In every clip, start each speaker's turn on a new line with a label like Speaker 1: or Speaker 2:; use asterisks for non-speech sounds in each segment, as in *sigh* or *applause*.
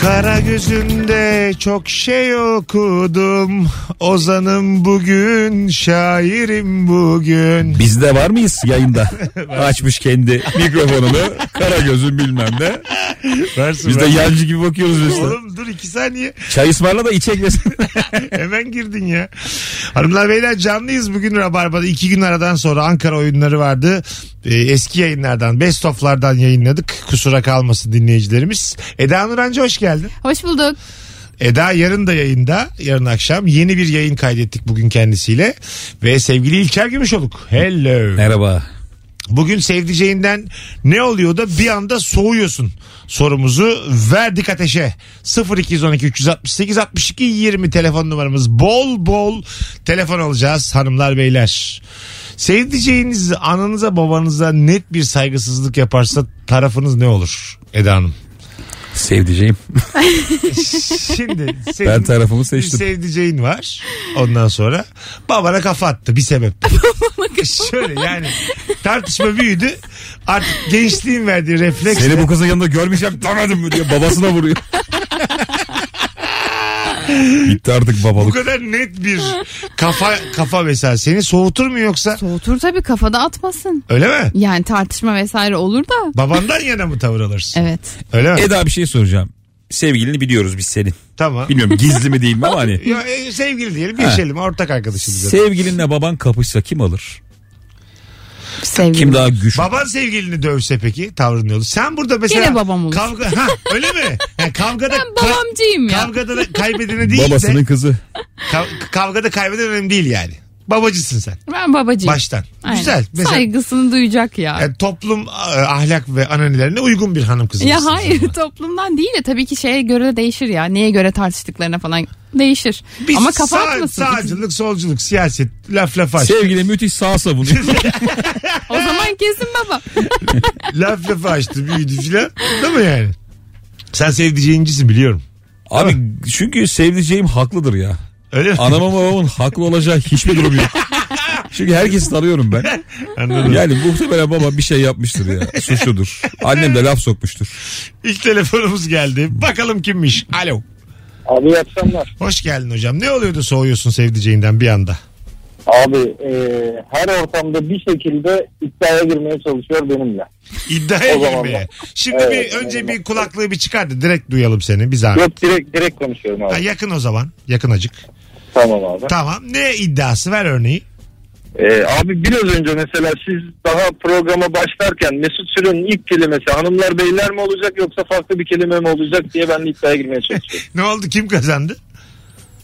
Speaker 1: Kara gözünde çok şey okudum. Ozanım bugün, şairim bugün.
Speaker 2: Bizde
Speaker 1: *laughs*
Speaker 2: var mıyız yayında? Açmış kendi mikrofonunu. Kara gözün bilmem ne.
Speaker 1: Varsın
Speaker 2: Biz de
Speaker 1: ben-
Speaker 2: yancı gibi bakıyoruz mesela.
Speaker 1: Oğlum dur iki saniye.
Speaker 2: Çay ısmarla da içek
Speaker 1: *laughs*
Speaker 2: mesela.
Speaker 1: Hemen girdin ya. Hanımlar beyler canlıyız bugün Rabarba'da. iki gün aradan sonra Ankara oyunları vardı. Ee, eski yayınlardan, best of'lardan yayınladık. Kusura kalmasın dinleyicilerimiz. Eda Nurancı hoş geldin.
Speaker 3: Hoş bulduk.
Speaker 1: Eda yarın da yayında. Yarın akşam yeni bir yayın kaydettik bugün kendisiyle. Ve sevgili İlker Gümüşoluk. Hello.
Speaker 2: Merhaba.
Speaker 1: Bugün sevdiceğinden ne oluyor da bir anda soğuyorsun sorumuzu verdik ateşe. 0212 368 62 20 telefon numaramız. Bol bol telefon alacağız hanımlar beyler. Sevdiceğiniz ananıza babanıza net bir saygısızlık yaparsa tarafınız ne olur Eda Hanım?
Speaker 2: Sevdiceğim.
Speaker 1: Şimdi senin
Speaker 2: Ben tarafımı
Speaker 1: bir
Speaker 2: seçtim.
Speaker 1: sevdiceğin var ondan sonra babana kafa attı bir sebep.
Speaker 3: *laughs*
Speaker 1: Şöyle yani tartışma büyüdü artık gençliğin verdiği refleks
Speaker 2: Seni bu kızın yanında görmeyeceğim demedim mi diye babasına
Speaker 1: *laughs*
Speaker 2: vuruyor. Bitti artık
Speaker 1: bu
Speaker 2: babalık.
Speaker 1: kadar net bir kafa kafa mesela seni soğutur mu yoksa
Speaker 3: Soğutur tabii kafada atmasın.
Speaker 1: öyle mi?
Speaker 3: Yani tartışma vesaire olur da.
Speaker 1: Babandan yana mı tavır alırsın?
Speaker 3: Evet.
Speaker 1: Öyle mi?
Speaker 2: Eda bir şey soracağım. Sevgilini biliyoruz biz senin.
Speaker 1: tamam.
Speaker 2: Bilmiyorum gizli mi değil mi ama hani.
Speaker 1: Ya, e, sevgili diyelim geçelim ortak arkadaşımız.
Speaker 2: Sevgilinle baban kapışsa kim alır?
Speaker 3: Sevgilim.
Speaker 2: Kim daha güçlü?
Speaker 1: Baban sevgilini dövse peki tavrın ne olur? Sen burada mesela
Speaker 3: Gene babam olur.
Speaker 1: kavga ha öyle mi? Yani kavgada
Speaker 3: Ben babamcıyım ya.
Speaker 1: kavgada da
Speaker 3: *laughs*
Speaker 1: kaybedene değil de
Speaker 2: Babasının kızı.
Speaker 1: Kav- kavgada kaybeden önemli değil yani. Babacısın sen
Speaker 3: Ben babacıyım.
Speaker 1: baştan.
Speaker 3: Aynen.
Speaker 1: Güzel. Mesela
Speaker 3: Saygısını duyacak ya.
Speaker 1: yani toplum a- ahlak ve ananelerine uygun bir hanım kızı.
Speaker 3: ya hayır toplumdan değil de tabii ki şeye göre de değişir ya. Neye göre tartıştıklarına falan değişir. Ama kafa atmasın.
Speaker 1: Sağcılık, solculuk, siyaset, laf laf aşk.
Speaker 2: Sevgili müthiş sağ
Speaker 1: *laughs*
Speaker 2: savunuyor.
Speaker 3: O zaman kesin baba.
Speaker 1: laf laf açtı, büyüdü filan. Değil mi yani? Sen sevdiceğincisin biliyorum.
Speaker 2: Abi çünkü sevdiceğim haklıdır ya.
Speaker 1: Öyle *laughs* mi?
Speaker 2: Anamın babamın haklı olacağı hiçbir durum yok. Çünkü herkesi tanıyorum ben.
Speaker 1: Anladım.
Speaker 2: Yani muhtemelen baba bir şey yapmıştır ya. Suçludur. Annem de laf sokmuştur.
Speaker 1: İlk telefonumuz geldi. Bakalım kimmiş? Alo.
Speaker 4: Abi iyi akşamlar.
Speaker 1: Hoş geldin hocam. Ne oluyordu soğuyorsun sevdiceğinden bir anda?
Speaker 4: Abi e, her ortamda bir şekilde iddiaya girmeye çalışıyor benimle.
Speaker 1: İddiaya
Speaker 4: O zaman
Speaker 1: girmeye.
Speaker 4: da.
Speaker 1: Şimdi
Speaker 4: Evet,
Speaker 1: bir önce
Speaker 4: evet.
Speaker 1: bir kulaklığı bir çıkardı. Direkt duyalım seni. Bir zahmet.
Speaker 4: Yok direkt direkt konuşuyorum abi.
Speaker 1: Ha, yakın o zaman. Yakın
Speaker 2: *laughs*
Speaker 1: acık.
Speaker 4: Tamam abi.
Speaker 1: Tamam. Ne iddiası ver örneği?
Speaker 4: E, abi biraz önce mesela siz daha programa başlarken Mesut Süren'in ilk kelimesi hanımlar beyler mi olacak yoksa farklı bir kelime mi olacak diye ben de iddiaya girmeye çalışıyorum.
Speaker 1: Ne oldu? Kim kazandı?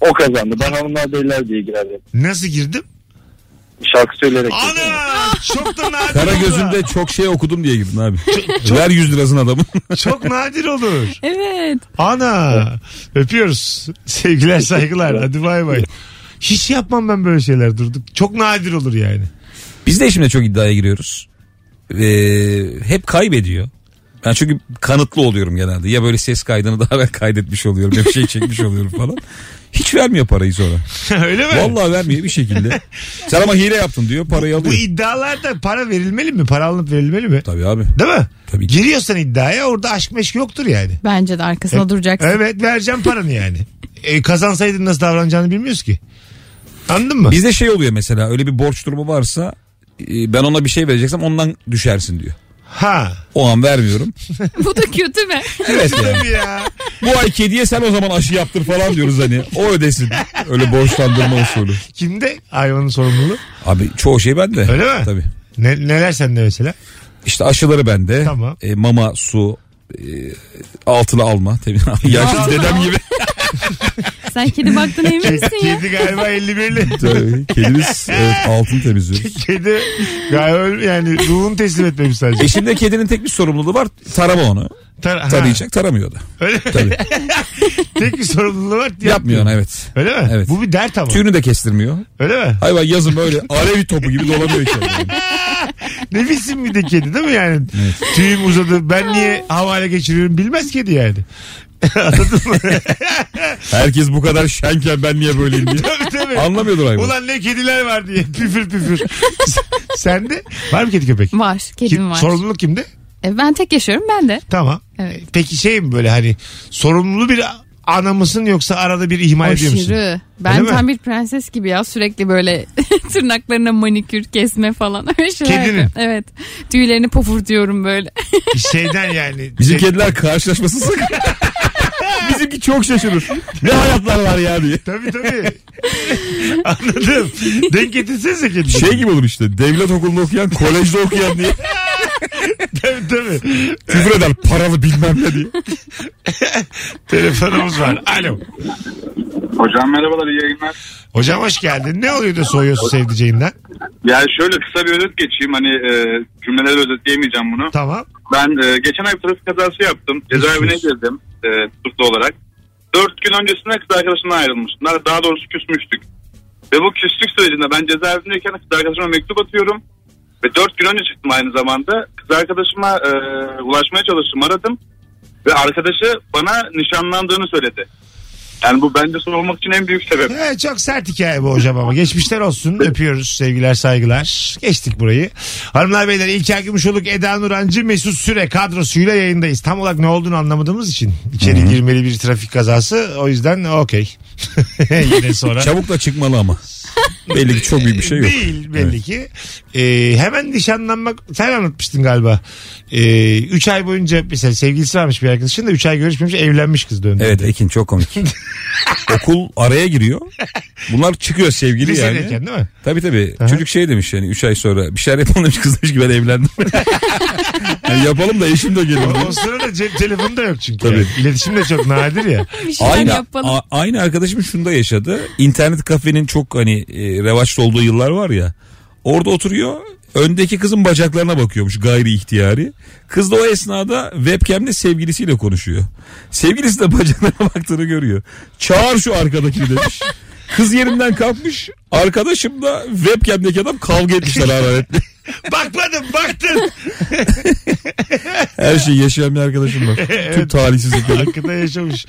Speaker 4: o kazandı. Ben hanımlar beyler diye girerdim.
Speaker 1: Nasıl girdim?
Speaker 4: Şarkı söyleyerek. girdim.
Speaker 1: Ana! Çok
Speaker 2: *laughs*
Speaker 1: da nadir
Speaker 2: Kara
Speaker 1: olur. *laughs*
Speaker 2: gözünde çok şey okudum diye girdin abi. Ver 100 lirasını adamın.
Speaker 1: Çok nadir olur.
Speaker 3: Evet.
Speaker 1: Ana! Öpüyoruz. Sevgiler saygılar. Hadi bay bay. Hiç yapmam ben böyle şeyler durduk. Çok nadir olur yani.
Speaker 2: *laughs*
Speaker 1: *laughs*
Speaker 2: Biz de eşimle çok iddiaya giriyoruz. Ee, hep kaybediyor. Ben çünkü kanıtlı oluyorum genelde. Ya böyle ses kaydını daha evvel kaydetmiş oluyorum. Ya bir şey çekmiş oluyorum falan. Hiç vermiyor parayı sonra.
Speaker 1: Öyle mi?
Speaker 2: Vallahi vermiyor bir şekilde. Sen ama hile yaptın diyor parayı
Speaker 1: Bu
Speaker 2: alıyor.
Speaker 1: iddialarda para verilmeli mi? Para alınıp verilmeli mi?
Speaker 2: Tabii abi.
Speaker 1: Değil mi?
Speaker 2: Tabii ki.
Speaker 1: Giriyorsan iddiaya orada aşk meşk yoktur yani.
Speaker 3: Bence de arkasına duracaksın.
Speaker 1: Evet vereceğim paranı yani. E, kazansaydın nasıl davranacağını bilmiyoruz ki. Anladın mı?
Speaker 2: Bizde şey oluyor mesela öyle bir borç durumu varsa e, ben ona bir şey vereceksem ondan düşersin diyor.
Speaker 1: Ha.
Speaker 2: O
Speaker 1: *laughs*
Speaker 2: an vermiyorum.
Speaker 3: *laughs* Bu da kötü be.
Speaker 2: Evet yani.
Speaker 1: Tabii ya.
Speaker 2: Bu ay kediye sen o zaman aşı yaptır falan diyoruz hani. O ödesin. Öyle borçlandırma usulü.
Speaker 1: Kimde hayvanın sorumluluğu?
Speaker 2: Abi çoğu şey bende.
Speaker 1: Öyle mi?
Speaker 2: Tabii.
Speaker 1: Ne, neler sende mesela?
Speaker 2: İşte aşıları bende.
Speaker 1: Tamam.
Speaker 2: E, mama,
Speaker 1: *laughs*
Speaker 2: su, e, altını alma. Tabii. Yaşlı
Speaker 1: Altını *laughs*
Speaker 2: dedem
Speaker 1: al.
Speaker 2: gibi.
Speaker 3: Sen kedi baktın emin misin ya?
Speaker 1: Kedi galiba 51'li.
Speaker 2: Tabii. Kedimiz evet,
Speaker 1: *laughs*
Speaker 2: altın temizliyoruz.
Speaker 1: Kedi galiba öyle- yani ruhunu teslim etmemiş sadece.
Speaker 2: Eşimde kedinin tek bir sorumluluğu var. Tarama onu.
Speaker 1: Tar- ha,
Speaker 2: Tarayacak taramıyor da.
Speaker 1: Öyle *laughs*
Speaker 2: Tabii.
Speaker 1: Tek bir sorumluluğu var.
Speaker 2: Yapmıyor ona, evet.
Speaker 1: Öyle mi?
Speaker 2: Evet.
Speaker 1: Bu bir dert ama.
Speaker 2: Tüyünü de kestirmiyor.
Speaker 1: Öyle mi?
Speaker 2: Hayvan yazın böyle alevi topu gibi dolanıyor içeride.
Speaker 1: Ne bilsin bir de kedi değil mi yani? Tüyüm uzadı. Ben niye havale geçiriyorum bilmez kedi
Speaker 2: *laughs*
Speaker 1: yani. Anladın mı?
Speaker 2: Herkes bu kadar şenken ben niye böyleyim diye.
Speaker 1: tabii tabii.
Speaker 2: Anlamıyordur hayvan.
Speaker 1: Ulan ne kediler var diye. *laughs* Püfür
Speaker 3: *laughs*
Speaker 1: püfür. Sende var mı kedi köpek?
Speaker 3: Var. Kedim
Speaker 1: Kim-
Speaker 3: var.
Speaker 1: Sorumluluk kimde?
Speaker 3: E, ben tek yaşıyorum ben de.
Speaker 1: Tamam.
Speaker 3: Evet.
Speaker 1: Peki şey mi böyle hani sorumlu bir ana mısın yoksa arada bir ihmal ediyor musun?
Speaker 3: Aşırı. Ben
Speaker 1: Öyle mi?
Speaker 3: tam bir prenses gibi ya sürekli böyle *laughs* tırnaklarına manikür kesme falan öyle şeyler.
Speaker 1: Kedinin?
Speaker 3: yapıyorum. Evet. Tüylerini pofurtuyorum böyle. *laughs*
Speaker 1: Şeyden yani.
Speaker 2: Bizim kediler karşılaşması sık. şey- *laughs* Bizimki çok şaşırır. Ne hayatlar var ya diye.
Speaker 1: Tabii tabii. *laughs* Anladım. Denk getirsenize kedi.
Speaker 2: Şey gibi olur işte devlet okulunda okuyan kolejde okuyan diye
Speaker 1: Tabii tabii.
Speaker 2: küfür eder paralı bilmem ne diye.
Speaker 1: Telefonumuz var. Alo.
Speaker 5: Hocam merhabalar iyi yayınlar.
Speaker 1: Hocam hoş geldin. Ne oluyor da soğuyorsun sevdiceğinden?
Speaker 5: Yani şöyle kısa bir özet geçeyim hani e, cümleleri özetleyemeyeceğim bunu.
Speaker 1: Tamam.
Speaker 5: Ben e, geçen ay bir trafik kazası yaptım. Cezaevine
Speaker 1: Geçmiş.
Speaker 5: girdim e, tutuklu olarak. Dört gün öncesinde kız arkadaşımla ayrılmıştım. Daha doğrusu küsmüştük. Ve bu küslük sürecinde ben cezaevindeyken kız arkadaşıma mektup atıyorum. Ve dört gün önce çıktım aynı zamanda. Kız arkadaşıma e, ulaşmaya çalıştım aradım. Ve arkadaşı bana nişanlandığını söyledi. Yani bu bence sorulmak için en büyük sebep.
Speaker 1: Ee, çok sert hikaye bu hocam ama. Geçmişler olsun. Öpüyoruz. Sevgiler saygılar. Geçtik burayı. Hanımlar beyler İlker Gümüşoluk, Eda Nurancı, Mesut Süre kadrosuyla yayındayız. Tam olarak ne olduğunu anlamadığımız için. içeri girmeli bir trafik kazası. O yüzden okey. *laughs* Yine sonra.
Speaker 2: Çabuk da çıkmalı ama. Belli ki çok büyük bir şey yok.
Speaker 1: Değil belli ki. Ee, hemen nişanlanmak sen anlatmıştın galiba. 3 ay boyunca mesela sevgilisi varmış bir arkadaşın da 3 ay görüşmemiş evlenmiş kız döndü.
Speaker 2: Evet Ekin çok komik. Okul araya giriyor. Bunlar çıkıyor sevgili yani.
Speaker 1: Lisedeyken değil mi?
Speaker 2: Tabii tabii. Çocuk şey demiş yani 3 ay sonra bir şeyler yapalım demiş kız demiş ki ben evlendim. Yani yapalım da eşim de gelir.
Speaker 1: O sırada cep telefonu da yok çünkü.
Speaker 2: Tabii.
Speaker 1: Yani. İletişim de çok nadir
Speaker 2: *laughs*
Speaker 1: ya.
Speaker 3: Bir şeyler
Speaker 2: Aynı,
Speaker 3: yapalım.
Speaker 2: a- aynı arkadaşım şunu da yaşadı. İnternet kafenin çok hani e, revaçta olduğu yıllar var ya. Orada oturuyor. Öndeki kızın bacaklarına bakıyormuş gayri ihtiyari. Kız da o esnada webcam'le sevgilisiyle konuşuyor. Sevgilisi de bacaklarına *laughs* baktığını görüyor. Çağır şu arkadakini demiş. Kız yerinden kalkmış. Arkadaşım da webcam'deki adam kavga etmişler hararetle.
Speaker 1: Bakmadım baktın.
Speaker 2: Her şeyi yaşayan bir
Speaker 1: *laughs*
Speaker 2: arkadaşım var. Tüm *laughs* talihsizlikleri.
Speaker 1: *laughs* Hakkında yaşamış.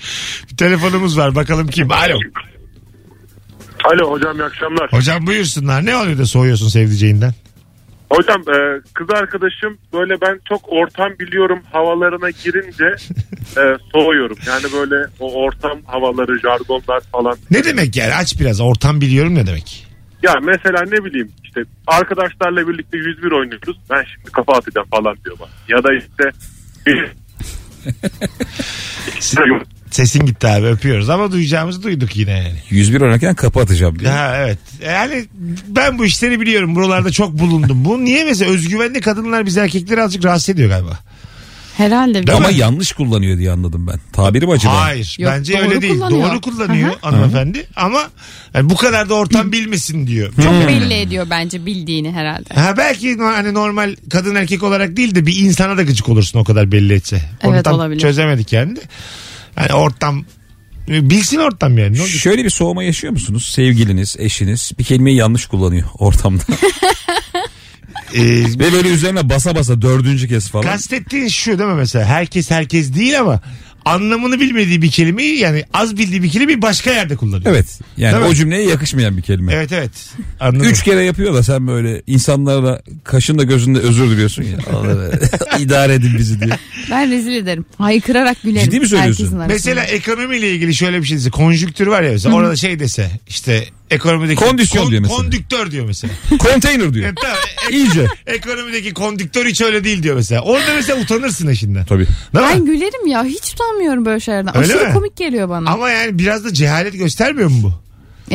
Speaker 1: Bir telefonumuz var bakalım kim. Alo.
Speaker 6: Alo hocam iyi akşamlar.
Speaker 1: Hocam buyursunlar. Ne oluyor da soğuyorsun sevdiceğinden?
Speaker 6: Hocam e, kız arkadaşım böyle ben çok ortam biliyorum havalarına girince e, soğuyorum. Yani böyle o ortam havaları, jargonlar falan.
Speaker 1: Ne demek yani aç biraz ortam biliyorum ne demek?
Speaker 6: Ya mesela ne bileyim işte arkadaşlarla birlikte 101 oynuyoruz. Ben şimdi kafa atacağım falan diyor bana. Ya da işte bir... İşte yok.
Speaker 1: Sesin gitti abi öpüyoruz ama duyacağımızı duyduk yine yani.
Speaker 2: 101 oynarken kapı atacağım diyor.
Speaker 1: Ha evet. Yani ben bu işleri biliyorum. Buralarda çok bulundum. Bu niye mesela özgüvenli kadınlar biz erkekleri azıcık rahatsız ediyor galiba.
Speaker 3: Herhalde.
Speaker 1: Değil
Speaker 2: Ama
Speaker 1: mi?
Speaker 2: yanlış kullanıyor diye anladım ben. Tabiri mi acaba?
Speaker 1: Hayır.
Speaker 3: Yok,
Speaker 1: bence
Speaker 3: doğru
Speaker 1: öyle değil.
Speaker 3: kullanıyor.
Speaker 1: Doğru kullanıyor hanımefendi ama yani bu kadar da ortam bilmesin diyor.
Speaker 3: Çok belli ediyor bence bildiğini herhalde.
Speaker 1: Ha belki no- hani normal kadın erkek olarak değil de bir insana da gıcık olursun o kadar belli etse. Onu
Speaker 3: Evet,
Speaker 1: tam
Speaker 3: olabilir.
Speaker 1: çözemedik yani. de. Yani ortam e, bilsin ortam yani. Ne olacak?
Speaker 2: Şöyle bir soğuma yaşıyor musunuz? Sevgiliniz, eşiniz bir kelimeyi yanlış kullanıyor *laughs* ortamda.
Speaker 1: Ee,
Speaker 2: Ve böyle üzerine basa basa dördüncü kez falan.
Speaker 1: Kastettiğin şu değil mi mesela herkes herkes değil ama anlamını bilmediği bir kelimeyi yani az bildiği bir kelimeyi başka yerde kullanıyor.
Speaker 2: Evet. Yani
Speaker 1: Değil mi?
Speaker 2: o cümleye yakışmayan bir kelime.
Speaker 1: Evet evet. Anladım.
Speaker 2: Üç kere yapıyor da sen böyle insanlarla kaşınla gözünde özür diliyorsun *laughs* ya. İdare edin bizi diye.
Speaker 3: Ben rezil ederim. Haykırarak gülerim.
Speaker 2: Ciddi mi söylüyorsun?
Speaker 3: Herkesin arasında.
Speaker 1: Mesela ekonomiyle ilgili şöyle bir şey dese konjüktür var ya mesela orada şey dese işte ekonomideki
Speaker 2: Kondisyon diyor mesela.
Speaker 1: Kondüktör diyor mesela.
Speaker 2: Konteyner diyor.
Speaker 1: Evet, tamam. E-
Speaker 2: İyice.
Speaker 1: ekonomideki kondüktör hiç öyle değil diyor mesela. Orada mesela utanırsın eşinden.
Speaker 2: Tabii.
Speaker 1: Değil mi?
Speaker 3: Ben gülerim ya hiç utanmıyorum böyle şeylerden.
Speaker 1: Öyle
Speaker 3: Aşırı
Speaker 1: mi?
Speaker 3: komik geliyor bana.
Speaker 1: Ama yani biraz da cehalet göstermiyor mu bu?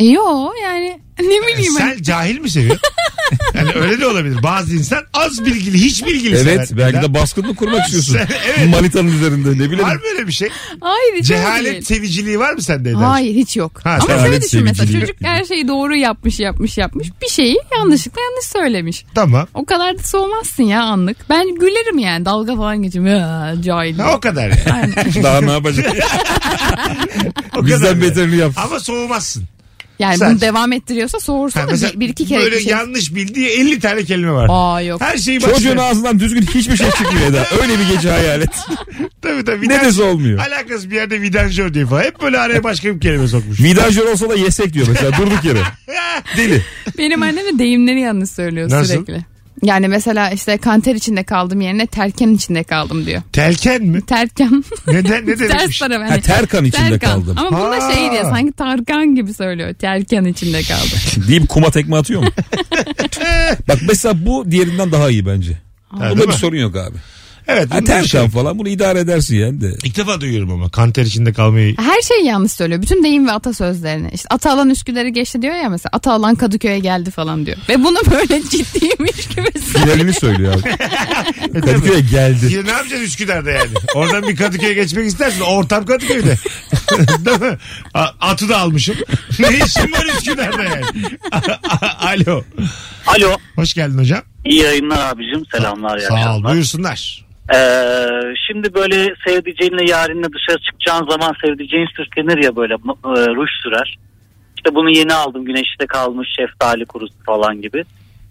Speaker 3: E yo yani *laughs* ne bileyim. ben. *laughs*
Speaker 1: Sen cahil mi seviyorsun? Yani öyle de olabilir. Bazı insan az bilgili, hiç bilgili
Speaker 2: Evet
Speaker 1: sever.
Speaker 2: belki de baskınlık kurmak
Speaker 1: *laughs*
Speaker 2: istiyorsun.
Speaker 1: Sen- evet.
Speaker 2: Manitanın üzerinde ne bileyim.
Speaker 1: Var mı öyle bir şey?
Speaker 3: hani, Hayır hiç öyle değil.
Speaker 1: Cehalet seviciliği var mı sende Eda?
Speaker 3: Hayır hiç yok.
Speaker 1: Ha,
Speaker 3: Ama
Speaker 2: cehalet
Speaker 3: şöyle düşün mesela
Speaker 2: seviciliği.
Speaker 3: çocuk her şeyi doğru yapmış yapmış yapmış. Bir şeyi yanlışlıkla yanlış söylemiş.
Speaker 1: Tamam.
Speaker 3: O kadar da soğumazsın ya anlık. Ben gülerim yani dalga falan geçeyim. Ya, Cahil.
Speaker 1: Ha, o kadar yani.
Speaker 3: Aynen.
Speaker 2: Daha ne yapacak?
Speaker 1: O kadar
Speaker 2: Bizden
Speaker 1: yani.
Speaker 2: beterini yapsın.
Speaker 1: Ama soğumazsın.
Speaker 3: Yani
Speaker 1: Sen-
Speaker 3: bunu devam ettiriyorsa
Speaker 1: Ha,
Speaker 3: soğursa da
Speaker 1: mesela
Speaker 3: bir, bir iki kere
Speaker 1: Böyle
Speaker 3: bir şey.
Speaker 1: yanlış bildiği 50 tane kelime var.
Speaker 3: Aa yok.
Speaker 1: Her şeyi başlıyor.
Speaker 2: Çocuğun ağzından düzgün hiçbir şey çıkmıyor Eda. Öyle bir gece hayal et.
Speaker 1: Tabii tabii.
Speaker 2: Ne
Speaker 1: Vidan-
Speaker 2: dese olmuyor.
Speaker 1: Alakasız bir yerde vidanjör diye falan. Hep böyle araya başka bir kelime sokmuş.
Speaker 2: Vidanjör olsa da yesek diyor mesela durduk
Speaker 3: *laughs*
Speaker 2: yere. Deli.
Speaker 3: Benim anneme deyimleri yanlış söylüyor
Speaker 1: Nasıl?
Speaker 3: sürekli. Yani mesela işte kanter içinde kaldım yerine terken içinde kaldım diyor.
Speaker 1: Telken mi? *laughs*
Speaker 3: Terken.
Speaker 1: Neden?
Speaker 3: *laughs*
Speaker 1: Ne
Speaker 3: Ters
Speaker 1: demekmiş?
Speaker 3: taraf.
Speaker 2: Ha,
Speaker 3: hani.
Speaker 2: terkan içinde
Speaker 3: Terkan.
Speaker 2: kaldım.
Speaker 3: Ama bunda şey diyor sanki Tarkan gibi söylüyor. Terken içinde kaldım.
Speaker 2: Deyip kuma tekme atıyor
Speaker 3: *laughs*
Speaker 2: mu? Bak mesela bu diğerinden daha iyi bence.
Speaker 1: değil
Speaker 2: Bunda bir
Speaker 1: mi?
Speaker 2: sorun yok abi.
Speaker 1: Evet. bunu
Speaker 2: Ha, terkan
Speaker 3: Şey-
Speaker 1: düşünüyorum.
Speaker 2: falan bunu idare edersin yani de.
Speaker 1: İlk defa duyuyorum ama kanter içinde
Speaker 3: *laughs*
Speaker 1: kalmayı.
Speaker 3: Her şeyi yanlış söylüyor. Bütün deyim ve atasözlerini. İşte ata alan Üsküdar'ı geçti diyor ya mesela. Ata alan Kadıköy'e geldi falan diyor. Ve bunu böyle *laughs* ciddiymiş gibi söylüyor.
Speaker 2: Finalini söylüyor
Speaker 3: *laughs*
Speaker 2: abi. Kadıköy'e geldi.
Speaker 1: Ya ne yapacaksın Üsküdar'da yani? Oradan bir Kadıköy'e geçmek istersin. Ortam Kadıköy'de. *laughs* Değil mi? A- Atı da almışım. *laughs* Ne işin var Üsküdar'da yani? *laughs* Alo.
Speaker 7: Alo.
Speaker 1: Hoş geldin hocam.
Speaker 7: İyi yayınlar abicim. Selamlar. iyi
Speaker 1: Sağ ol.
Speaker 7: akşamlar.
Speaker 1: Buyursunlar.
Speaker 7: Ee, şimdi böyle sevdiceğinle yarinle dışarı çıkacağın zaman sevdiceğin süslenir ya böyle e, ruj sürer. İşte bunu yeni aldım güneşte kalmış şeftali kurusu falan gibi.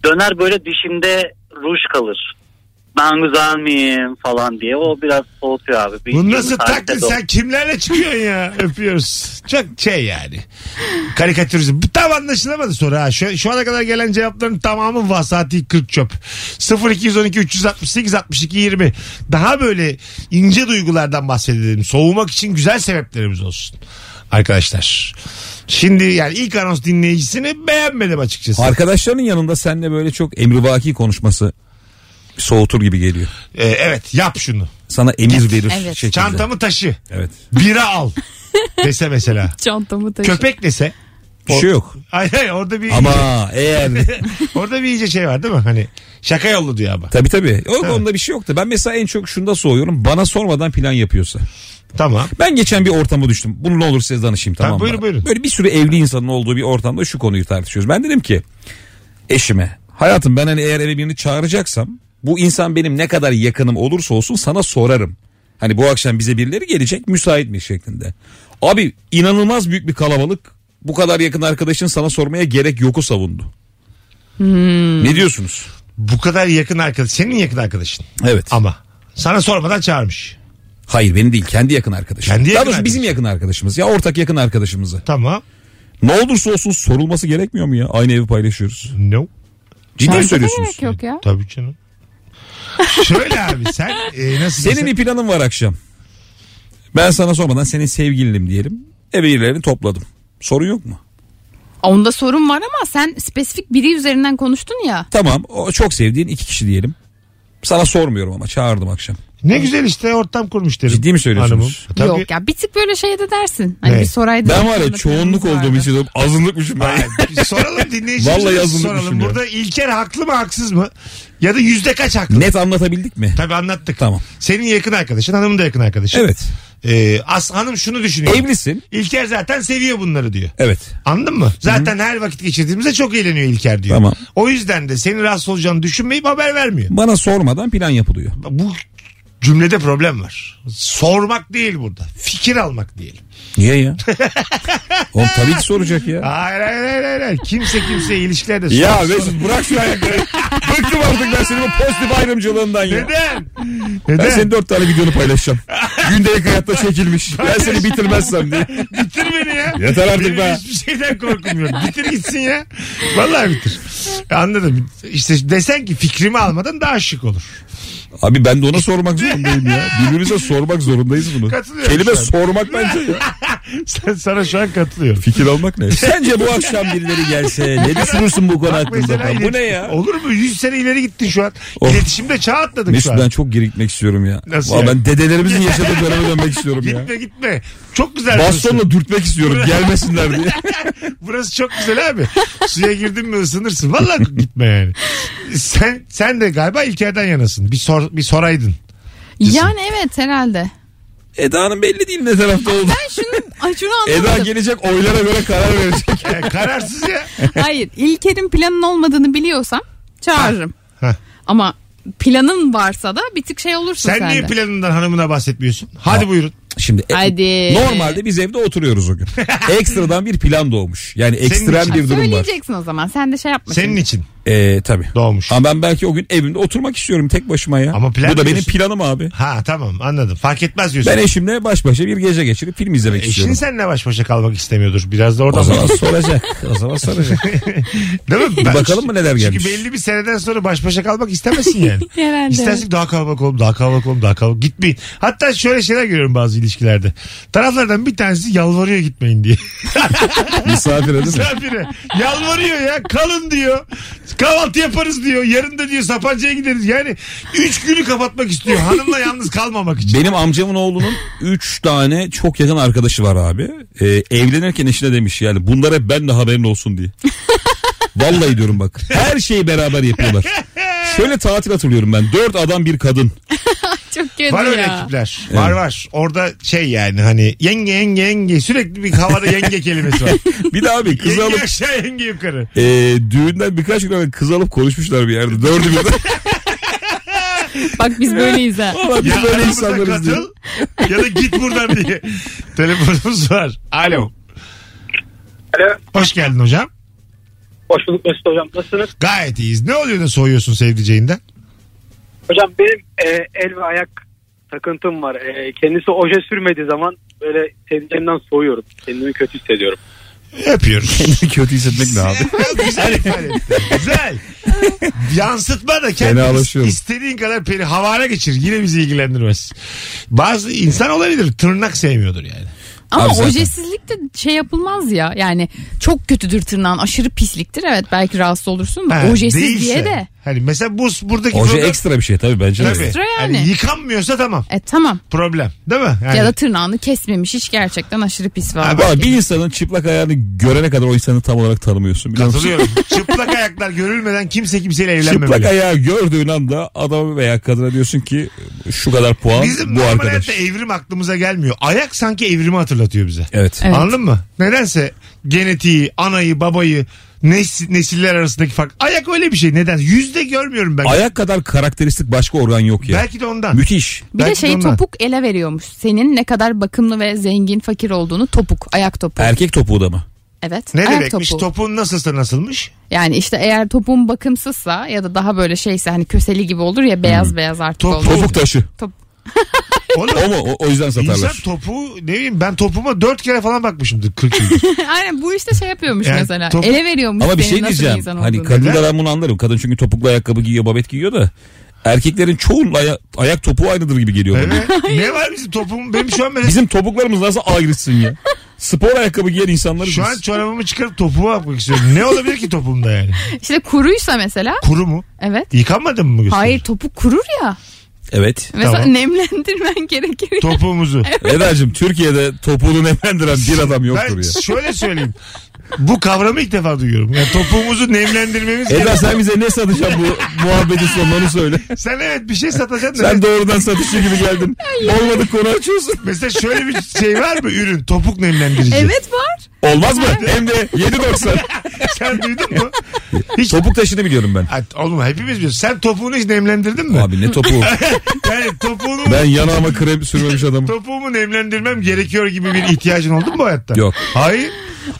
Speaker 7: Döner böyle dişinde ruj kalır. Ben güzel miyim falan diye. O biraz soğutuyor abi. Bir
Speaker 1: Bu
Speaker 7: yirmi
Speaker 1: nasıl
Speaker 7: saatte
Speaker 1: taklit?
Speaker 7: de-
Speaker 1: Sen kimlerle çıkıyorsun ya? Öpüyoruz. Çok şey yani. Karikatürizm. Bu tam anlaşılamadı soru ha. Şu, şu ana kadar gelen cevapların tamamı vasati 40 çöp. 0212 368 62 20. Daha böyle ince duygulardan bahsedelim. Soğumak için güzel sebeplerimiz olsun. Arkadaşlar. Şimdi yani ilk anons dinleyicisini beğenmedim açıkçası.
Speaker 2: Arkadaşlarının yanında seninle böyle çok emrivaki konuşması soğutur gibi geliyor.
Speaker 1: Ee, evet yap şunu.
Speaker 2: Sana emir verir
Speaker 3: Evet.
Speaker 2: şekilde.
Speaker 1: Çantamı taşı.
Speaker 2: Evet.
Speaker 1: Bira al. Dese mesela.
Speaker 3: Çantamı taşı.
Speaker 1: Köpek dese.
Speaker 2: Bir şey yok.
Speaker 1: Ay, ay, orada bir
Speaker 2: Ama
Speaker 1: *laughs*
Speaker 2: eğer
Speaker 1: Orada bir iyice şey var değil mi? Hani şaka yollu diyor ama.
Speaker 2: tabii tabii. O konuda bir şey yok da ben mesela en çok şunda soğuyorum. Bana sormadan plan yapıyorsa.
Speaker 1: Tamam.
Speaker 2: Ben geçen bir ortama düştüm. Bunu ne olur size danışayım tamam mı?
Speaker 1: buyurun, buyurun.
Speaker 2: Böyle bir sürü evli insanın olduğu bir ortamda şu konuyu tartışıyoruz. Ben dedim ki eşime hayatım ben hani eğer eve birini çağıracaksam bu insan benim ne kadar yakınım olursa olsun sana sorarım. Hani bu akşam bize birileri gelecek müsait mi şeklinde. Abi inanılmaz büyük bir kalabalık bu kadar yakın arkadaşın sana sormaya gerek yoku savundu. Ne diyorsunuz?
Speaker 1: Bu kadar yakın arkadaş. Senin yakın arkadaşın.
Speaker 2: Evet.
Speaker 1: Ama sana sormadan çağırmış.
Speaker 2: Hayır benim değil kendi yakın arkadaşım.
Speaker 1: Kendi yakın
Speaker 2: Daha doğrusu bizim
Speaker 1: arkadaşın.
Speaker 2: yakın arkadaşımız ya ortak yakın arkadaşımızı.
Speaker 1: Tamam.
Speaker 2: Ne olursa olsun sorulması gerekmiyor mu ya? Aynı evi paylaşıyoruz.
Speaker 1: No.
Speaker 2: Ciddi mi
Speaker 3: Çanta da
Speaker 2: söylüyorsunuz?
Speaker 3: gerek yok ya.
Speaker 1: Tabii canım. Şöyle abi sen e, nasıl
Speaker 2: Senin
Speaker 1: desem-
Speaker 2: bir planın var akşam. Ben sana sormadan senin sevgilinim diyelim. Ev üyelerini topladım. Sorun yok mu?
Speaker 3: Onda sorun var ama sen spesifik biri üzerinden konuştun ya.
Speaker 2: Tamam. O çok sevdiğin iki kişi diyelim. Sana sormuyorum ama çağırdım akşam.
Speaker 1: ne güzel işte ortam kurmuş derim.
Speaker 2: Ciddi mi söylüyorsunuz?
Speaker 1: Hanımım. Tabii.
Speaker 3: Yok ya bir tık böyle şey de dersin. Hani
Speaker 1: Ne?
Speaker 3: bir soraydı.
Speaker 2: Ben var ya
Speaker 3: Aslında
Speaker 2: çoğunluk
Speaker 3: planımız
Speaker 2: olduğum
Speaker 3: vardı.
Speaker 2: için diyorum, azınlıkmışım ben.
Speaker 1: Ay, soralım dinleyicilerimize
Speaker 2: Vallahi yazılmış
Speaker 1: soralım.
Speaker 2: düşünüyorum.
Speaker 1: Burada İlker haklı mı haksız mı? Ya da yüzde kaç haklı?
Speaker 2: Net anlatabildik mi?
Speaker 1: Tabii anlattık.
Speaker 2: Tamam.
Speaker 1: Senin yakın arkadaşın, hanımın da yakın arkadaşı.
Speaker 2: Evet.
Speaker 1: Ee, As hanım şunu düşünüyor.
Speaker 2: Evlisin.
Speaker 1: İlker zaten seviyor bunları diyor.
Speaker 2: Evet.
Speaker 1: Anladın mı? Zaten her vakit geçirdiğimizde çok eğleniyor İlker diyor.
Speaker 2: Tamam.
Speaker 1: O yüzden de senin rahatsız olacağını düşünmeyip haber vermiyor.
Speaker 2: Bana sormadan plan yapılıyor.
Speaker 1: Bu cümlede problem var. Sormak değil burada. Fikir almak değil.
Speaker 2: Niye ya? *laughs* Oğlum tabii ki soracak ya.
Speaker 1: Hayır hayır hayır. hayır, hayır. Kimse kimseye ilişkilerde sor-
Speaker 2: Ya
Speaker 1: sor-
Speaker 2: Mesut bırak şu ayakları. Bıktım artık ben senin bu pozitif ayrımcılığından ya.
Speaker 1: Neden?
Speaker 2: Ben senin
Speaker 1: Neden?
Speaker 2: dört tane videonu paylaşacağım. Gündelik hayatta çekilmiş. Ben seni bitirmezsem diye.
Speaker 1: Bitir beni ya.
Speaker 2: Yeter artık
Speaker 1: Benim
Speaker 2: be.
Speaker 1: Hiçbir şeyden korkum yok. Bitir gitsin ya. Vallahi bitir. Anladım. İşte desen ki fikrimi almadan daha şık olur.
Speaker 2: *laughs*
Speaker 1: *laughs*
Speaker 2: Abi ben de ona sormak zorundayım ya. Birbirimize sormak zorundayız bunu.
Speaker 1: Katılıyorum şu
Speaker 2: Kelime
Speaker 1: an.
Speaker 2: sormak bence ya.
Speaker 1: Sen, sana şu an katılıyorum.
Speaker 2: Fikir almak ne? Sence bu akşam birileri gelse ne düşünürsün bu konu
Speaker 1: Bak
Speaker 2: hakkında?
Speaker 1: mesela
Speaker 2: falan? Bu
Speaker 1: ilet-
Speaker 2: ne ya?
Speaker 1: Olur mu? 100 sene ileri gittin şu an.
Speaker 2: Of.
Speaker 1: İletişimde çağ atladık şu
Speaker 2: Mesut
Speaker 1: an.
Speaker 2: ben çok geri gitmek istiyorum ya.
Speaker 1: Nasıl
Speaker 2: Vallahi
Speaker 1: ya?
Speaker 2: Ben dedelerimizin yaşadığı döneme dönmek istiyorum ya.
Speaker 1: Gitme gitme. Çok güzel. burası.
Speaker 2: Bastonla dürtmek istiyorum gelmesinler diye.
Speaker 1: Burası çok güzel abi. Suya girdin mi ısınırsın. Valla gitme yani. Sen sen de galiba İlker'den yanasın. Bir sor bir soraydın.
Speaker 3: Yani evet herhalde.
Speaker 2: Eda'nın belli değil ne tarafta oldu.
Speaker 3: Ben *laughs* şunu, ay şunu
Speaker 2: Eda *laughs*
Speaker 3: anlamadım.
Speaker 2: gelecek oylara göre karar verecek.
Speaker 1: Ya kararsız
Speaker 3: *laughs*
Speaker 1: ya.
Speaker 3: Hayır İlker'in planın olmadığını biliyorsam çağırırım.
Speaker 1: Ha, ha.
Speaker 3: Ama planın varsa da bir tık şey olursun
Speaker 1: Sen
Speaker 3: sen,
Speaker 1: niye
Speaker 3: de.
Speaker 1: planından hanımına bahsetmiyorsun? Hadi
Speaker 2: Ha.
Speaker 1: buyurun.
Speaker 2: *laughs* Şimdi e-
Speaker 3: Hadi.
Speaker 2: normalde biz evde oturuyoruz *laughs* o gün. Ekstradan bir plan doğmuş. Yani ekstrem
Speaker 1: için.
Speaker 2: bir durum var.
Speaker 3: Söyleyeceksin o zaman sen de şey yapma.
Speaker 1: Senin
Speaker 3: şimdi.
Speaker 1: için
Speaker 2: Ee, tabii.
Speaker 1: doğmuş.
Speaker 2: Ama ben belki o gün evimde oturmak istiyorum tek başıma ya.
Speaker 1: Ama plan
Speaker 2: Bu da benim
Speaker 1: diyorsun.
Speaker 2: planım abi.
Speaker 1: Ha tamam anladım. Fark etmez diyorsun.
Speaker 2: Ben eşimle baş başa bir gece geçirip film izlemek
Speaker 1: Eşin
Speaker 2: istiyorum.
Speaker 1: seninle baş başa kalmak istemiyordur. Biraz da
Speaker 2: O
Speaker 1: oradan.
Speaker 2: zaman soracak. O zaman soracak.
Speaker 1: Değil
Speaker 2: *laughs*
Speaker 1: mi?
Speaker 2: Bir bakalım mı neler gelmiş.
Speaker 1: Çünkü belli bir seneden sonra baş başa kalmak istemezsin yani.
Speaker 3: *laughs* Herhalde.
Speaker 1: İstersin daha kalabalık olalım, daha kalabalık olalım, daha kalabalık. Gitmeyin. Hatta şöyle şeyler görüyorum bazı ilişkilerde. Taraflardan bir tanesi yalvarıyor gitmeyin diye. *laughs*
Speaker 2: Misafir edin mi?
Speaker 1: Misafire. Yalvarıyor ya. Kalın diyor. Kahvaltı yaparız diyor. Yarın da diyor Sapanca'ya gideriz. Yani üç günü kapatmak istiyor. Hanımla yalnız kalmamak için.
Speaker 2: Benim amcamın *laughs* oğlunun 3 tane çok yakın arkadaşı var abi. Ee, evlenirken eşine demiş yani bunlara ben de haberin olsun *laughs* diye. Vallahi diyorum bak. Her şeyi beraber yapıyorlar. *laughs* Şöyle tatil hatırlıyorum ben. 4 adam bir kadın.
Speaker 3: Çok kötü
Speaker 1: Var öyle
Speaker 3: ya.
Speaker 1: ekipler. Var var. Orada şey yani hani yenge yenge yenge sürekli bir havada yenge kelimesi
Speaker 2: *laughs*
Speaker 1: var.
Speaker 2: Bir de abi kız
Speaker 1: yenge
Speaker 2: alıp
Speaker 1: aşağı yenge yukarı.
Speaker 2: e, düğünden birkaç gün evvel kız alıp konuşmuşlar bir yerde. Dördü *laughs* birden.
Speaker 3: Bak biz
Speaker 1: *laughs*
Speaker 3: böyleyiz ha.
Speaker 2: Valla biz
Speaker 1: Ya
Speaker 2: böyle
Speaker 1: aramıza
Speaker 2: insanlarız diye.
Speaker 1: katıl ya da git buradan diye. Telefonumuz var. Alo.
Speaker 4: Alo.
Speaker 1: Hoş geldin hocam.
Speaker 4: Hoş bulduk Mesut Hocam. Nasılsınız?
Speaker 1: Gayet iyiyiz. Ne oluyor da soğuyorsun sevdiceğinden?
Speaker 4: Hocam benim e, el ve ayak takıntım var. E, kendisi oje sürmediği zaman böyle sevdiceğimden soğuyorum. Kendimi kötü hissediyorum.
Speaker 1: Öpüyoruz.
Speaker 2: *laughs* Kötü hissetmek ne abi?
Speaker 1: güzel ifade ettin. Güzel. Yansıtma da kendini
Speaker 2: Fenalaşıyorum.
Speaker 1: istediğin kadar peri havana geçir. Yine bizi ilgilendirmez. Bazı insan olabilir. Tırnak sevmiyordur yani.
Speaker 3: Ama
Speaker 2: Abi zaten.
Speaker 3: ojesizlik de şey yapılmaz ya. Yani çok kötüdür tırnağın aşırı pisliktir. Evet belki rahatsız olursun da
Speaker 1: Ha,
Speaker 3: ojesiz
Speaker 1: değilse.
Speaker 3: diye de.
Speaker 1: Hani mesela bu buradaki
Speaker 2: Oje
Speaker 1: problem-
Speaker 2: ekstra bir şey tabii bence. de.
Speaker 1: Tabii.
Speaker 3: Ekstra
Speaker 1: Hani
Speaker 3: yani.
Speaker 1: yıkanmıyorsa tamam.
Speaker 3: E tamam.
Speaker 1: Problem. Değil mi? Yani,
Speaker 3: Ya da tırnağını kesmemiş hiç gerçekten aşırı pis var.
Speaker 1: Abi,
Speaker 2: Valla bir insanın çıplak ayağını görene kadar o insanı tam olarak tanımıyorsun. biliyor musun?
Speaker 1: Katılıyorum. *laughs* Çıplak ayaklar görülmeden kimse kimseyle evlenmemeli.
Speaker 2: Çıplak ayağı gördüğün anda adam veya kadına diyorsun ki şu kadar puan
Speaker 1: Bizim
Speaker 2: bu
Speaker 1: normal
Speaker 2: arkadaş.
Speaker 1: hayatta evrim aklımıza gelmiyor. Ayak sanki evrimi hatırlatıyor bize.
Speaker 2: Evet.
Speaker 3: Evet.
Speaker 1: Anladın mı? Nedense genetiği, anayı, babayı, nes- nesiller arasındaki fark. Ayak öyle bir şey. Neden? Yüzde görmüyorum ben.
Speaker 2: Ayak kadar karakteristik başka organ yok ya.
Speaker 1: Belki de ondan.
Speaker 2: Müthiş.
Speaker 3: bir de
Speaker 1: belki de
Speaker 3: şey
Speaker 1: ondan.
Speaker 3: topuk ele veriyormuş. Senin ne kadar bakımlı ve zengin fakir olduğunu topuk, ayak topuğu.
Speaker 2: Erkek topuğu da mı?
Speaker 3: evet,
Speaker 1: Ne
Speaker 3: ayak
Speaker 1: demekmiş?
Speaker 3: topuğu.
Speaker 1: Topun nasılsa nasılmış?
Speaker 3: Yani işte eğer topuğun bakımsızsa ya da daha böyle şeyse hani köseli gibi olur ya beyaz beyaz artık
Speaker 1: Top-
Speaker 3: olur.
Speaker 2: Topuk taşı.
Speaker 1: Onu
Speaker 2: O mu? O, o yüzden
Speaker 1: insan
Speaker 2: satarlar.
Speaker 1: topuğu ne bileyim ben topuma dört kere falan bakmışımdır 40 yıldır.
Speaker 3: *laughs* Aynen bu işte şey yapıyormuş
Speaker 1: Yani
Speaker 3: mesela.
Speaker 1: topuk-
Speaker 3: Ele veriyormuş
Speaker 2: Ama bir
Speaker 3: senin
Speaker 2: şey
Speaker 3: nasıl
Speaker 2: diyeceğim.
Speaker 3: insan
Speaker 2: Hani
Speaker 3: olduğunu.
Speaker 2: kadında ben bunu anlarım. Kadın çünkü topuklu ayakkabı giyiyor, babet giyiyor da. Erkeklerin çoğunun aya- ayak topuğu aynıdır gibi geliyor bana.
Speaker 1: Evet. ne var bizim topum? Benim şu an mesela
Speaker 2: Bizim topuklarımız nasıl ayrısın ya? Spor ayakkabı giyen insanlarız
Speaker 1: şu an
Speaker 2: biz.
Speaker 1: çorabımı çıkarıp topuğa bakmak istiyorum. Ne olabilir ki topumda yani?
Speaker 3: İşte kuruysa mesela
Speaker 1: Kuru mu?
Speaker 3: evet.
Speaker 1: Yıkanmadın mı gösterir?
Speaker 3: Hayır topuk kurur ya.
Speaker 2: Evet.
Speaker 3: Mesela
Speaker 1: Tamam.
Speaker 3: nemlendirmen *laughs* gerekir. *laughs*
Speaker 1: Topuğumuzu.
Speaker 2: Eda'cığım Türkiye'de topuğunu nemlendiren bir adam
Speaker 1: Ben
Speaker 2: yoktur ya.
Speaker 1: şöyle söyleyeyim. Bu kavramı ilk defa duyuyorum. Yani topuğumuzu nemlendirmemiz
Speaker 2: Eda
Speaker 1: gerek.
Speaker 2: sen bize ne satacaksın bu muhabbetin sonunu söyle.
Speaker 1: Sen evet bir şey satacaksın. da
Speaker 2: Sen doğrudan satışçı gibi geldin. Olmadık konu açıyorsun.
Speaker 1: Mesela şöyle bir şey var mı ürün? Topuk nemlendirici.
Speaker 3: evet var.
Speaker 2: Olmaz mı? Hem de 7.90.
Speaker 1: *laughs* Sen duydun mu? Hiç...
Speaker 2: Topuk taşını biliyorum ben.
Speaker 1: Ay, Oğlum hepimiz biliyoruz. Sen topuğunu hiç nemlendirdin mi?
Speaker 2: Abi ne topuğu?
Speaker 1: Yani topuğunu
Speaker 2: Ben yanağıma krem sürmemiş adamım.
Speaker 1: topuğumu nemlendirmem gerekiyor gibi bir ihtiyacın oldu mu bu hayatta?
Speaker 2: Yok.
Speaker 1: Hayır.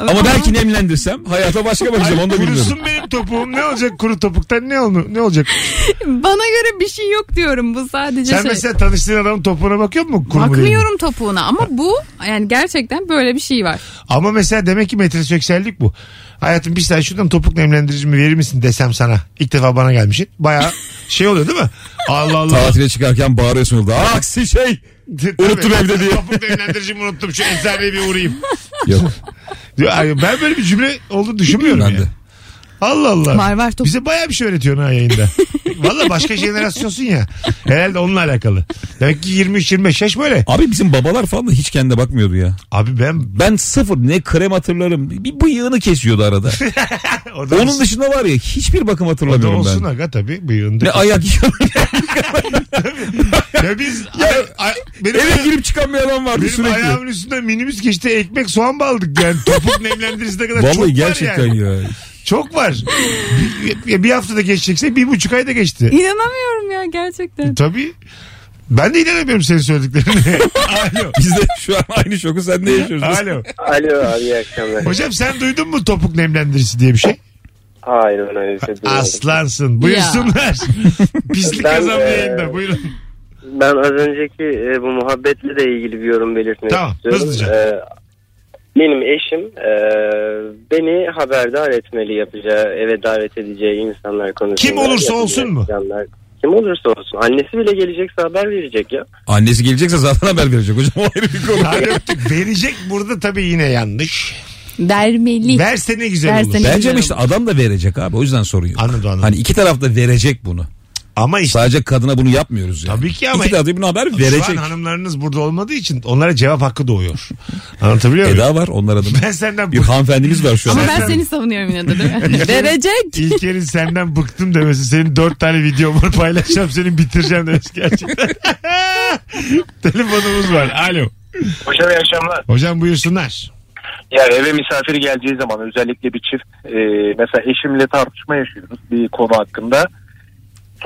Speaker 2: Ama belki nemlendirsem hayata başka bakacağım onu da bilmiyorum.
Speaker 1: Kurusun benim topuğum ne olacak kuru topuktan ne olur ne olacak?
Speaker 3: Bana göre bir şey yok diyorum bu sadece
Speaker 1: Sen
Speaker 3: şey.
Speaker 1: mesela tanıştığın adamın topuğuna bakıyor musun? Kuru mu değil mi?
Speaker 3: Bakmıyorum topuğuna ama bu yani gerçekten böyle bir şey var.
Speaker 1: Ama mesela demek ki metroseksüellik bu. Hayatım bir sen şuradan topuk nemlendiricimi verir misin desem sana. İlk defa bana gelmişsin.
Speaker 2: *laughs*
Speaker 1: Baya şey oluyor değil mi? Allah *laughs* Allah.
Speaker 2: Tatile çıkarken bağırıyorsun yolda. "Aa, Aksi şey. Unuttum evde diye.
Speaker 1: Topuk nemlendiricimi unuttum. Şu eczaneye bir uğrayayım.
Speaker 2: *laughs* Yok.
Speaker 1: Diyor, "Ay, Ben böyle bir cümle olduğunu düşünmüyorum
Speaker 2: Ben
Speaker 1: ya.
Speaker 2: de.
Speaker 1: Allah Allah.
Speaker 3: Var var topuk.
Speaker 1: Bize baya bir şey öğretiyorsun ha
Speaker 3: *laughs*
Speaker 1: yayında. Valla başka jenerasyonsun ya. Herhalde onunla alakalı. Demek ki 23-25 yaş böyle.
Speaker 2: Abi bizim babalar falan da hiç kendine bakmıyordu ya.
Speaker 1: Abi ben...
Speaker 2: Ben sıfır ne krem hatırlarım. Bir bıyığını kesiyordu *laughs* arada.
Speaker 1: O da
Speaker 2: Onun
Speaker 1: olsun-
Speaker 2: dışında var ya hiçbir bakım
Speaker 1: o da
Speaker 2: hatırlamıyorum
Speaker 1: olsun
Speaker 2: ben.
Speaker 1: aga tabii bıyığında.
Speaker 2: Ne ayak
Speaker 1: Ya biz... Ay- ay- benim
Speaker 2: eve girip çıkan bir adam vardı
Speaker 1: Benim
Speaker 2: sürekli.
Speaker 1: ayağımın üstünden minibüs geçti ekmek soğan mı aldık yani topuk nemlendirisine kadar çok
Speaker 2: Vallahi
Speaker 1: var
Speaker 2: gerçekten
Speaker 1: yani. *laughs*
Speaker 2: ya.
Speaker 1: Çok var. Bir, bir haftada geçecekse bir buçuk ayda geçti.
Speaker 3: İnanamıyorum ya gerçekten.
Speaker 1: Tabii. Ben de inanamıyorum senin
Speaker 2: *laughs*
Speaker 1: söylediklerine. Alo.
Speaker 2: Biz de şu an aynı şoku sen de yaşıyoruz.
Speaker 1: Alo.
Speaker 4: Alo abi iyi akşamlar.
Speaker 1: Hocam sen duydun mu topuk nemlendirisi diye bir şey?
Speaker 4: Hayır ben öyle bir şey duymadım.
Speaker 1: Aslansın. Buyursunlar. *laughs* Pislik
Speaker 4: Ben,
Speaker 1: kazanma
Speaker 4: e,
Speaker 1: yayında. Buyurun.
Speaker 4: Ben az önceki e, bu muhabbetle de ilgili bir yorum belirtmek
Speaker 1: Tamam,
Speaker 4: istiyorum.
Speaker 1: hızlıca.
Speaker 4: E, benim eşim e, beni haberdar etmeli yapacağı, eve davet edeceği insanlar konusunda.
Speaker 1: Kim olursa
Speaker 4: yapacağı
Speaker 1: olsun mu?
Speaker 4: planlar. Kim olursa olsun. Annesi bile gelecekse haber verecek ya.
Speaker 2: Annesi gelecekse zaten haber verecek hocam. O ayrı
Speaker 1: *laughs*
Speaker 2: bir konu.
Speaker 1: Hadi öptük. Verecek burada tabii yine yanlış.
Speaker 3: Vermeli.
Speaker 1: Verse ne güzel
Speaker 3: Verse
Speaker 1: olur.
Speaker 3: ne-
Speaker 2: Bence ama işte adam da verecek abi. O yüzden sorun yok.
Speaker 1: Anladım, anladım.
Speaker 2: Hani iki taraf da verecek bunu.
Speaker 1: Ama işte
Speaker 2: Sadece kadına bunu yapmıyoruz yani.
Speaker 1: Tabii ki ama-
Speaker 2: İki taraf da bunu haber
Speaker 1: Şu an
Speaker 2: verecek.
Speaker 1: hanımlarınız burada olmadığı için onlara cevap hakkı doğuyor. Anlatabiliyor muyum?
Speaker 2: *laughs* Eda var onlar adına.
Speaker 1: Ben senden
Speaker 2: Bir
Speaker 1: bık-
Speaker 2: hanımefendimiz var şu an.
Speaker 3: Ama ben
Speaker 1: Zaten-
Speaker 3: seni savunuyorum yine de değil
Speaker 1: *laughs*
Speaker 3: mi? *laughs* Verecek.
Speaker 1: İlker'in senden bıktım demesi. Senin dört tane videom var *laughs* paylaşacağım senin bitireceğim demesi gerçekten. *laughs* Telefonumuz var. Alo.
Speaker 4: Hocam iyi akşamlar.
Speaker 1: Hocam buyursunlar.
Speaker 4: Yani eve misafir geleceği zaman özellikle bir çift e, mesela eşimle tartışma yaşıyoruz bir konu hakkında.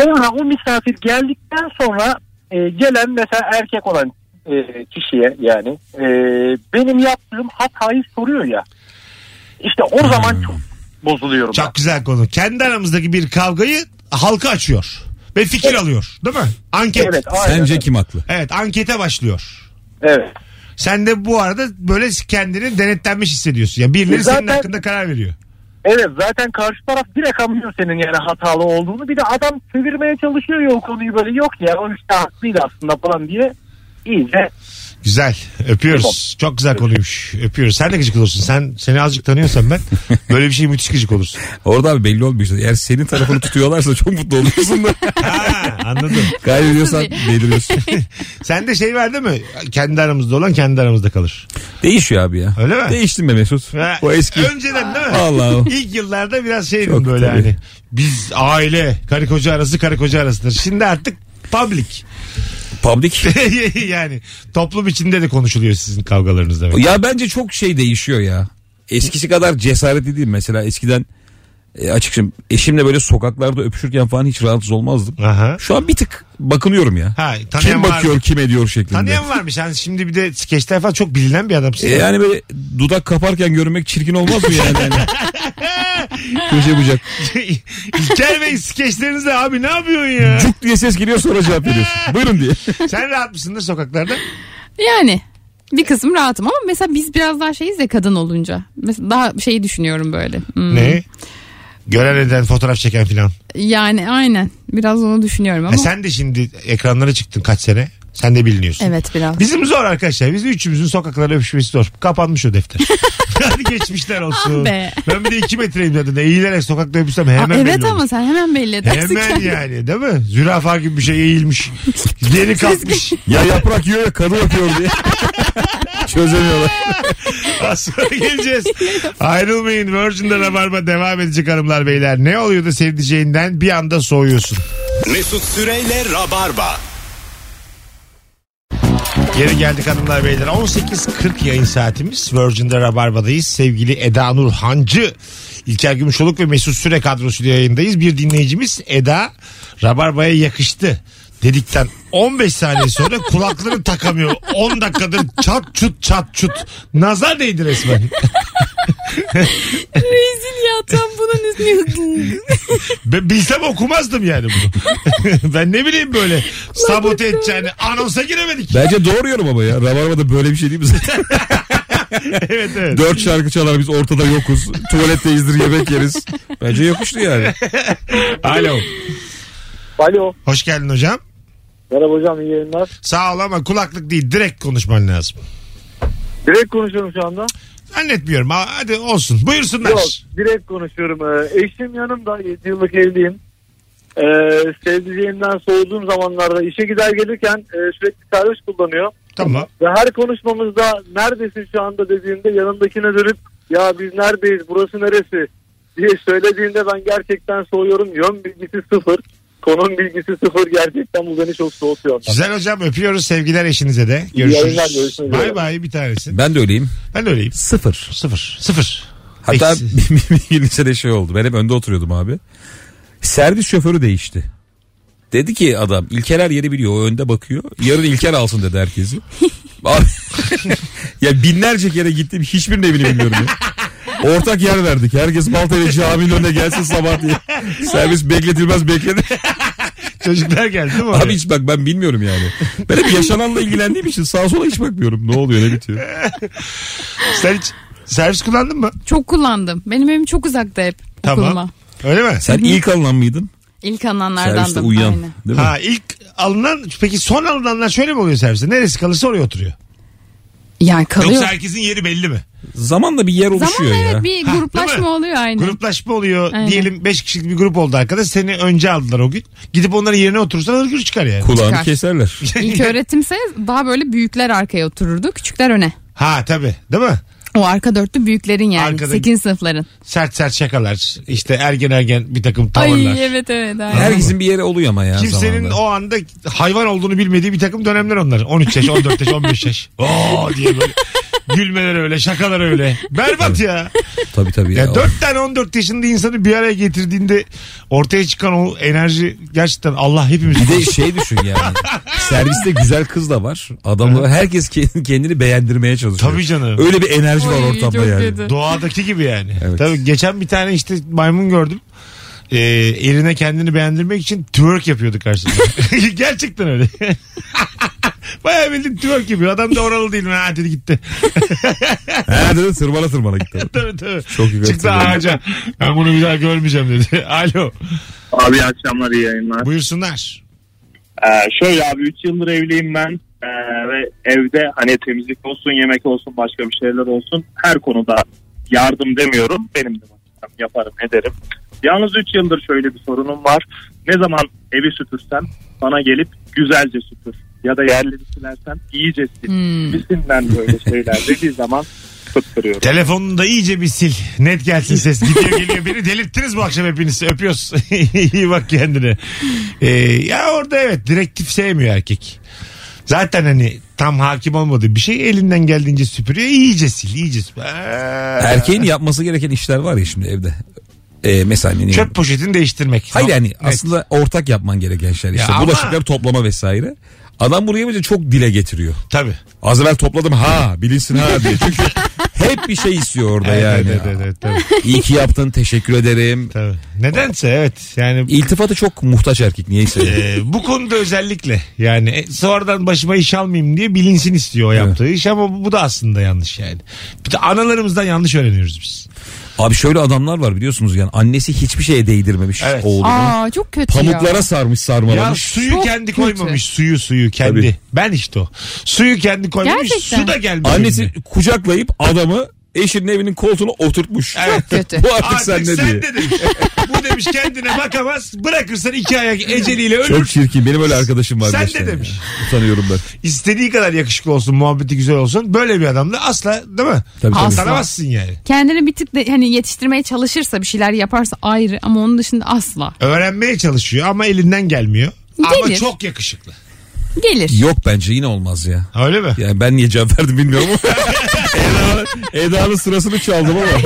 Speaker 4: Sonra o misafir geldikten sonra e, gelen mesela erkek olan e, kişiye yani e, benim yaptığım hatayı soruyor ya. İşte o zaman çok bozuluyorum. ben.
Speaker 1: Çok güzel konu. Kendi aramızdaki bir kavgayı halka açıyor. Ve fikir alıyor. Değil mi? Anket.
Speaker 4: Evet,
Speaker 1: Evet.
Speaker 4: aynen.
Speaker 2: Sence kim haklı?
Speaker 1: ankete başlıyor.
Speaker 4: Evet.
Speaker 1: Sen de bu arada böyle kendini denetlenmiş hissediyorsun. Ya birileri senin
Speaker 4: E Zaten-
Speaker 1: hakkında karar veriyor.
Speaker 4: Evet zaten karşı taraf direkt anlıyor senin yani hatalı olduğunu. Bir de adam çevirmeye çalışıyor ya o konuyu böyle yok ya o işte haklıydı aslında falan diye. İyice
Speaker 1: Güzel. Öpüyoruz. Çok güzel konuymuş. Öpüyoruz. Sen de gıcık olursun. Sen seni azıcık tanıyorsam ben böyle bir şey müthiş gıcık olursun.
Speaker 2: Orada abi belli olmuyor işte. Eğer senin tarafını tutuyorlarsa çok mutlu oluyorsun
Speaker 3: *laughs*
Speaker 2: da.
Speaker 1: Ha, anladım.
Speaker 2: Kaybediyorsan deliriyorsun.
Speaker 1: Sen de şey var değil mi? Kendi aramızda olan kendi aramızda kalır.
Speaker 2: Değişiyor abi ya.
Speaker 1: Öyle mi?
Speaker 2: Değiştin be Mesut.
Speaker 1: Ha,
Speaker 2: O eski.
Speaker 1: Önceden değil mi?
Speaker 2: Allah.
Speaker 1: İlk yıllarda biraz şeydim
Speaker 2: Çok
Speaker 1: böyle
Speaker 2: tabii.
Speaker 1: hani. Biz aile, karı koca arası karı koca arasıdır. Şimdi artık public. *laughs*
Speaker 2: Public.
Speaker 1: yani toplum içinde de konuşuluyor sizin kavgalarınız demek.
Speaker 2: Ya bence çok şey değişiyor ya. Eskisi kadar cesaretli değil mesela eskiden e, açıkçası eşimle böyle sokaklarda öpüşürken falan hiç rahatsız olmazdım.
Speaker 1: Aha.
Speaker 2: Şu an bir tık bakınıyorum ya.
Speaker 1: Ha, tanıyan
Speaker 2: kim
Speaker 1: var mı?
Speaker 2: bakıyor kim ediyor şeklinde.
Speaker 1: Tanıyan var mı? Sen şimdi bir de skeçler falan çok bilinen bir adamsın.
Speaker 2: E, yani böyle dudak kaparken görünmek çirkin olmaz mı yani?
Speaker 1: *laughs*
Speaker 2: yani? Köşe bucak.
Speaker 1: İlker Bey skeçlerinizde abi ne yapıyorsun ya?
Speaker 2: Cuk diye ses geliyor sonra cevap veriyorsun. Buyurun diye.
Speaker 1: Sen rahat mısındır sokaklarda?
Speaker 3: Yani bir kısım rahatım ama mesela biz biraz daha şeyiz ya kadın olunca. Mesela daha şeyi düşünüyorum böyle. Hmm.
Speaker 1: Ne? Gören eden fotoğraf çeken filan.
Speaker 3: Yani aynen biraz onu düşünüyorum ama.
Speaker 1: E sen de şimdi ekranlara çıktın kaç sene. Sen de biliniyorsun.
Speaker 3: Evet biraz.
Speaker 1: Bizim zor arkadaşlar. Biz üçümüzün sokaklarda öpüşmesi zor. Kapanmış o
Speaker 3: *laughs*
Speaker 1: defter. Hadi geçmişler olsun.
Speaker 3: Ah be.
Speaker 1: Ben bir de iki metreyim zaten. Eğilerek sokakta öpüşsem
Speaker 3: Aa,
Speaker 1: hemen
Speaker 3: evet
Speaker 1: belli olur.
Speaker 3: ama sen hemen belli edersin.
Speaker 1: Hemen yani değil mi? Zürafa gibi bir şey
Speaker 3: *laughs*
Speaker 1: eğilmiş. Geri kalkmış.
Speaker 2: Ya yaprak yiyor ya kadı bakıyor
Speaker 1: *laughs*
Speaker 2: diye. Çözemiyorlar.
Speaker 1: Az sonra geleceğiz. Ayrılmayın. Virgin'de Rabarba devam edecek hanımlar beyler. Ne oluyor da sevdiceğinden bir anda soğuyorsun.
Speaker 8: Mesut Süreyle Rabarba.
Speaker 1: Geri geldik hanımlar beyler. 18.40 yayın saatimiz. Virgin'de Rabarba'dayız. Sevgili Eda Nur Hancı, İlker Gümüşoluk ve Mesut Süre kadrosuyla yayındayız. Bir dinleyicimiz Eda Rabarba'ya yakıştı dedikten 15 saniye sonra kulaklarını takamıyor. 10 dakikadır çat çut çat çut. Nazar değdi resmen.
Speaker 3: Rezil ya tam bunun üstüne.
Speaker 1: Ben bilsem okumazdım yani bunu. *laughs* ben ne bileyim böyle sabote edeceğini anonsa giremedik.
Speaker 2: Bence doğru yorum ama ya. Rabarba'da böyle bir şey değil mi zaten?
Speaker 1: *laughs* evet evet.
Speaker 2: Dört şarkı çalar biz ortada yokuz. Tuvaletteyizdir yemek yeriz. Bence yokuştu yani.
Speaker 1: Alo.
Speaker 4: Alo.
Speaker 1: Hoş geldin hocam.
Speaker 4: Merhaba hocam iyi yayınlar.
Speaker 1: Sağ ol ama kulaklık değil direkt konuşman lazım.
Speaker 4: Direkt konuşuyorum şu anda.
Speaker 1: Zannetmiyorum ama hadi olsun. Buyursunlar.
Speaker 4: Yok direkt konuşuyorum. Ee, Eşim yanımda 7 yıllık evliyim. Ee, sevdiceğimden soğuduğum zamanlarda işe gider gelirken e, sürekli servis kullanıyor.
Speaker 1: Tamam.
Speaker 4: Ve her konuşmamızda neredesin şu anda dediğimde yanındakine dönüp ya biz neredeyiz burası neresi diye söylediğinde ben gerçekten soğuyorum. Yön bilgisi sıfır. Konum bilgisi sıfır gerçekten bu beni çok soğutuyor.
Speaker 1: Güzel hocam öpüyoruz sevgiler eşinize de.
Speaker 4: yayınlar,
Speaker 1: Görüşürüz.
Speaker 4: görüşmek üzere.
Speaker 1: Bay bay bir tanesi.
Speaker 2: Ben de öyleyim.
Speaker 1: Ben de öyleyim.
Speaker 2: Sıfır.
Speaker 1: Sıfır. Sıfır.
Speaker 2: Hatta
Speaker 1: Eksi.
Speaker 2: bir- bir bir gün lisede şey oldu. Ben hep önde oturuyordum abi. Servis şoförü değişti. Dedi ki adam İlker her yeri biliyor. O önde bakıyor. Yarın İlker alsın dedi herkesi. *laughs* Abi, ya binlerce kere gittim. Hiçbirinin evini bilmiyorum ya. Ortak yer verdik. Herkes Baltayla caminin önüne gelsin sabah diye. Servis bekletilmez beklenir.
Speaker 1: Çocuklar geldi değil mi? oraya?
Speaker 2: Abi hiç bak ben bilmiyorum yani. Ben hep yaşananla ilgilendiğim için sağa sola hiç bakmıyorum. Ne oluyor ne bitiyor.
Speaker 1: Sen hiç servis kullandın mı?
Speaker 3: Çok kullandım. Benim evim çok uzakta hep
Speaker 1: Tamam.
Speaker 3: okuluma.
Speaker 1: Öyle mi?
Speaker 2: Sen ilk alınan mıydın?
Speaker 3: İlk ananlardandım.
Speaker 2: Serviste uyuyan.
Speaker 3: Aynen.
Speaker 2: Değil mi?
Speaker 1: Ha ilk alınan peki son alınanlar şöyle mi oluyor servise? Neresi kalırsa oraya oturuyor.
Speaker 3: Yani kalıyor.
Speaker 1: Yoksa herkesin yeri belli mi?
Speaker 2: Zamanla bir yer oluşuyor
Speaker 3: Zamanla
Speaker 2: ya.
Speaker 3: evet bir
Speaker 1: Ha, değil mi?
Speaker 3: gruplaşma oluyor aynen.
Speaker 1: Gruplaşma oluyor.
Speaker 3: Aynen.
Speaker 1: Diyelim 5 kişilik bir grup oldu arkadaş. Seni önce aldılar o gün. Gidip onların yerine oturursan hırgür çıkar yani.
Speaker 2: Kulağını
Speaker 3: Çıkar.
Speaker 2: keserler.
Speaker 3: İlk öğretimse daha böyle büyükler arkaya otururdu, küçükler öne.
Speaker 1: ha tabii değil mi?
Speaker 3: O arka dörtlü büyüklerin yani.
Speaker 1: Arkada-
Speaker 3: 8 sınıfların.
Speaker 1: Sert sert şakalar. işte ergen ergen bir takım tavırlar.
Speaker 3: Ay evet evet. aynen.
Speaker 2: Herkesin bir yeri oluyor ama ya
Speaker 1: Kimsenin
Speaker 2: zamanda.
Speaker 1: o anda hayvan olduğunu bilmediği bir takım dönemler onlar. 13 yaş, 14 yaş, 15 yaş. *laughs* Oo diye böyle. Gülmeler öyle, şakalar öyle. Berbat ya.
Speaker 2: Tabii tabii.
Speaker 1: Ya
Speaker 2: ya.
Speaker 1: 4 tane 14 yaşında insanı bir araya getirdiğinde ortaya çıkan o enerji gerçekten Allah hepimiz
Speaker 2: Bir de şey düşün
Speaker 1: *laughs*
Speaker 2: yani. serviste güzel kız da var. Adamlar herkes ke- kendini beğendirmeye çalışıyor.
Speaker 1: Tabii canım.
Speaker 2: Öyle bir enerji var
Speaker 3: Oy,
Speaker 2: ortamda
Speaker 3: çok
Speaker 2: yani.
Speaker 3: kötü.
Speaker 1: Doğadaki gibi yani.
Speaker 2: Evet.
Speaker 1: Tabii geçen bir tane işte maymun gördüm. Ee, eline kendini beğendirmek için twerk yapıyordu karşısında. *laughs* Gerçekten öyle. *laughs* Bayağı bildiğin twerk yapıyor. Adam da oralı değil mi? Ha dedi gitti. *laughs*
Speaker 2: He dedi tırmala tırmala gitti.
Speaker 1: tabii, tabii.
Speaker 2: Çok iyi
Speaker 1: Çıktı
Speaker 2: hatırlıyorum.
Speaker 1: ağaca. Ben bunu bir daha görmeyeceğim dedi. *laughs* Alo.
Speaker 6: Abi iyi akşamlar iyi yayınlar.
Speaker 1: Buyursunlar.
Speaker 6: Ee, şöyle abi 3 yıldır evliyim ben Ee, ve evde hani temizlik olsun yemek olsun başka bir şeyler olsun her konuda yardım demiyorum benim de vazifem, yaparım ederim. Yalnız 3 yıldır şöyle bir sorunum var ne zaman evi süpürsem bana gelip güzelce süpür ya da yerleri silersem iyice sil.
Speaker 3: Hmm.
Speaker 6: Bisinden böyle şeyler dediği zaman fıttırıyorum.
Speaker 1: Telefonunu da iyice bir sil. Net gelsin ses. Gidiyor geliyor. Beni delirttiniz bu akşam hepiniz. Öpüyoruz. *laughs* İyi bak kendine. Ee, ya orada evet direktif sevmiyor erkek. Zaten hani tam hakim olmadığı bir şey elinden geldiğince süpürüyor. İyice sil. iyice süpür. Aa.
Speaker 2: Erkeğin yapması gereken işler var ya şimdi evde. Ee, mesela ne diyeyim?
Speaker 1: Çöp poşetini değiştirmek.
Speaker 2: Hayır yani
Speaker 1: Evet.
Speaker 2: aslında ortak yapman gereken şeyler işte.
Speaker 1: Ya ama-
Speaker 2: Bulaşıkları toplama vesaire. Adam buraya yapınca çok dile getiriyor.
Speaker 1: Tabii.
Speaker 2: Az evvel topladım ha bilinsin ha diye. Çünkü hep bir şey istiyor orada
Speaker 1: Evet,
Speaker 2: yani.
Speaker 1: evet, evet, evet, tabii,
Speaker 2: İyi ki yaptın teşekkür ederim.
Speaker 1: tabii. Nedense evet. Yani
Speaker 2: İltifatı çok muhtaç erkek niyeyse.
Speaker 1: Ee, bu konuda özellikle yani e, sonradan başıma iş almayayım diye bilinsin istiyor o yaptığı iş ama bu- bu da aslında yanlış yani. Bir de analarımızdan yanlış öğreniyoruz biz.
Speaker 2: Abi şöyle adamlar var biliyorsunuz yani annesi hiçbir şeye değdirmemiş
Speaker 1: Evet.
Speaker 2: oğlunu.
Speaker 3: Aa çok kötü
Speaker 2: Pamuklara
Speaker 3: ya.
Speaker 2: sarmış
Speaker 1: Ya
Speaker 2: sarmalamış.
Speaker 1: suyu
Speaker 3: Çok
Speaker 1: kendi
Speaker 3: kötü.
Speaker 1: koymamış suyu suyu kendi.
Speaker 2: Tabii.
Speaker 1: Ben işte o. Suyu kendi koymamış
Speaker 3: Gerçekten.
Speaker 1: su da gelmiş.
Speaker 2: Annesi
Speaker 1: önüne.
Speaker 2: kucaklayıp adamı eşinin evinin koltuğuna oturtmuş.
Speaker 1: Evet.
Speaker 2: *laughs*
Speaker 3: Kötü.
Speaker 2: Bu *laughs* artık,
Speaker 1: Artık
Speaker 2: sen ne diye.
Speaker 1: sen de demiş. bu demiş kendine bakamaz bırakırsan iki ayak eceliyle
Speaker 2: Çok
Speaker 1: ölür.
Speaker 2: çirkin benim öyle arkadaşım var.
Speaker 1: Sen de
Speaker 2: beş tane ya.
Speaker 1: demiş.
Speaker 2: Utanıyorum ben.
Speaker 1: İstediği kadar yakışıklı olsun muhabbeti güzel olsun böyle bir adamla asla değil mi?
Speaker 2: Tabii, tabii.
Speaker 1: Tanamazsın yani.
Speaker 3: Kendini bir tık de hani yetiştirmeye çalışırsa bir şeyler yaparsa ayrı ama onun dışında asla.
Speaker 1: Öğrenmeye çalışıyor ama elinden gelmiyor. Ama
Speaker 3: Gelir.
Speaker 1: çok yakışıklı.
Speaker 3: Gelir.
Speaker 2: Yok bence yine olmaz ya.
Speaker 1: Öyle mi?
Speaker 2: Yani ben niye cevap verdim bilmiyorum ama. *laughs* Eda- Eda'nın sırasını
Speaker 1: *laughs*
Speaker 2: çaldım ama.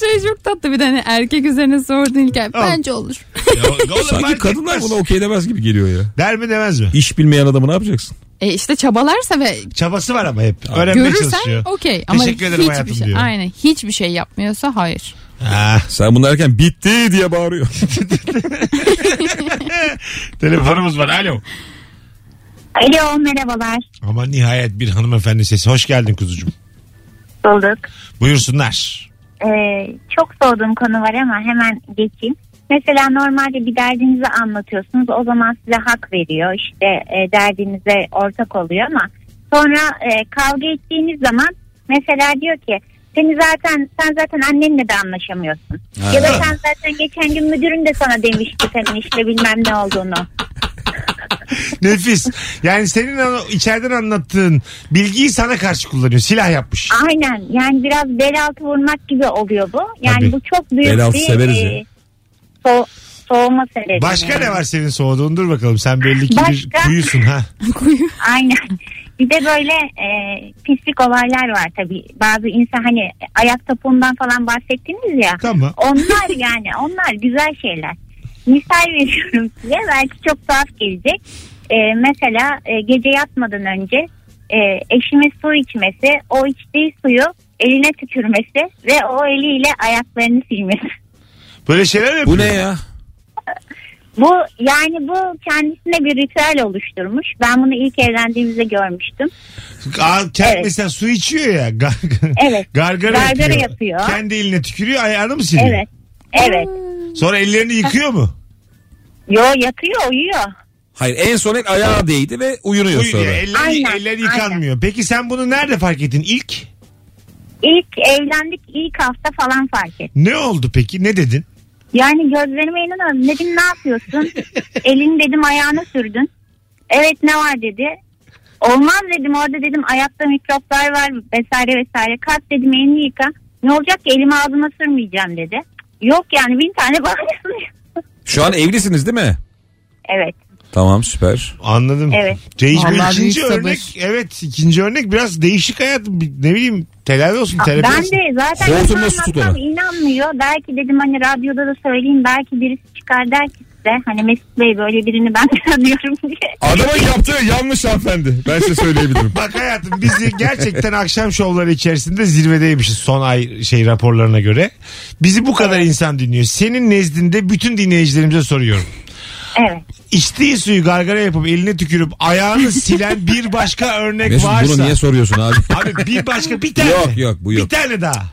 Speaker 3: Şey çok tatlı bir tane erkek üzerine sordun İlker.
Speaker 1: Al.
Speaker 3: Bence olur.
Speaker 1: Ya, oğlum
Speaker 2: Sanki
Speaker 1: fark
Speaker 2: kadınlar
Speaker 1: etmez.
Speaker 2: buna okey demez gibi geliyor ya.
Speaker 1: Der mi demez mi?
Speaker 2: İş bilmeyen adamı ne yapacaksın?
Speaker 3: E işte çabalarsa ve
Speaker 1: Çabası var ama hep. Öğrenmeye çalışıyor.
Speaker 3: görürsen okey. Ama
Speaker 1: Teşekkür ederim
Speaker 3: hiçbir
Speaker 1: hayatım
Speaker 3: şey,
Speaker 1: diyor.
Speaker 3: Aynen hiçbir şey yapmıyorsa hayır. *laughs*
Speaker 1: Ha,
Speaker 2: Sen bunu derken bitti diye bağırıyor.
Speaker 1: telefonumuz var. Alo.
Speaker 9: Alo merhabalar.
Speaker 1: Ama nihayet bir hanımefendi sesi. Hoş geldin kuzucuğum.
Speaker 9: Bulduk.
Speaker 1: Buyursunlar.
Speaker 9: Ee, çok sorduğum konu var ama hemen geçeyim. Mesela normalde bir derdinizi anlatıyorsunuz. O zaman size hak veriyor. İşte e, derdinize ortak oluyor ama sonra e, kavga ettiğiniz zaman mesela diyor ki seni zaten sen zaten annenle de anlaşamıyorsun. Ya da sen zaten geçen gün müdürün de sana demişti senin işte bilmem ne olduğunu.
Speaker 1: Nefis. Yani senin an- içeriden anlattığın bilgiyi sana karşı kullanıyor. Silah yapmış.
Speaker 9: Aynen yani biraz bel altı vurmak gibi oluyor bu. Yani
Speaker 1: Tabii.
Speaker 9: bu çok büyük
Speaker 2: Bel altı
Speaker 9: bir e,
Speaker 2: severiz ya.
Speaker 9: so- soğuma sebebi.
Speaker 1: Başka
Speaker 9: yani.
Speaker 1: ne var senin soğuduğun? Dur bakalım. Sen belli ki bir
Speaker 9: Başka?
Speaker 1: kuyusun ha.
Speaker 3: Koyu.
Speaker 9: Aynen. Bir de böyle e, pislik olaylar var tabii. Bazı insan hani ayak topuğundan falan bahsettiniz ya.
Speaker 1: Tamam.
Speaker 9: Onlar yani onlar güzel şeyler. Misal veriyorum size belki çok tuhaf gelecek. E, mesela e, gece yatmadan önce e, eşimin su içmesi, o içtiği suyu eline tükürmesi ve o eliyle ayaklarını silmesi.
Speaker 1: Böyle şeyler mi
Speaker 2: Bu
Speaker 1: yapıyor?
Speaker 2: ne ya?
Speaker 9: Bu yani bu kendisine bir ritüel oluşturmuş. Ben bunu ilk evlendiğimizde görmüştüm.
Speaker 1: Aa, kend-
Speaker 9: Evet.
Speaker 1: Mesela su içiyor ya. Gar-
Speaker 9: Evet.
Speaker 1: Gargara,
Speaker 9: Gargara
Speaker 1: yapıyor.
Speaker 9: yapıyor.
Speaker 1: Kendi eline tükürüyor ayağını mı siliyor?
Speaker 9: Evet. Evet.
Speaker 1: Sonra ellerini yıkıyor mu?
Speaker 9: Yo yatıyor uyuyor.
Speaker 2: Hayır en son el ayağa değdi ve uyunuyor
Speaker 1: Uyuyor.
Speaker 2: sonra.
Speaker 1: Elleri,
Speaker 9: Aynen,
Speaker 1: elleri yıkanmıyor. Peki sen bunu nerede fark ettin ilk?
Speaker 9: İlk evlendik ilk hafta falan fark et.
Speaker 1: Ne oldu peki? Ne dedin?
Speaker 9: Yani gözlerime inanamadım. Dedim ne yapıyorsun? Elini dedim ayağına sürdün. Evet ne var dedi. Olmaz dedim orada dedim ayakta mikroplar var vesaire vesaire. Kalk dedim elini yıka. Ne olacak ki elimi ağzıma sürmeyeceğim dedi. Yok yani bin tane *laughs* bahane
Speaker 2: Şu an evlisiniz değil mi?
Speaker 9: Evet.
Speaker 2: Tamam süper.
Speaker 1: Anladım.
Speaker 9: Evet.
Speaker 1: Şey, hiç böyle
Speaker 3: Vallahi
Speaker 1: ikinci
Speaker 3: büyük sabır.
Speaker 1: örnek evet ikinci örnek biraz değişik hayat ne bileyim telavi olsun terapi
Speaker 9: Ben
Speaker 1: olsun.
Speaker 9: de zaten
Speaker 2: Hortumla
Speaker 9: inanmam-
Speaker 2: su tutana.
Speaker 9: inanmıyor. Belki dedim hani radyoda da söyleyeyim. Belki birisi çıkar der ki size. Hani Mesut Bey böyle birini ben *laughs* tanıyorum diye.
Speaker 2: *laughs* Adamın yaptığı yanlış hanımefendi. Ben size söyleyebilirim.
Speaker 1: *laughs* Bak hayatım bizi gerçekten akşam şovları içerisinde zirvedeymişiz son ay şey raporlarına göre. Bizi bu kadar insan dinliyor. Senin nezdinde bütün dinleyicilerimize soruyorum.
Speaker 9: Evet.
Speaker 1: İçtiği suyu gargara yapıp eline tükürüp ayağını silen bir başka örnek
Speaker 2: Mesut
Speaker 1: varsa.
Speaker 2: bunu niye
Speaker 1: *laughs*
Speaker 2: soruyorsun abi?
Speaker 1: Abi bir başka bir tane.
Speaker 2: Yok, yok, bu yok.
Speaker 1: Bir tane daha.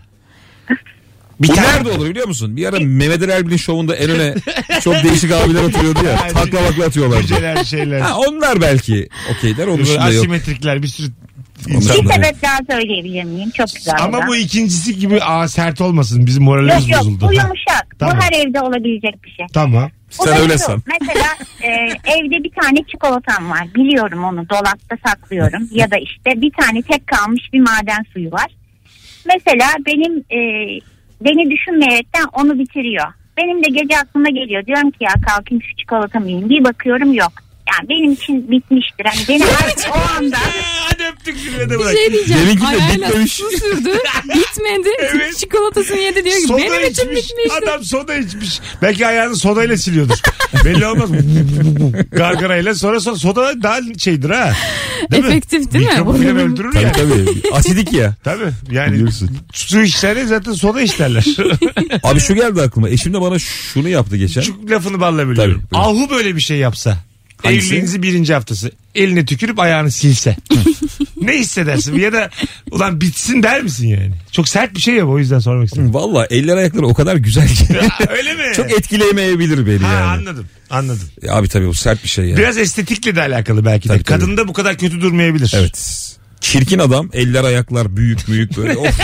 Speaker 2: Bu
Speaker 1: tane-
Speaker 2: nerede olur biliyor musun? Bir ara Mehmet Ali Erbil'in şovunda
Speaker 1: *laughs*
Speaker 2: en öne çok değişik abiler atıyordu ya. Takla bakla atıyorlardı.
Speaker 1: Şeyler şeyler.
Speaker 2: Ha, onlar belki okeyler. Onun
Speaker 1: Böyle
Speaker 2: dışında yok.
Speaker 1: asimetrikler bir sürü insan.
Speaker 2: Onun
Speaker 9: Bir
Speaker 2: dışında yok.
Speaker 9: sebep daha söyleyebilir miyim? Çok güzel. o da.
Speaker 1: Ama bu ikincisi gibi aa sert olmasın bizim moralimiz
Speaker 9: Yok yok
Speaker 1: bozuldu.
Speaker 9: bu
Speaker 1: Ha,
Speaker 9: yumuşak.
Speaker 1: Tamam.
Speaker 9: Bu her evde olabilecek bir şey.
Speaker 1: Tamam.
Speaker 9: Bu
Speaker 2: Sen
Speaker 9: da
Speaker 2: öyle
Speaker 9: şu,
Speaker 2: san.
Speaker 9: Mesela e, evde bir tane çikolatam var. Biliyorum onu dolapta saklıyorum. ya da işte bir tane tek kalmış bir maden suyu var. Mesela benim e, beni düşünmeyerekten onu bitiriyor. Benim de gece aklıma geliyor. Diyorum ki ya kalkayım şu çikolatamı yiyeyim. Bir bakıyorum yok. Yani benim için bitmiştir. Hani beni artık o anda
Speaker 1: Hadi öptük zirvede
Speaker 3: Bir
Speaker 1: bırak.
Speaker 3: şey diyeceğim.
Speaker 2: Benimki de
Speaker 3: Ayağıyla
Speaker 2: bitmemiş.
Speaker 3: su sürdü.
Speaker 1: *laughs*
Speaker 3: Bitmedi.
Speaker 1: Evet.
Speaker 3: Çikolatasını yedi diyor ki
Speaker 1: Soda
Speaker 3: benim için
Speaker 1: içmiş.
Speaker 3: bitmişti.
Speaker 1: Adam soda içmiş. Belki ayağını sodayla siliyordur. Belli *laughs* olmaz. Gargarayla sonra sonra soda daha şeydir ha. mi?
Speaker 3: Efektif değil mi?
Speaker 1: Mikrobu bile öldürür
Speaker 2: Tabii
Speaker 1: ya.
Speaker 2: tabii. Asidik ya.
Speaker 1: Tabii yani
Speaker 2: Biliyorsun.
Speaker 1: su içlerler zaten soda *laughs* içlerler.
Speaker 2: Abi şu geldi aklıma. Eşim de bana şunu yaptı geçen.
Speaker 1: Çok lafını balla bölüyorum.
Speaker 2: Tabii,
Speaker 1: Ahu böyle bir şey yapsa.
Speaker 2: Hangisi?
Speaker 1: Evliliğinizin birinci haftası. Eline tükürüp ayağını *laughs* silse. ne hissedersin? Ya da ulan bitsin der misin yani? Çok sert bir şey ya bu, o yüzden sormak istedim.
Speaker 2: Valla eller ayakları o kadar güzel ki.
Speaker 1: Ya, Öyle mi?
Speaker 2: *laughs* Çok etkileyemeyebilir beni
Speaker 1: ha,
Speaker 2: yani.
Speaker 1: anladım. Anladım.
Speaker 2: Abi tabii bu sert bir şey ya.
Speaker 1: Biraz estetikle de alakalı belki de.
Speaker 2: Tabii, tabii.
Speaker 1: Kadında bu kadar kötü durmayabilir.
Speaker 2: Evet. Çirkin adam eller ayaklar büyük
Speaker 1: *laughs*
Speaker 2: büyük böyle. Of,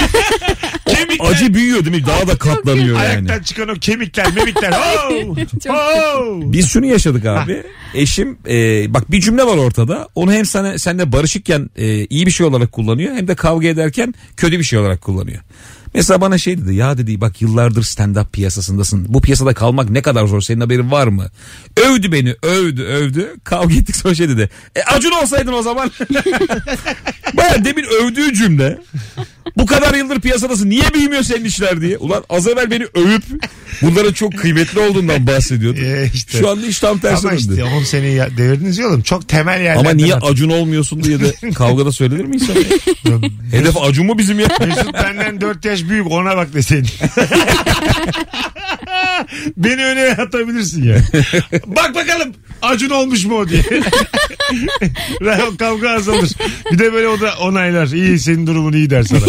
Speaker 1: Kemikler,
Speaker 2: acı büyüyor değil mi? Daha da katlanıyor yani.
Speaker 1: ayaktan çıkan o kemikler,
Speaker 2: *laughs*
Speaker 1: memikler. Oh!
Speaker 3: Çok
Speaker 1: Oh!
Speaker 2: Biz şunu yaşadık abi. Eşim e, bak bir cümle var ortada. Onu hem sana senle barışıkken e, iyi bir şey olarak kullanıyor hem de kavga ederken kötü bir şey olarak kullanıyor. Mesela bana şey dedi ya dedi bak yıllardır stand up piyasasındasın. Bu piyasada kalmak ne kadar zor senin haberin var mı? Övdü beni övdü övdü. Kavga ettik sonra şey *laughs* dedi. E, Acun olsaydın o zaman. Baya demin övdüğü cümle. Bu kadar yıldır piyasadasın. Niye büyümüyor senin işler diye. Ulan az evvel beni övüp bunların çok kıymetli
Speaker 1: *laughs*
Speaker 2: olduğundan bahsediyordun.
Speaker 1: Ee, işte.
Speaker 2: Şu anda iş tam tersi
Speaker 1: Ama
Speaker 2: döndü.
Speaker 1: işte 10 seneyi ya- devirdiniz ya oğlum. Çok temel yerlerden.
Speaker 2: şey Ama niye
Speaker 1: atıyor.
Speaker 2: acun olmuyorsun diye de
Speaker 1: *laughs*
Speaker 2: kavgada söylenir mi insan? Hedef acun mu bizim ya?
Speaker 1: Mesut benden 4 yaş büyük ona bak deseydin.
Speaker 2: *laughs*
Speaker 1: Beni öne atabilirsin ya. Bak bakalım Acun olmuş mu o
Speaker 2: *laughs*
Speaker 1: diye. Rahat kavga azalır. Bir de böyle o da onaylar. İyi senin durumun iyi der
Speaker 2: *laughs*
Speaker 1: sana.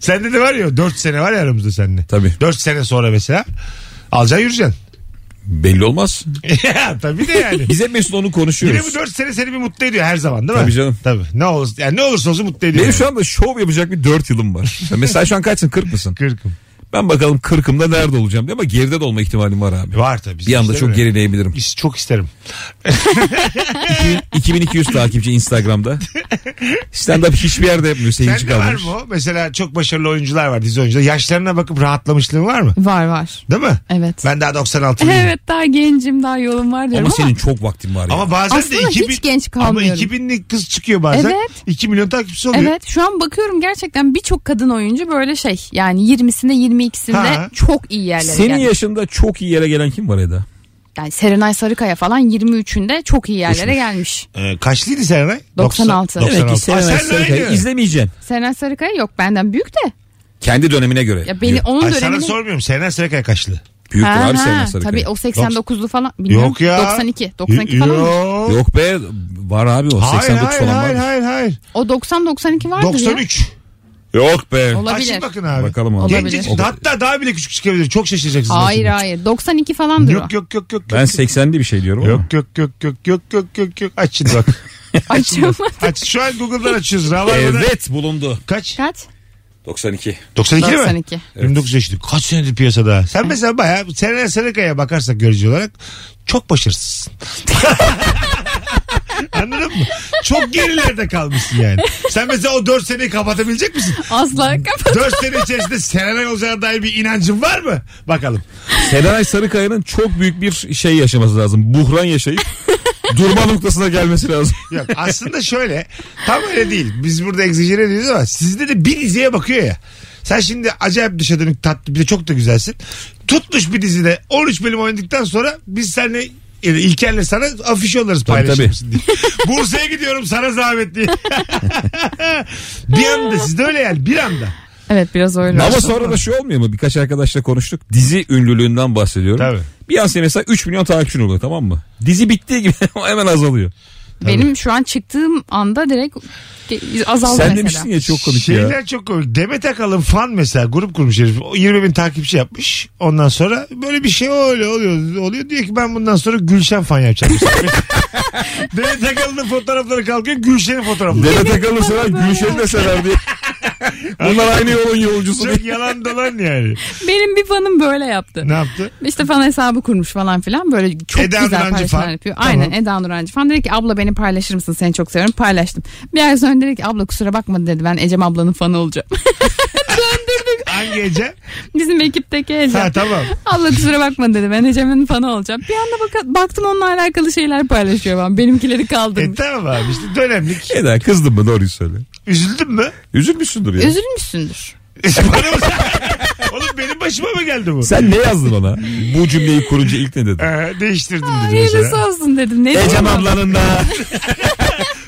Speaker 1: Sende de var ya 4 sene var ya aramızda seninle.
Speaker 2: Tabii.
Speaker 1: 4 sene sonra mesela alacaksın yürüyeceksin. *laughs*
Speaker 2: Belli olmaz.
Speaker 1: Ya Tabii de yani.
Speaker 2: Biz hep Mesut onu
Speaker 1: Bir de bu
Speaker 2: konuşuyoruz.
Speaker 1: 4 sene seni bir mutlu ediyor her zaman değil mi?
Speaker 2: Tabii canım.
Speaker 1: Tabii. Ne, olursa, yani ne olursa olsun mutlu ediyor.
Speaker 2: Benim şu anda şov yapacak bir 4 yılım var. Mesela şu an kaçsın 40 mısın?
Speaker 1: Kırkım.
Speaker 2: Ben bakalım 40'ımda nerede olacağım diye ama geride de olma ihtimalim var abi.
Speaker 1: Var tabii.
Speaker 2: Bir anda
Speaker 1: İşte
Speaker 2: çok
Speaker 1: böyle.
Speaker 2: gerileyebilirim.
Speaker 1: Biz çok isterim.
Speaker 2: 2200 takipçi Instagram'da. Stand up hiçbir yerde yapmıyor seyirci
Speaker 1: Sende var
Speaker 2: kalmamış.
Speaker 1: mı o? Mesela çok başarılı oyuncular var dizi oyuncuları. Yaşlarına bakıp rahatlamışlığın var mı?
Speaker 3: Var var.
Speaker 1: Değil mi?
Speaker 3: Evet. *laughs*
Speaker 1: Ben daha 96
Speaker 3: Evet daha gencim daha yolum var diyorum
Speaker 2: Ama
Speaker 3: ama,
Speaker 2: senin çok vaktin var ya.
Speaker 1: Ama bazen
Speaker 3: Aslında
Speaker 1: de
Speaker 3: hiç
Speaker 1: 2000,
Speaker 3: genç
Speaker 1: ama
Speaker 3: kalmıyorum.
Speaker 1: 2000'lik kız çıkıyor bazen.
Speaker 3: Evet.
Speaker 1: 2 milyon takipçisi oluyor.
Speaker 3: Evet şu an bakıyorum gerçekten birçok kadın oyuncu böyle şey yani 20'sinde 22'sinde
Speaker 1: Ha.
Speaker 3: çok iyi yerlere
Speaker 2: senin
Speaker 3: geldi.
Speaker 2: yaşında çok iyi yere gelen kim var Eda?
Speaker 3: Yani Serenay Sarıkaya falan 23'ünde çok iyi yerlere gelmiş.
Speaker 1: Ee, kaçlıydı Serenay?
Speaker 3: 96.
Speaker 1: Doksan-
Speaker 2: Demek ki
Speaker 1: 96. Aa,
Speaker 2: Serenay
Speaker 1: sen de
Speaker 2: Sarıkaya'yı
Speaker 1: aynı.
Speaker 2: izlemeyeceksin.
Speaker 3: Serenay Sarıkaya yok benden büyük de.
Speaker 2: Kendi dönemine göre.
Speaker 3: Ya beni onun
Speaker 1: Ay,
Speaker 3: dönemini...
Speaker 1: sana sormuyorum. Serenay Serekay kaçlı.
Speaker 2: Büyüktür
Speaker 3: Ha,
Speaker 2: abi Serenay
Speaker 3: ha,
Speaker 2: Sarıkaya.
Speaker 3: Tabii o 89'lu falan. Bilmiyorum.
Speaker 1: Yok ya.
Speaker 3: 92. 92 falan. mı?
Speaker 1: Yok.
Speaker 2: Yok be var abi o
Speaker 1: Hayır,
Speaker 2: 89
Speaker 1: hayır,
Speaker 2: falan var.
Speaker 1: hayır, hayır, hayır.
Speaker 3: O 90-92 vardır ya.
Speaker 1: 93.
Speaker 2: Yok be.
Speaker 3: Olabilir.
Speaker 1: Açın bakın abi.
Speaker 2: Bakalım abi.
Speaker 3: Olabilir.
Speaker 1: Gencecik. Hatta daha bile küçük çıkabilir. Çok şaşıracaksınız.
Speaker 3: Hayır
Speaker 1: aslında.
Speaker 3: hayır. 92 falandır
Speaker 1: Yok
Speaker 3: *laughs*
Speaker 1: yok yok yok.
Speaker 2: Ben
Speaker 1: yok.
Speaker 2: 80'li bir şey diyorum ama.
Speaker 1: Yok yok yok yok yok yok yok yok. Aç şimdi bak.
Speaker 3: o. Açılma.
Speaker 1: Aç şu an Google'dan açıyoruz. Rabarba'da
Speaker 2: Evet bulundu.
Speaker 1: kaç?
Speaker 3: Kaç?
Speaker 2: 92.
Speaker 1: 92, mi?
Speaker 3: 92.
Speaker 1: 29 yaşında. Kaç senedir piyasada? Sen mesela bayağı Serenay Sarıkaya bakarsak görücü olarak çok başarısızsın. *laughs* Anladın mı? Çok gerilerde kalmışsın yani. Sen mesela o 4 seneyi kapatabilecek misin? Hmm.
Speaker 3: Asla kapat.
Speaker 1: 4 sene içerisinde Serenay olacağına dair bir inancın var mı? Bakalım.
Speaker 2: Serenay Sarıkaya'nın çok büyük bir şey yaşaması lazım. Buhran yaşayıp durma noktasına gelmesi lazım.
Speaker 1: Yok aslında şöyle tam öyle değil. Biz burada egzajere ediyoruz ama sizde de bir diziye bakıyor ya. Sen şimdi acayip dışa dönük tatlı bir de çok da güzelsin. Tutmuş bir dizide 13 bölüm oynadıktan sonra biz seninle yani İlker'le sana afiş yollarız paylaşır
Speaker 2: tabii.
Speaker 1: mısın diye. Bursa'ya gidiyorum sana zahmet diye. *laughs* bir anda sizde öyle yani bir anda.
Speaker 3: *laughs* Evet biraz öyle.
Speaker 2: Ama sonra da şey olmuyor mu? Birkaç arkadaşla konuştuk. Dizi ünlülüğünden bahsediyorum.
Speaker 1: Tabii.
Speaker 2: Bir an sene mesela 3 milyon takipçin oluyor tamam mı? Dizi bittiği gibi *laughs* hemen azalıyor.
Speaker 3: Benim şu an çıktığım anda direkt ge- azaldı
Speaker 2: Sen
Speaker 3: mesela.
Speaker 2: demiştin ya çok komik
Speaker 1: Şeyler
Speaker 2: ya.
Speaker 1: çok komik. Demet Akalın fan mesela grup kurmuş herif. O 20 bin takipçi yapmış. Ondan sonra böyle bir şey öyle oluyor. Oluyor diyor ki ben bundan sonra Gülşen fan yapacağım. *laughs* Demet Akalın'ın fotoğrafları kalkıyor. Gülşen'in fotoğrafları.
Speaker 2: Dede takılır sana Gülşen'i de
Speaker 1: *laughs*
Speaker 2: sever diye. Bunlar aynı yolun yolcusu.
Speaker 1: Çok yalan dolan yani.
Speaker 3: Benim bir fanım böyle yaptı.
Speaker 1: Ne yaptı?
Speaker 3: İşte fan hesabı kurmuş falan filan böyle çok
Speaker 1: Eda
Speaker 3: güzel
Speaker 1: Nurancı
Speaker 3: paylaşımlar
Speaker 1: fan.
Speaker 3: yapıyor.
Speaker 1: Tamam.
Speaker 3: Aynen Eda Nurancı fan dedi ki abla beni paylaşır mısın seni çok seviyorum paylaştım. Bir ay sonra dedi ki abla kusura bakma dedi ben Ecem ablanın fanı olacağım. *laughs*
Speaker 1: Hangi Ece?
Speaker 3: Bizim ekipteki Ecem.
Speaker 1: ha tamam.
Speaker 3: Abla kusura bakma dedi ben Ecem'in fanı olacağım. Bir anda baka- baktım onunla alakalı şeyler paylaşıyor ben benimkileri
Speaker 1: E
Speaker 3: kaldırmış.
Speaker 1: tamam abi işte dönemlik.
Speaker 2: Eda kızdın mı doğruyu söyle.
Speaker 1: Üzüldün mü? *laughs*
Speaker 2: Üzülmüşsündür ya.
Speaker 3: Üzülmüşsündür.
Speaker 1: Bana mı- *laughs* Oğlum benim başıma mı geldi bu?
Speaker 2: Sen ne yazdın ona? Bu cümleyi kurunca ilk ne dedin?
Speaker 1: Ee, değiştirdim dedi
Speaker 3: Hayırlısı
Speaker 1: mesela.
Speaker 3: olsun dedim. Ne
Speaker 2: Ecem
Speaker 3: diyeyim abla?
Speaker 2: ablanın da.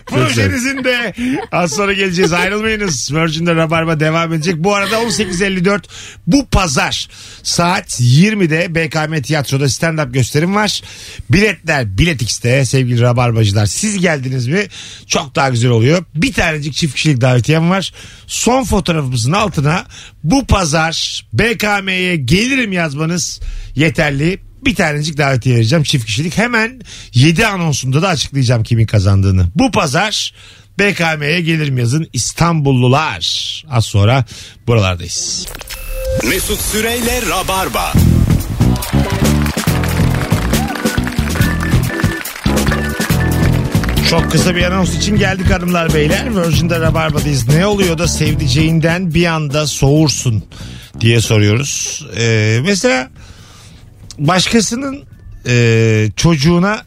Speaker 1: Projenizin de az sonra geleceğiz. Ayrılmayınız. Virgin'de Rabarba devam edecek. Bu arada 18.54 bu pazar saat 20'de BKM Tiyatro'da stand-up gösterim var. Biletler Bilet X'te sevgili Rabarbacılar. Siz geldiniz mi çok daha güzel oluyor. Bir tanecik çift kişilik davetiyem var. Son fotoğrafımızın altına bu pazar BKM'ye gelirim yazmanız yeterli. Bir tanecik davetiye vereceğim çift kişilik. Hemen 7 anonsunda da açıklayacağım kimin kazandığını. Bu pazar BKM'ye gelirim yazın İstanbullular. Az sonra buralardayız.
Speaker 8: Mesut Süreyle Rabarba.
Speaker 1: Çok kısa bir anons için geldik hanımlar beyler. Virgin'de Rabarba'dayız. Ne oluyor da sevdiceğinden bir anda soğursun diye soruyoruz. Ee, mesela başkasının e, çocuğuna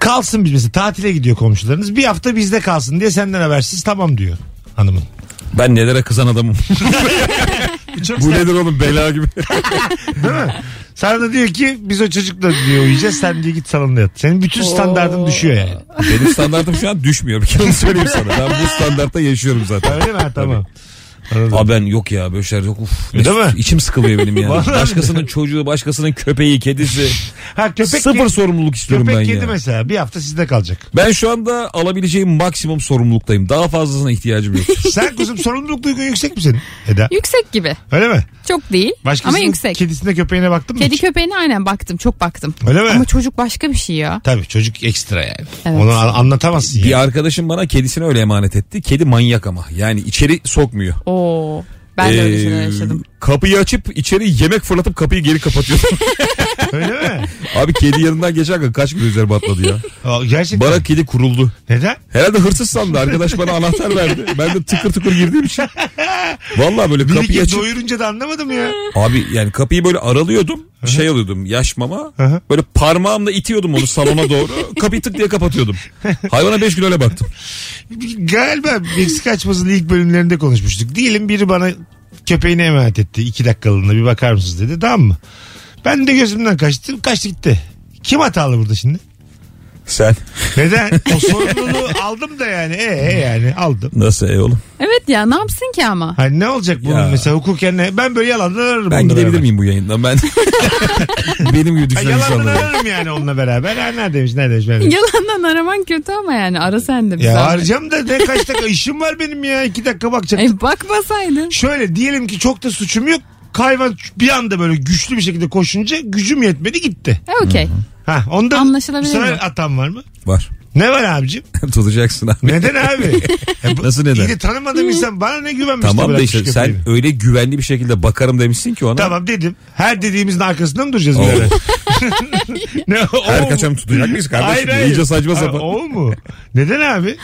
Speaker 1: kalsın biz mesela tatile gidiyor komşularınız. Bir hafta bizde kalsın diye senden habersiz tamam diyor hanımın.
Speaker 2: *laughs* Ben nelere kızan adamım.
Speaker 1: Çok
Speaker 2: Bu nedir oğlum bela *laughs* gibi.
Speaker 1: Sana da diyor ki biz o çocukla diyor uyuyacağız sen diyor git salonda yat. Senin bütün standartın düşüyor yani.
Speaker 2: Benim standartım şu an düşmüyor. Bir kere onu söyleyeyim sana. Ben bu standartta yaşıyorum zaten.
Speaker 1: Öyle mi? Ha, Tamam. Anladım.
Speaker 2: Aa ben yok ya böyle şeyler yok. Uf, Mesut,
Speaker 1: E, Değil mi?
Speaker 2: İçim sıkılıyor benim ya.
Speaker 1: *laughs* Vallahi mi?
Speaker 2: başkasının çocuğu, başkasının köpeği, kedisi.
Speaker 1: Ha köpek
Speaker 2: Sıfır sorumluluk istiyorum
Speaker 1: köpek
Speaker 2: ben
Speaker 1: kedi
Speaker 2: ya.
Speaker 1: mesela bir hafta sizde kalacak.
Speaker 2: Ben şu anda alabileceğim maksimum sorumluluktayım. Daha fazlasına ihtiyacım
Speaker 1: *laughs*
Speaker 2: yok.
Speaker 1: Sen kuzum sorumluluk duygun yüksek mi senin Eda?
Speaker 3: Yüksek gibi.
Speaker 1: Öyle mi?
Speaker 3: Çok değil
Speaker 1: Başkasının
Speaker 3: ama yüksek.
Speaker 1: kedisine köpeğine baktın mı?
Speaker 3: Kedi
Speaker 1: hiç?
Speaker 3: köpeğine aynen baktım. Çok baktım.
Speaker 1: Öyle mi?
Speaker 3: Ama çocuk başka bir şey ya.
Speaker 1: Tabii çocuk ekstra yani.
Speaker 3: Evet.
Speaker 1: Onu an- anlatamazsın yani.
Speaker 2: bir arkadaşım bana kedisini öyle emanet etti. Kedi manyak ama. Yani içeri sokmuyor.
Speaker 3: Oo. Ben de öyle
Speaker 2: Ee,
Speaker 3: şeyler yaşadım.
Speaker 2: Kapıyı açıp içeri yemek fırlatıp kapıyı geri kapatıyor.
Speaker 1: Öyle mi?
Speaker 2: *laughs* Abi kedi yanından geçerken kaç gün üzerime atladı ya.
Speaker 1: O, gerçekten.
Speaker 2: Bana kedi kuruldu.
Speaker 1: Neden?
Speaker 2: Herhalde hırsız sandı. Arkadaş bana anahtar verdi. Ben de tıkır tıkır girdiğim için. Vallahi böyle
Speaker 1: Bir
Speaker 2: kapıyı
Speaker 1: iki
Speaker 2: açıp
Speaker 1: doyurunca da anlamadım ya.
Speaker 2: Abi yani kapıyı böyle aralıyordum. Şey alıyordum yaş mama.
Speaker 1: Hı hı.
Speaker 2: Böyle parmağımla itiyordum onu salona *laughs* doğru. kapıyı tık diye kapatıyordum. Hayvana 5 gün öyle baktım.
Speaker 1: Galiba Meksika açmasının ilk bölümlerinde konuşmuştuk. Diyelim biri bana köpeğini emanet etti. iki dakikalığında bir bakar mısınız dedi. Tamam mı? Ben de gözümden kaçtı. Kaçtı gitti. Kim hatalı burada şimdi?
Speaker 2: Sen
Speaker 1: Neden? O sorumluluğu *laughs* aldım da yani. E, e yani aldım.
Speaker 2: nasıl ey oğlum?
Speaker 3: Evet ya ne yapsın ki ama?
Speaker 1: Hani ne olacak bunun
Speaker 2: Ya.
Speaker 1: mesela hukuken ne? Ben böyle yalandan ararım.
Speaker 2: Ben
Speaker 1: onunla
Speaker 2: gidebilir
Speaker 1: beraber.
Speaker 2: miyim bu yayından? Ben *laughs* benim gibi
Speaker 1: Ha,
Speaker 2: düşünen
Speaker 1: yalandan
Speaker 2: insanlara.
Speaker 1: ararım yani onunla beraber. Ha, neredeymiş neredeymiş neredeymiş.
Speaker 3: Yalandan araman kötü ama yani ara sen de bir
Speaker 1: Ya
Speaker 3: zahmet.
Speaker 1: arayacağım da ne kaç dakika işim var benim ya. iki dakika bakacak.
Speaker 3: E bakmasaydın.
Speaker 1: Şöyle diyelim ki çok da suçum yok. Hayvan bir anda böyle güçlü bir şekilde koşunca gücüm yetmedi gitti.
Speaker 3: E okey.
Speaker 1: Ha, onda
Speaker 3: Anlaşılabilir
Speaker 1: bu sefer
Speaker 3: mi?
Speaker 1: atan var mı?
Speaker 2: Var. *laughs*
Speaker 1: Ne var abicim?
Speaker 2: Tutacaksın abi.
Speaker 1: Neden
Speaker 2: *laughs*
Speaker 1: abi? Ya bu-
Speaker 2: Nasıl neden?
Speaker 1: İyi de tanımadığım insan bana ne güvenmiş
Speaker 2: Tamam da
Speaker 1: bırakmış
Speaker 2: işte sen
Speaker 1: köpeğimi.
Speaker 2: öyle güvenli bir şekilde bakarım demişsin ki ona.
Speaker 1: Tamam dedim. Her dediğimizin arkasında mı duracağız
Speaker 2: Oo. *laughs*
Speaker 1: birader? ne,
Speaker 2: Her
Speaker 1: o-
Speaker 2: kaçan tutacak mıyız kardeşim? İyice saçma
Speaker 1: Ha,
Speaker 2: sapan.
Speaker 1: O mu? Neden abi?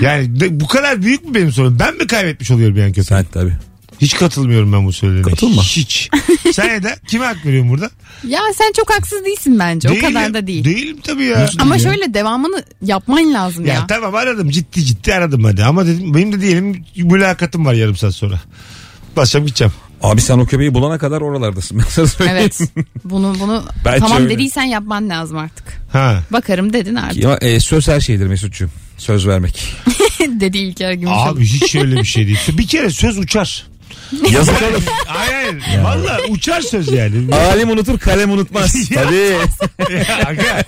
Speaker 1: Yani de- bu kadar büyük mü benim sorunum? Ben mi kaybetmiş oluyorum yani köpeği?
Speaker 2: Sen tabii.
Speaker 1: Hiç katılmıyorum ben bu söylediğine.
Speaker 2: Katılma. *laughs*
Speaker 1: Hiç. Sen de kime hak veriyorsun burada?
Speaker 3: Ya sen çok haksız değilsin bence. o kadar
Speaker 1: Değilim.
Speaker 3: da değil.
Speaker 1: Değilim tabii ya.
Speaker 3: Ama şöyle devamını yapman lazım
Speaker 1: Ya,
Speaker 3: ya.
Speaker 1: tamam aradım ciddi ciddi aradım hadi ama dedim benim de diyelim mülakatım var yarım saat sonra. Basacağım gideceğim.
Speaker 2: Abi sen o köpeği bulana kadar oralardasın. *laughs* Ben sana söyleyeyim.
Speaker 3: Evet. Bunu bunu
Speaker 2: Bence
Speaker 3: tamam
Speaker 2: öyle.
Speaker 3: dediysen yapman lazım artık.
Speaker 1: Ha.
Speaker 3: Bakarım dedin *laughs* artık.
Speaker 2: Ya, e, söz her şeydir Mesut'cuğum. Söz *laughs* vermek.
Speaker 3: Dedi İlker Gümüşoluk.
Speaker 1: Abi hiç öyle bir şey değil. Bir kere söz *laughs* uçar.
Speaker 2: Yazık oğlum.
Speaker 1: Hayır hayır. Valla uçar söz yani.
Speaker 2: Alim unutur kalem *laughs* unutmaz.
Speaker 1: Ya.
Speaker 2: Tabii.
Speaker 1: *laughs* Aga.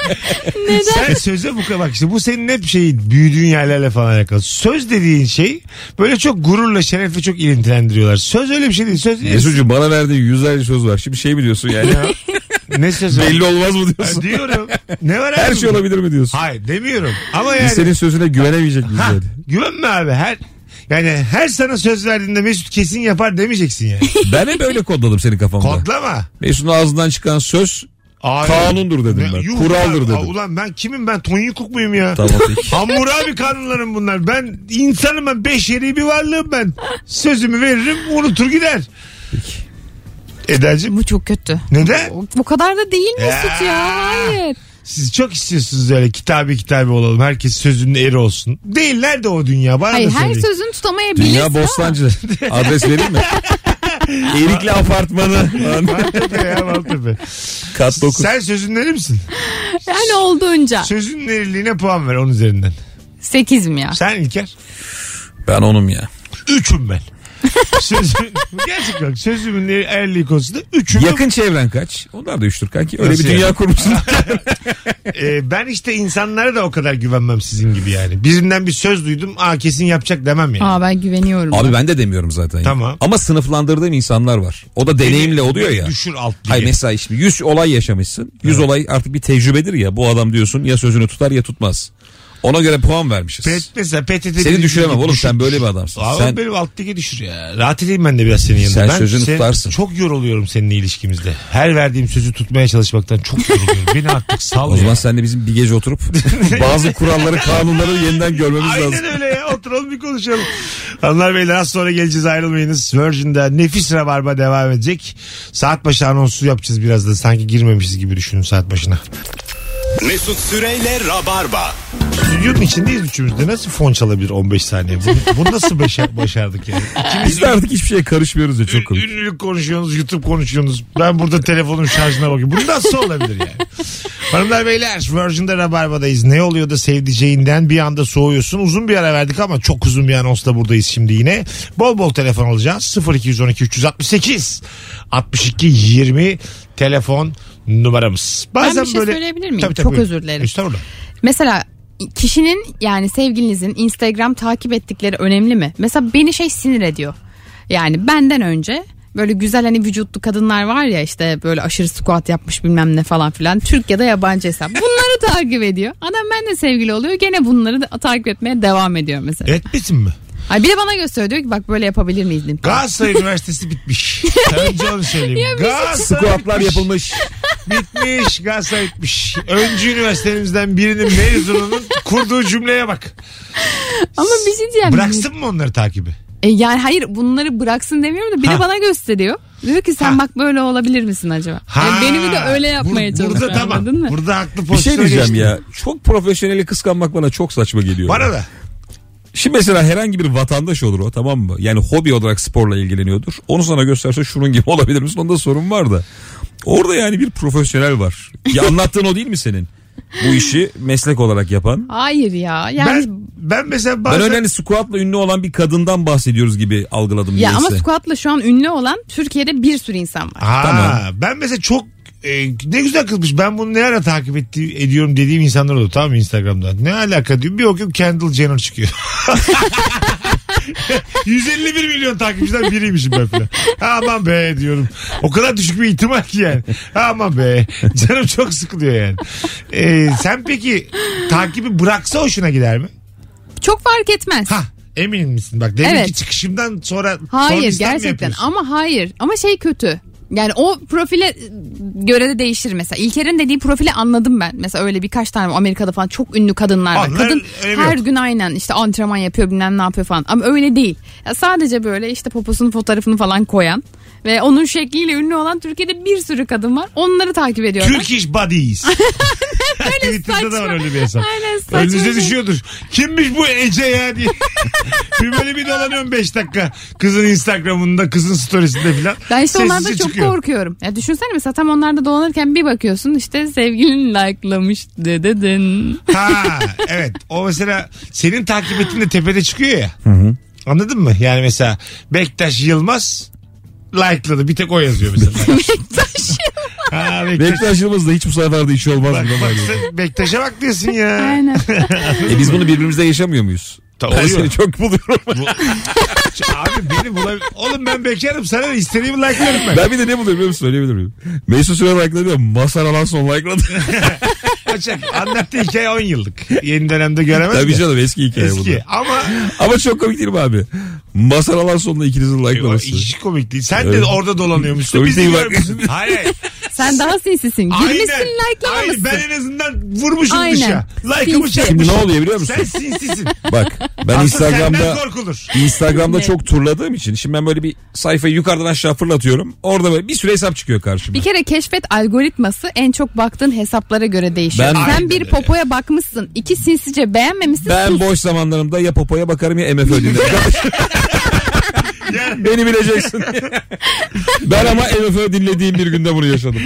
Speaker 1: Sen söze bu kadar bak işte bu senin hep şey büyüdüğün yerlerle falan alakalı. Söz dediğin şey böyle çok gururla şerefle çok ilintilendiriyorlar. Söz öyle bir şey değil. Söz
Speaker 2: Mesut'cuğum bana verdiği yüzlerce söz var. Şimdi şey mi
Speaker 1: *laughs*
Speaker 2: diyorsun yani?
Speaker 1: Ya, ne söz
Speaker 2: belli olmaz mı
Speaker 1: Ha,
Speaker 2: diyorsun?
Speaker 1: diyorum. Ne var
Speaker 2: Her
Speaker 1: abi
Speaker 2: şey
Speaker 1: bu?
Speaker 2: olabilir mi diyorsun?
Speaker 1: Hayır demiyorum. Ama yani.
Speaker 2: Biz senin sözüne güvenemeyecek miyiz
Speaker 1: Ha,
Speaker 2: yani?
Speaker 1: güvenme abi her yani her sana söz verdiğinde Mesut kesin yapar demeyeceksin *laughs* yani.
Speaker 2: Ben hep öyle kodladım senin kafamda.
Speaker 1: Kodlama.
Speaker 2: Mesut'un ağzından çıkan söz
Speaker 1: Abi,
Speaker 2: kanundur dedim ben.
Speaker 1: yuh
Speaker 2: Kuraldır
Speaker 1: ulan,
Speaker 2: dedim.
Speaker 1: Ulan ben kimim ben Tony Cook muyum ya? *laughs*
Speaker 2: Tamam peki.
Speaker 1: Hammurabi kanunlarım bunlar. Ben insanım ben beşeri bir varlığım ben. Sözümü veririm unutur gider. Eda'cığım
Speaker 3: Bu çok kötü.
Speaker 1: neden?
Speaker 3: O, o kadar da değil Mesut ya. Hayır.
Speaker 1: Siz çok istiyorsunuz öyle kitabı kitabı olalım. Herkes sözünün eri olsun. Değiller de o dünya. Bana
Speaker 3: Hayır
Speaker 1: da
Speaker 3: her
Speaker 1: söyleyin.
Speaker 3: sözünü tutamayabilirsin.
Speaker 2: Dünya
Speaker 1: *laughs*
Speaker 3: ama-
Speaker 2: Bostancı. Adres vereyim mi? Erikli apartmanı.
Speaker 1: Maltepe ya Maltepe.
Speaker 2: Kat 9.
Speaker 1: Sen sözünün eri misin?
Speaker 3: Yani olduğunca.
Speaker 1: Sözünün eriliğine puan ver onun üzerinden.
Speaker 3: Sekiz mi ya?
Speaker 1: Sen İlker.
Speaker 2: Ben onum ya.
Speaker 1: Üçüm ben. *laughs* Sözüm, gerçekten sözümün eri- eriliği konusunda üçüm.
Speaker 2: Yakın çevren kaç? Onlar da üçtür kanki. Öyle
Speaker 1: Nasıl
Speaker 2: bir
Speaker 1: yani? *laughs*
Speaker 2: dünya kurmuşsun.
Speaker 1: Ee, ben işte insanlara da o kadar güvenmem sizin gibi yani. Birinden bir söz duydum. Aa kesin yapacak demem yani.
Speaker 3: Aa ben güveniyorum.
Speaker 2: Abi ben de demiyorum zaten. ya.
Speaker 1: Tamam.
Speaker 2: Ama sınıflandırdığım insanlar var. O da deneyimle oluyor ya.
Speaker 1: Düşür alt lige.
Speaker 2: Hayır mesela şimdi 100 olay yaşamışsın. 100 olay artık bir tecrübedir ya. Bu adam diyorsun ya sözünü tutar ya tutmaz. Ona göre puan vermişiz.
Speaker 1: Pet, mesela PTT
Speaker 2: Seni düşüremem
Speaker 1: şey Düşür-
Speaker 2: oğlum sen böyle bir adamsın.
Speaker 1: Abi
Speaker 2: sen
Speaker 1: benim alt lige düşür ya. Rahat edeyim ben de biraz senin yanında.
Speaker 2: Sen
Speaker 1: ben
Speaker 2: sözünü
Speaker 1: sen-
Speaker 2: tutarsın.
Speaker 1: Çok yoruluyorum seninle ilişkimizde. Her verdiğim sözü tutmaya çalışmaktan çok yoruluyorum.
Speaker 2: *laughs*
Speaker 1: Beni artık sal
Speaker 2: o
Speaker 1: ya.
Speaker 2: zaman sen de bizim bir
Speaker 1: *laughs*
Speaker 2: gece oturup bazı kuralları kanunları yeniden görmemiz lazım.
Speaker 1: Aynen öyle ya. Oturalım bir konuşalım. Hanımlar beyler az sonra geleceğiz ayrılmayınız. Virgin'de nefis rabarba devam edecek. Saat başı anonsu yapacağız biraz da. Sanki girmemişiz gibi düşünün saat başına.
Speaker 8: Mesut Süreyle Rabarba.
Speaker 1: Stüdyonun içindeyiz üçümüz de. Nasıl fon çalabilir 15 saniye? Bunu, bunu nasıl başa- başardık yani?
Speaker 2: Biz de artık hiçbir şeye karışmıyoruz ya çok
Speaker 1: Ün-
Speaker 2: komik.
Speaker 1: Ünlülük konuşuyorsunuz, YouTube konuşuyorsunuz. Ben burada telefonum şarjına bakıyorum. Bu nasıl olabilir yani? Hanımlar beyler Virgin'de Rabarba'dayız. Ne oluyor da sevdiceğinden bir anda soğuyorsun. Uzun bir ara verdik ama çok uzun bir anonsla buradayız şimdi yine. Bol bol telefon alacağız. 0212 368 62 20 telefon numaramız.
Speaker 3: Ben bir şey söyleyebilir miyim?
Speaker 1: Tabii, tabii,
Speaker 3: Çok
Speaker 1: buyurun.
Speaker 3: özür dilerim.
Speaker 1: Estağfurullah.
Speaker 3: Mesela kişinin yani sevgilinizin Instagram takip ettikleri önemli mi? Mesela beni şey sinir ediyor. Yani benden önce böyle güzel hani vücutlu kadınlar var ya işte böyle aşırı squat yapmış bilmem ne falan filan. Türk ya da yabancı hesap. Bunları *laughs* takip ediyor. Adam ben de sevgili oluyor. Gene bunları da takip etmeye devam ediyor mesela.
Speaker 1: Etmesin mi?
Speaker 3: Ay bir de bana gösteriyor diyor ki bak böyle yapabilir miyiz diyeyim.
Speaker 1: Galatasaray Üniversitesi
Speaker 3: *laughs*
Speaker 1: bitmiş. Önce onu söyleyeyim.
Speaker 3: şey
Speaker 1: Galatasaray
Speaker 2: Squatlar yapılmış.
Speaker 1: bitmiş. Galatasaray bitmiş. Öncü üniversitemizden birinin mezununun kurduğu cümleye bak.
Speaker 3: Ama bir şey diyeceğim.
Speaker 1: Bıraksın mı onları takibi?
Speaker 3: E yani hayır bunları bıraksın demiyorum da bir
Speaker 1: Ha.
Speaker 3: de bana gösteriyor. Diyor ki sen
Speaker 1: Ha.
Speaker 3: bak böyle olabilir misin acaba? Yani beni bir de öyle yapmaya
Speaker 1: Bur-
Speaker 3: çalışıyor
Speaker 1: Burada tamam.
Speaker 3: anladın mı?
Speaker 1: Burada haklı
Speaker 2: Bir şey
Speaker 1: pozisyona
Speaker 2: diyeceğim
Speaker 1: geçtim.
Speaker 2: ya. Çok profesyoneli kıskanmak bana çok saçma geliyor.
Speaker 1: Bana da.
Speaker 2: Şimdi mesela herhangi bir vatandaş olur o tamam mı? Yani hobi olarak sporla ilgileniyordur. Onu sana gösterse şunun gibi *laughs* olabilir misin? Onda sorun var da. Orada yani bir profesyonel var. Ya anlattığın o değil mi senin? Bu işi meslek olarak yapan.
Speaker 3: Hayır ya. Yani
Speaker 1: Ben, ben mesela
Speaker 2: Ben
Speaker 1: bazen...
Speaker 2: öyle hani squatla ünlü olan bir kadından bahsediyoruz gibi algıladım.
Speaker 3: ya ama
Speaker 2: niyeyse.
Speaker 3: squat'la şu an ünlü olan Türkiye'de bir sürü insan var.
Speaker 1: Aa,
Speaker 2: Tamam.
Speaker 1: Ben mesela çok e, ne güzel kızmış. Ben bunu ne ara takip etti, ediyorum dediğim insanlar oldu tamam mı Instagram'da. Ne alaka diyor. Bir okuyorum Kendall Jenner çıkıyor. *laughs* 151 milyon takipçiden biriymişim ben falan. Aman be diyorum. O kadar düşük bir ihtimal ki yani. Aman be. Canım çok sıkılıyor yani. E, sen peki takibi bıraksa hoşuna gider mi?
Speaker 3: Çok fark etmez.
Speaker 1: Ha emin misin? Bak deminki
Speaker 3: Evet.
Speaker 1: çıkışımdan sonra sonra
Speaker 3: Hayır
Speaker 1: listem mi
Speaker 3: gerçekten
Speaker 1: yapıyorsun?
Speaker 3: ama hayır ama şey kötü. Yani o profile e, göre de değişir mesela. İlker'in dediği profili anladım ben. Mesela öyle birkaç tane Amerika'da falan çok ünlü kadınlar var.
Speaker 1: Onlar
Speaker 3: Kadın
Speaker 1: öyle
Speaker 3: her
Speaker 1: yok.
Speaker 3: gün aynen işte antrenman yapıyor bilmem ne yapıyor falan. Ama öyle değil. Ya sadece böyle işte poposunun fotoğrafını falan koyan ve onun şekliyle ünlü olan Türkiye'de bir sürü kadın var. Onları takip ediyorlar.
Speaker 1: Turkish Buddies.
Speaker 3: *laughs*
Speaker 1: *laughs* Twitter'da da var
Speaker 3: saçma.
Speaker 1: öyle bir hesap.
Speaker 3: Aynen saçma
Speaker 1: Önünüze
Speaker 3: şey.
Speaker 1: düşüyordur. Kimmiş bu Ece ya
Speaker 3: *laughs*
Speaker 1: diye. bir böyle bir dolanıyorum 5 dakika. Kızın Instagram'ında, kızın storiesinde filan.
Speaker 3: Ben işte onlardan
Speaker 1: Sessizce
Speaker 3: çok
Speaker 1: çıkıyor.
Speaker 3: korkuyorum. Ya düşünsene mesela tam onlarda dolanırken bir bakıyorsun işte sevgilin likelamış
Speaker 1: *laughs*
Speaker 3: dededin.
Speaker 1: Ha evet. O mesela senin takip ettiğinde tepede çıkıyor ya. Anladın mı? Yani mesela Bektaş Yılmaz like'ladı. Bir tek o yazıyor
Speaker 3: *laughs*
Speaker 1: mesela.
Speaker 3: Bektaş.
Speaker 1: ha, Bektaş.
Speaker 2: Bektaş Yılmaz da hiç bu seferde işi olmaz.
Speaker 1: Bak,
Speaker 2: mı?
Speaker 1: bak sen Bektaş'a bak diyorsun ya.
Speaker 3: Aynen.
Speaker 2: E biz bunu birbirimizle yaşamıyor muyuz?
Speaker 1: Ta-
Speaker 2: ben
Speaker 1: oluyor.
Speaker 2: seni çok buluyorum.
Speaker 1: *laughs* Abi beni bulabil... Oğlum ben bekarım sana ne? istediğimi like'larım ben.
Speaker 2: ben bir de ne buluyorum biliyor musun? Söyleyebilir miyim? Mesut Süre like'ladı ya. Mazhar Alanson like'ladı.
Speaker 1: Kaçak. Anlattığı hikaye 10 yıllık. Yeni dönemde göremez
Speaker 2: Tabii
Speaker 1: de.
Speaker 2: canım eski hikaye bu
Speaker 1: Eski
Speaker 2: da.
Speaker 1: ama
Speaker 2: Ama çok komik değil mi abi? Mazhar Alanson da ikinizin like'laması.
Speaker 1: hiç komik değil. Sen de
Speaker 2: Evet.
Speaker 1: orada dolanıyormuşsun.
Speaker 2: Komik
Speaker 1: Biz
Speaker 2: değil bak.
Speaker 1: görmüşsün. Hayır hayır.
Speaker 3: Sen daha sinsisin. Girmişsin
Speaker 1: Hayır,
Speaker 3: like'lamamışsın.
Speaker 1: ben en azından vurmuşum
Speaker 3: Aynen.
Speaker 1: dışa. Like'ımı
Speaker 3: Sinsi.
Speaker 1: çekmişim.
Speaker 2: Şimdi ne oluyor biliyor musun?
Speaker 1: Sen
Speaker 2: *laughs*
Speaker 1: sinsisin.
Speaker 2: Bak ben
Speaker 1: Aslında senden
Speaker 2: Instagram'da
Speaker 1: korkulur.
Speaker 2: Instagram'da
Speaker 3: Ne?
Speaker 2: çok turladığım için şimdi ben böyle bir sayfayı yukarıdan aşağı fırlatıyorum. Orada böyle bir sürü hesap çıkıyor karşıma.
Speaker 3: Bir kere keşfet algoritması en çok baktığın hesaplara göre değişiyor.
Speaker 2: Ben-
Speaker 3: Sen bir popoya bakmışsın. iki sinsice beğenmemişsin.
Speaker 2: Ben
Speaker 3: sus.
Speaker 2: boş zamanlarımda ya popoya bakarım ya MFÖ
Speaker 1: *laughs*
Speaker 2: dinlerim.
Speaker 1: Yani
Speaker 2: Beni bileceksin. ben ama MFÖ dinlediğim bir günde bunu yaşadım.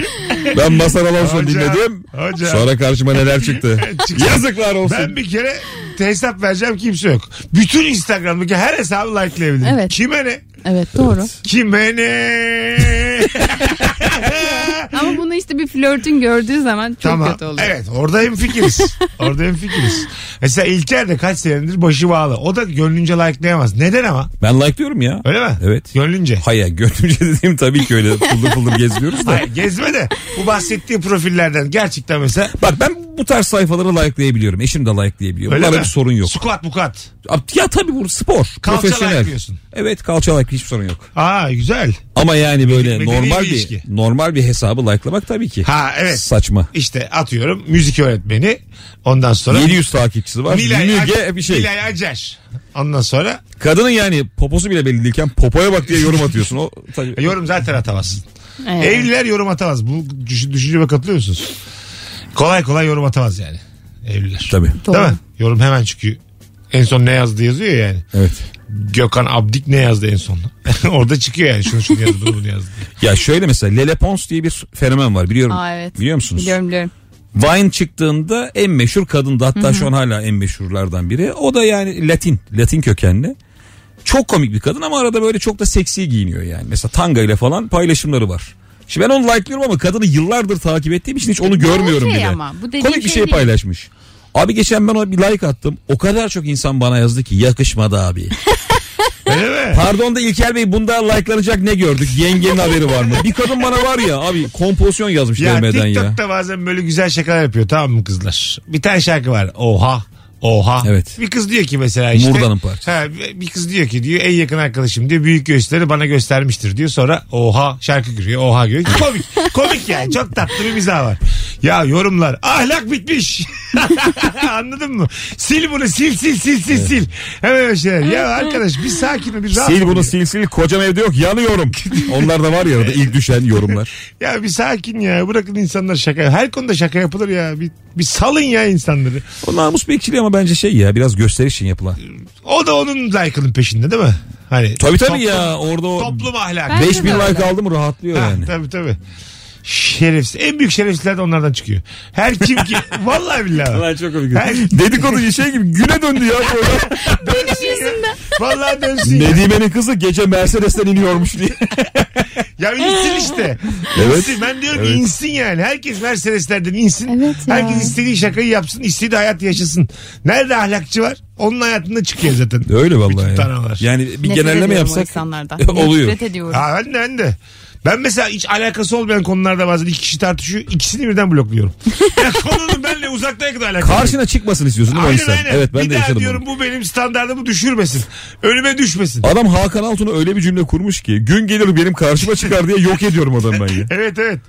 Speaker 2: Ben Mazhar Alanson
Speaker 1: Hocam,
Speaker 2: dinledim.
Speaker 1: hocam.
Speaker 2: Sonra karşıma neler
Speaker 1: *laughs*
Speaker 2: çıktı.
Speaker 1: Çıktı.
Speaker 2: Yazıklar olsun.
Speaker 1: ben bir kere hesap vereceğim kimse yok. Bütün Instagram'daki her hesabı like'layabilirim.
Speaker 3: Evet.
Speaker 1: Kime ne?
Speaker 3: Evet doğru.
Speaker 1: Kime ne? *laughs*
Speaker 3: Ama bunu işte bir flörtün gördüğü zaman çok
Speaker 1: Tamam.
Speaker 3: kötü oluyor.
Speaker 1: Evet orada
Speaker 3: *laughs*
Speaker 1: hemfikiriz. orada hemfikiriz. Mesela İlker de kaç senedir başı bağlı. O da gönlünce likelayamaz. Neden ama?
Speaker 2: Ben like diyorum ya.
Speaker 1: Öyle mi?
Speaker 2: Evet.
Speaker 1: Gönlünce.
Speaker 2: *laughs* Hayır gönlümce dediğim tabii
Speaker 1: *laughs*
Speaker 2: ki öyle fıldır fıldır geziyoruz da.
Speaker 1: Hayır gezme de bu bahsettiği profillerden gerçekten mesela
Speaker 2: Bak ben bu tarz sayfaları likelayabiliyorum. Eşim de likelayabiliyor.
Speaker 1: öyle
Speaker 2: Bunlarda
Speaker 1: mi?
Speaker 2: bir sorun yok.
Speaker 1: Squat bukat.
Speaker 2: Ya tabii bu spor.
Speaker 1: Kalça
Speaker 2: profesyonel.
Speaker 1: like'lıyorsun.
Speaker 2: Evet kalça like hiçbir sorun yok.
Speaker 1: Aa güzel.
Speaker 2: Ama yani böyle
Speaker 1: Medeni
Speaker 2: normal
Speaker 1: bir
Speaker 2: bir
Speaker 1: ilişki.
Speaker 2: normal bir hesabı like'lamak tabii ki.
Speaker 1: Ha evet.
Speaker 2: Saçma.
Speaker 1: İşte atıyorum müzik öğretmeni. Ondan sonra
Speaker 2: 700 takipçisi var. Müge
Speaker 1: Ac-
Speaker 2: bir şey.
Speaker 1: Nilay Acar. Ondan sonra
Speaker 2: Kadının yani poposu bile belli değilken popoya bak diye yorum
Speaker 1: *laughs*
Speaker 2: atıyorsun. O tabii.
Speaker 1: yorum zaten atamazsın.
Speaker 3: Evet.
Speaker 1: Evliler yorum atamaz. Bu düş- düşünceme katılıyor musunuz? Kolay kolay yorum atamaz yani. Evliler.
Speaker 2: Tabii.
Speaker 3: Doğru.
Speaker 1: Değil mi? Yorum hemen çünkü en son ne yazdı yazıyor yani.
Speaker 2: Evet.
Speaker 1: Gökhan Abdik ne yazdı en son? *laughs* Orada çıkıyor yani şunu şunu yazdı bunu bunu yazdı. diye.
Speaker 2: Ya şöyle mesela Lele Pons diye bir fenomen var biliyorum.
Speaker 3: Aa, evet.
Speaker 2: Biliyor musunuz?
Speaker 3: Biliyorum biliyorum.
Speaker 2: Vine çıktığında en meşhur kadındı. Hatta şu an hala en meşhurlardan biri. O da yani Latin, Latin kökenli. Çok komik bir kadın ama arada böyle çok da seksi giyiniyor yani. Mesela tanga ile falan paylaşımları var. Şimdi ben onu like'lıyorum ama kadını yıllardır takip ettiğim için hiç onu görmüyorum
Speaker 3: şey
Speaker 2: bile.
Speaker 3: ama, bu dediğin
Speaker 2: komik bir
Speaker 3: şey
Speaker 2: şey
Speaker 3: değil.
Speaker 2: paylaşmış. Abi geçen ben ona bir like attım. O kadar çok insan bana yazdı ki yakışmadı
Speaker 3: *laughs*
Speaker 2: abi.
Speaker 1: Öyle mi?
Speaker 2: Pardon da İlker Bey bunda like'lanacak ne gördük? Yengenin haberi var mı? Bir kadın bana var ya abi kompozisyon yazmış
Speaker 1: Ya
Speaker 2: DM'den ya.
Speaker 1: TikTok'ta bazen böyle güzel şakalar yapıyor tamam mı kızlar? Bir tane şarkı var. Oha. Oha.
Speaker 2: Evet.
Speaker 1: Bir kız diyor ki mesela işte.
Speaker 2: Murda'nın parçası.
Speaker 1: Ha, bir kız diyor ki diyor en yakın arkadaşım diyor büyük gösteri bana göstermiştir diyor. Sonra oha şarkı giriyor. Oha
Speaker 2: *laughs*
Speaker 1: giriyor. Komik. komik yani. Çok tatlı bir mizah var. Ya yorumlar ahlak bitmiş. *laughs* Anladın mı? Sil bunu sil sil sil sil sil. Hemen öyle şeyler. Ya arkadaş bir sakin ol, bir rahat
Speaker 2: Sil
Speaker 1: ol
Speaker 2: bunu
Speaker 1: ya.
Speaker 2: sil sil kocam evde yok yanıyorum. Onlar da var ya arada ilk
Speaker 1: *laughs*
Speaker 2: düşen yorumlar.
Speaker 1: Ya bir sakin ya. Bırakın insanlar şaka. Her konuda şaka yapılır ya. Bir, bir salın ya insanları.
Speaker 2: O namus bekçiliği ama bence şey ya biraz gösteriş için yapılan.
Speaker 1: Ee, O da onun like'ının peşinde değil mi? Hani
Speaker 2: Tabii tabii
Speaker 1: toplum-
Speaker 2: ya orada o
Speaker 1: Toplum ahlakı.
Speaker 3: Ben-
Speaker 2: 5000
Speaker 3: Bence de
Speaker 2: like
Speaker 3: öyle.
Speaker 2: aldım rahatlıyor
Speaker 1: Ha,
Speaker 2: yani.
Speaker 1: Tabii tabii. Şerefsiz. En büyük şerefsizler de onlardan çıkıyor. Her kim
Speaker 2: *laughs*
Speaker 1: ki. vallahi billahi.
Speaker 2: Ulan çok komik.
Speaker 1: Her-
Speaker 2: Dedikoducu şey gibi güne
Speaker 1: *laughs*
Speaker 2: döndü ya. Böyle.
Speaker 1: Dönsün ya. Vallahi dönsün ya.
Speaker 2: Nedime'nin kızı gece Mercedes'ten
Speaker 1: *laughs*
Speaker 2: iniyormuş diye.
Speaker 1: Ya insin işte.
Speaker 2: *laughs* Evet.
Speaker 1: İnsin. Ben diyorum ki
Speaker 2: Evet.
Speaker 1: insin yani. Herkes Mercedeslerden insin.
Speaker 3: Evet ya.
Speaker 1: Herkes istediği şakayı yapsın. istediği hayat yaşasın. Nerede ahlakçı var? Onun hayatında çıkıyor zaten.
Speaker 2: Öyle
Speaker 1: Bütün
Speaker 2: vallahi.
Speaker 1: taralar.
Speaker 2: Ya. Yani bir
Speaker 3: Nefret
Speaker 2: genelleme
Speaker 3: ediyorum o
Speaker 2: yapsak *laughs*
Speaker 3: insanlardan.
Speaker 2: oluyor.
Speaker 3: Nefret ediyorum.
Speaker 1: Ha, ben de ben de. Ben mesela hiç alakası olmayan konularda bazen iki kişi tartışıyor. ikisini birden
Speaker 2: *laughs*
Speaker 1: blokluyorum. ya konunun benimle uzaktan yakın alakası. yok.
Speaker 2: Karşına çıkmasın istiyorsun değil mi o
Speaker 1: Aynen
Speaker 2: insan?
Speaker 1: aynen.
Speaker 2: Evet ben
Speaker 1: bir
Speaker 2: de
Speaker 1: daha
Speaker 2: yaşadım bunu.
Speaker 1: diyorum bu benim standartımı düşürmesin. Önüme düşmesin.
Speaker 2: Adam Hakan Altun'a öyle bir cümle kurmuş ki gün gelir benim karşıma çıkar diye yok ediyorum adamı ben ya.
Speaker 1: Evet evet.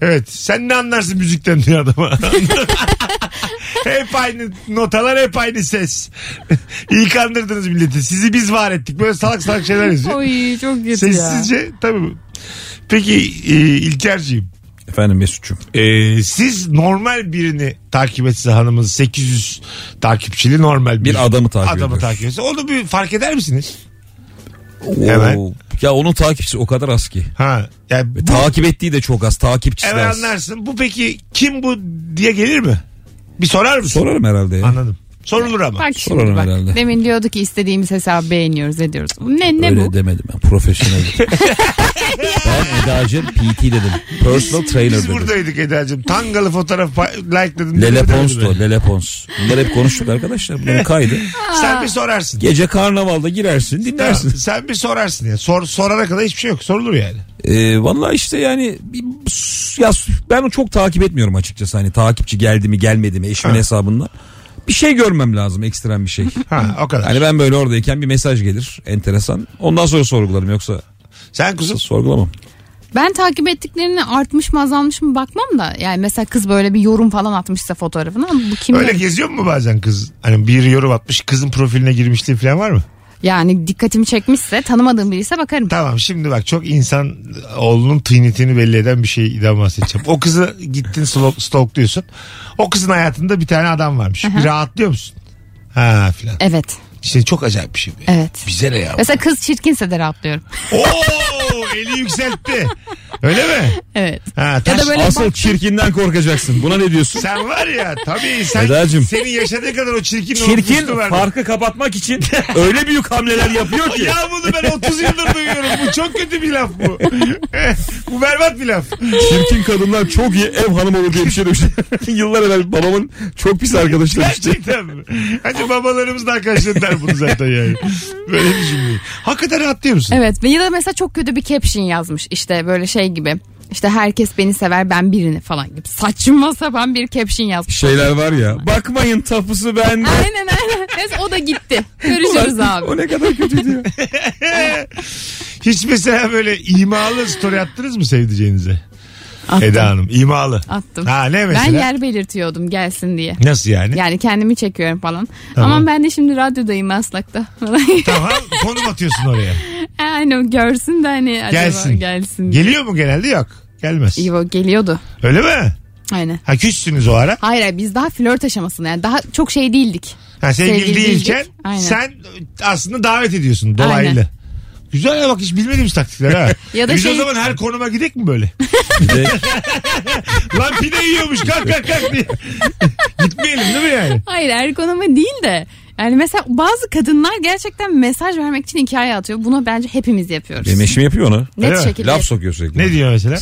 Speaker 1: Evet. Sen ne anlarsın müzikten diyor adama. *laughs* hep aynı notalar hep aynı ses. *laughs* İyi kandırdınız milleti. Sizi biz var ettik. Böyle salak salak şeyler yazıyor.
Speaker 3: Oy çok kötü ya.
Speaker 1: Sessizce tabii. bu. Peki e, İlker'ciğim.
Speaker 2: Efendim Mesut'cum.
Speaker 1: Ee, siz normal birini takip etse hanımınız 800 takipçili normal
Speaker 2: Bir adamı takip
Speaker 1: adamı
Speaker 2: ediyor.
Speaker 1: takip etse onu bir fark eder misiniz?
Speaker 2: Oo,
Speaker 1: Hemen.
Speaker 2: Ya onun takipçisi o kadar az ki.
Speaker 1: Ha yani
Speaker 2: Ve
Speaker 1: bu,
Speaker 2: takip ettiği de çok az. Takipçisi de
Speaker 1: hemen
Speaker 2: az.
Speaker 1: anlarsın. Bu peki kim bu diye gelir mi? Bir sorar mısın?
Speaker 2: Sorarım herhalde ya.
Speaker 1: Anladım. Sorulur ama.
Speaker 3: Bak
Speaker 2: Sorarım
Speaker 3: şimdi bak.
Speaker 2: herhalde.
Speaker 3: Demin diyordu ki istediğimiz hesabı beğeniyoruz ediyoruz. Ne ne
Speaker 2: Öyle
Speaker 3: bu?
Speaker 2: demedim ben.
Speaker 1: *laughs*
Speaker 2: Profesyonel. ben Eda'cığım PT dedim. Personal trainer
Speaker 1: Biz *laughs*
Speaker 2: dedim.
Speaker 1: buradaydık Eda'cığım. Tangalı fotoğraf pa- like'ladın.
Speaker 2: Lele
Speaker 1: demedi mi?
Speaker 2: Pons da o, Lele Pons. Bunlar hep konuştuk arkadaşlar. Bunların kaydı.
Speaker 1: Sen bir sorarsın.
Speaker 2: Gece karnavalda girersin dinlersin.
Speaker 1: Tamam, Sen bir sorarsın ya. Sor, sorana kadar hiçbir şey yok. Sorulur yani.
Speaker 2: Ee, Valla işte yani bir- ya ben çok takip etmiyorum açıkçası hani takipçi geldi mi gelmedi mi eşimin
Speaker 1: Ha.
Speaker 2: hesabında. Bir şey görmem lazım ekstrem bir şey.
Speaker 1: Ha o kadar.
Speaker 2: Hani ben böyle oradayken bir mesaj gelir enteresan. Ondan sonra sorgularım yoksa
Speaker 1: Sen kuzum.
Speaker 2: sorgulamam.
Speaker 3: Ben takip ettiklerine artmış mı azalmış mı bakmam da. Yani mesela kız böyle bir yorum falan atmışsa fotoğrafına bu kim?
Speaker 1: Öyle
Speaker 3: yani?
Speaker 1: geziyor mu bazen kız? Hani bir yorum atmış kızın profiline girmişliği falan var mı?
Speaker 3: Yani dikkatimi çekmişse tanımadığım biriyse bakarım.
Speaker 1: Tamam şimdi bak çok insan oğlunun tıynetini belli eden bir şeyden bahsedeceğim. O kızı gittin slo- stalkluyorsun. O kızın hayatında bir tane adam varmış. Bir rahatlıyor musun? Ha filan.
Speaker 3: Evet.
Speaker 1: İşte çok acayip bir şey bu. ya.
Speaker 3: Evet.
Speaker 1: Bize ne ya?
Speaker 3: Mesela kız çirkinse de rahatlıyorum.
Speaker 1: Oo eli yükseltti. Öyle mi?
Speaker 3: Evet.
Speaker 1: Ha,
Speaker 3: Ya
Speaker 1: taş-
Speaker 3: da böyle
Speaker 2: Asıl çirkinden korkacaksın. Buna ne diyorsun?
Speaker 1: Sen var ya tabii sen
Speaker 2: Edacığım.
Speaker 1: senin yaşadığın kadar o çirkin
Speaker 2: Çirkin
Speaker 1: nüfusu var.
Speaker 2: farkı kapatmak için öyle büyük hamleler yapıyor ki.
Speaker 1: Ya bunu ben 30 yıldır duyuyorum. Bu çok kötü bir laf
Speaker 2: *laughs*
Speaker 1: bu. bu berbat bir laf.
Speaker 2: Çirkin kadınlar çok iyi ev hanımı olur diye
Speaker 1: *laughs*
Speaker 2: bir şey demiş. Yıllar evvel babamın çok pis arkadaşı demişti.
Speaker 1: Gerçekten mi? Hani babalarımız da arkadaşlar der bunu zaten yani. Böyle bir cümleyi. Hakikaten rahatlıyor musun?
Speaker 3: Evet. Ve Ya da mesela çok kötü bir caption yazmış. İşte böyle şey gibi. İşte herkes beni sever ben birini falan gibi. Saçma sapan bir caption yazmış.
Speaker 2: Şeyler var ya. Bakmayın tapusu bende.
Speaker 3: Aynen aynen. Neyse o
Speaker 2: *laughs*
Speaker 3: da gitti. Görüşürüz
Speaker 2: Ulan,
Speaker 3: abi.
Speaker 2: O ne kadar kötü diyor.
Speaker 1: Hiç mesela böyle imalı story attınız mı sevdiceğinize? Eda Hanım imalı.
Speaker 3: Attım.
Speaker 1: Ha ne
Speaker 3: Ben
Speaker 1: mesela?
Speaker 3: yer belirtiyordum gelsin diye.
Speaker 1: Nasıl yani?
Speaker 3: Yani kendimi çekiyorum falan.
Speaker 1: Tamam.
Speaker 3: Aman ben de şimdi radyodayım *laughs* Maslak'ta.
Speaker 1: Tamam konum atıyorsun oraya.
Speaker 3: Aynen görsün de hani acaba
Speaker 1: Gelsin.
Speaker 3: gelsin. gelsin. diye.
Speaker 1: Geliyor mu genelde yok. Gelmez.
Speaker 3: İvo geliyordu.
Speaker 1: Öyle mi?
Speaker 3: Aynen.
Speaker 1: Ha küssünüz o ara.
Speaker 3: Hayır hayır, biz daha flört aşamasında yani daha çok şey değildik.
Speaker 1: Ha, sevgili,
Speaker 3: Sevgili
Speaker 1: değilken
Speaker 3: değildik. Aynen.
Speaker 1: sen aslında davet ediyorsun dolaylı.
Speaker 3: Aynen.
Speaker 1: Güzel ya bak hiç bilmediğimiz taktikler ha.
Speaker 3: *laughs*
Speaker 1: E
Speaker 3: Ya da
Speaker 1: Biz o
Speaker 3: şey-
Speaker 1: zaman her konuma gidek mi böyle?
Speaker 2: de-
Speaker 1: *laughs* Lan pide yiyormuş kalk kalk kalk diye. *laughs* Gitmeyelim değil mi yani?
Speaker 3: Hayır er konuma değil de yani mesela bazı kadınlar gerçekten mesaj vermek için hikaye atıyor. Bunu bence hepimiz yapıyoruz.
Speaker 2: Benim eşim yapıyor onu.
Speaker 3: Net
Speaker 1: Öyle mi?
Speaker 3: şekilde.
Speaker 2: Laf sokuyor sürekli.
Speaker 1: Ne diyor mesela?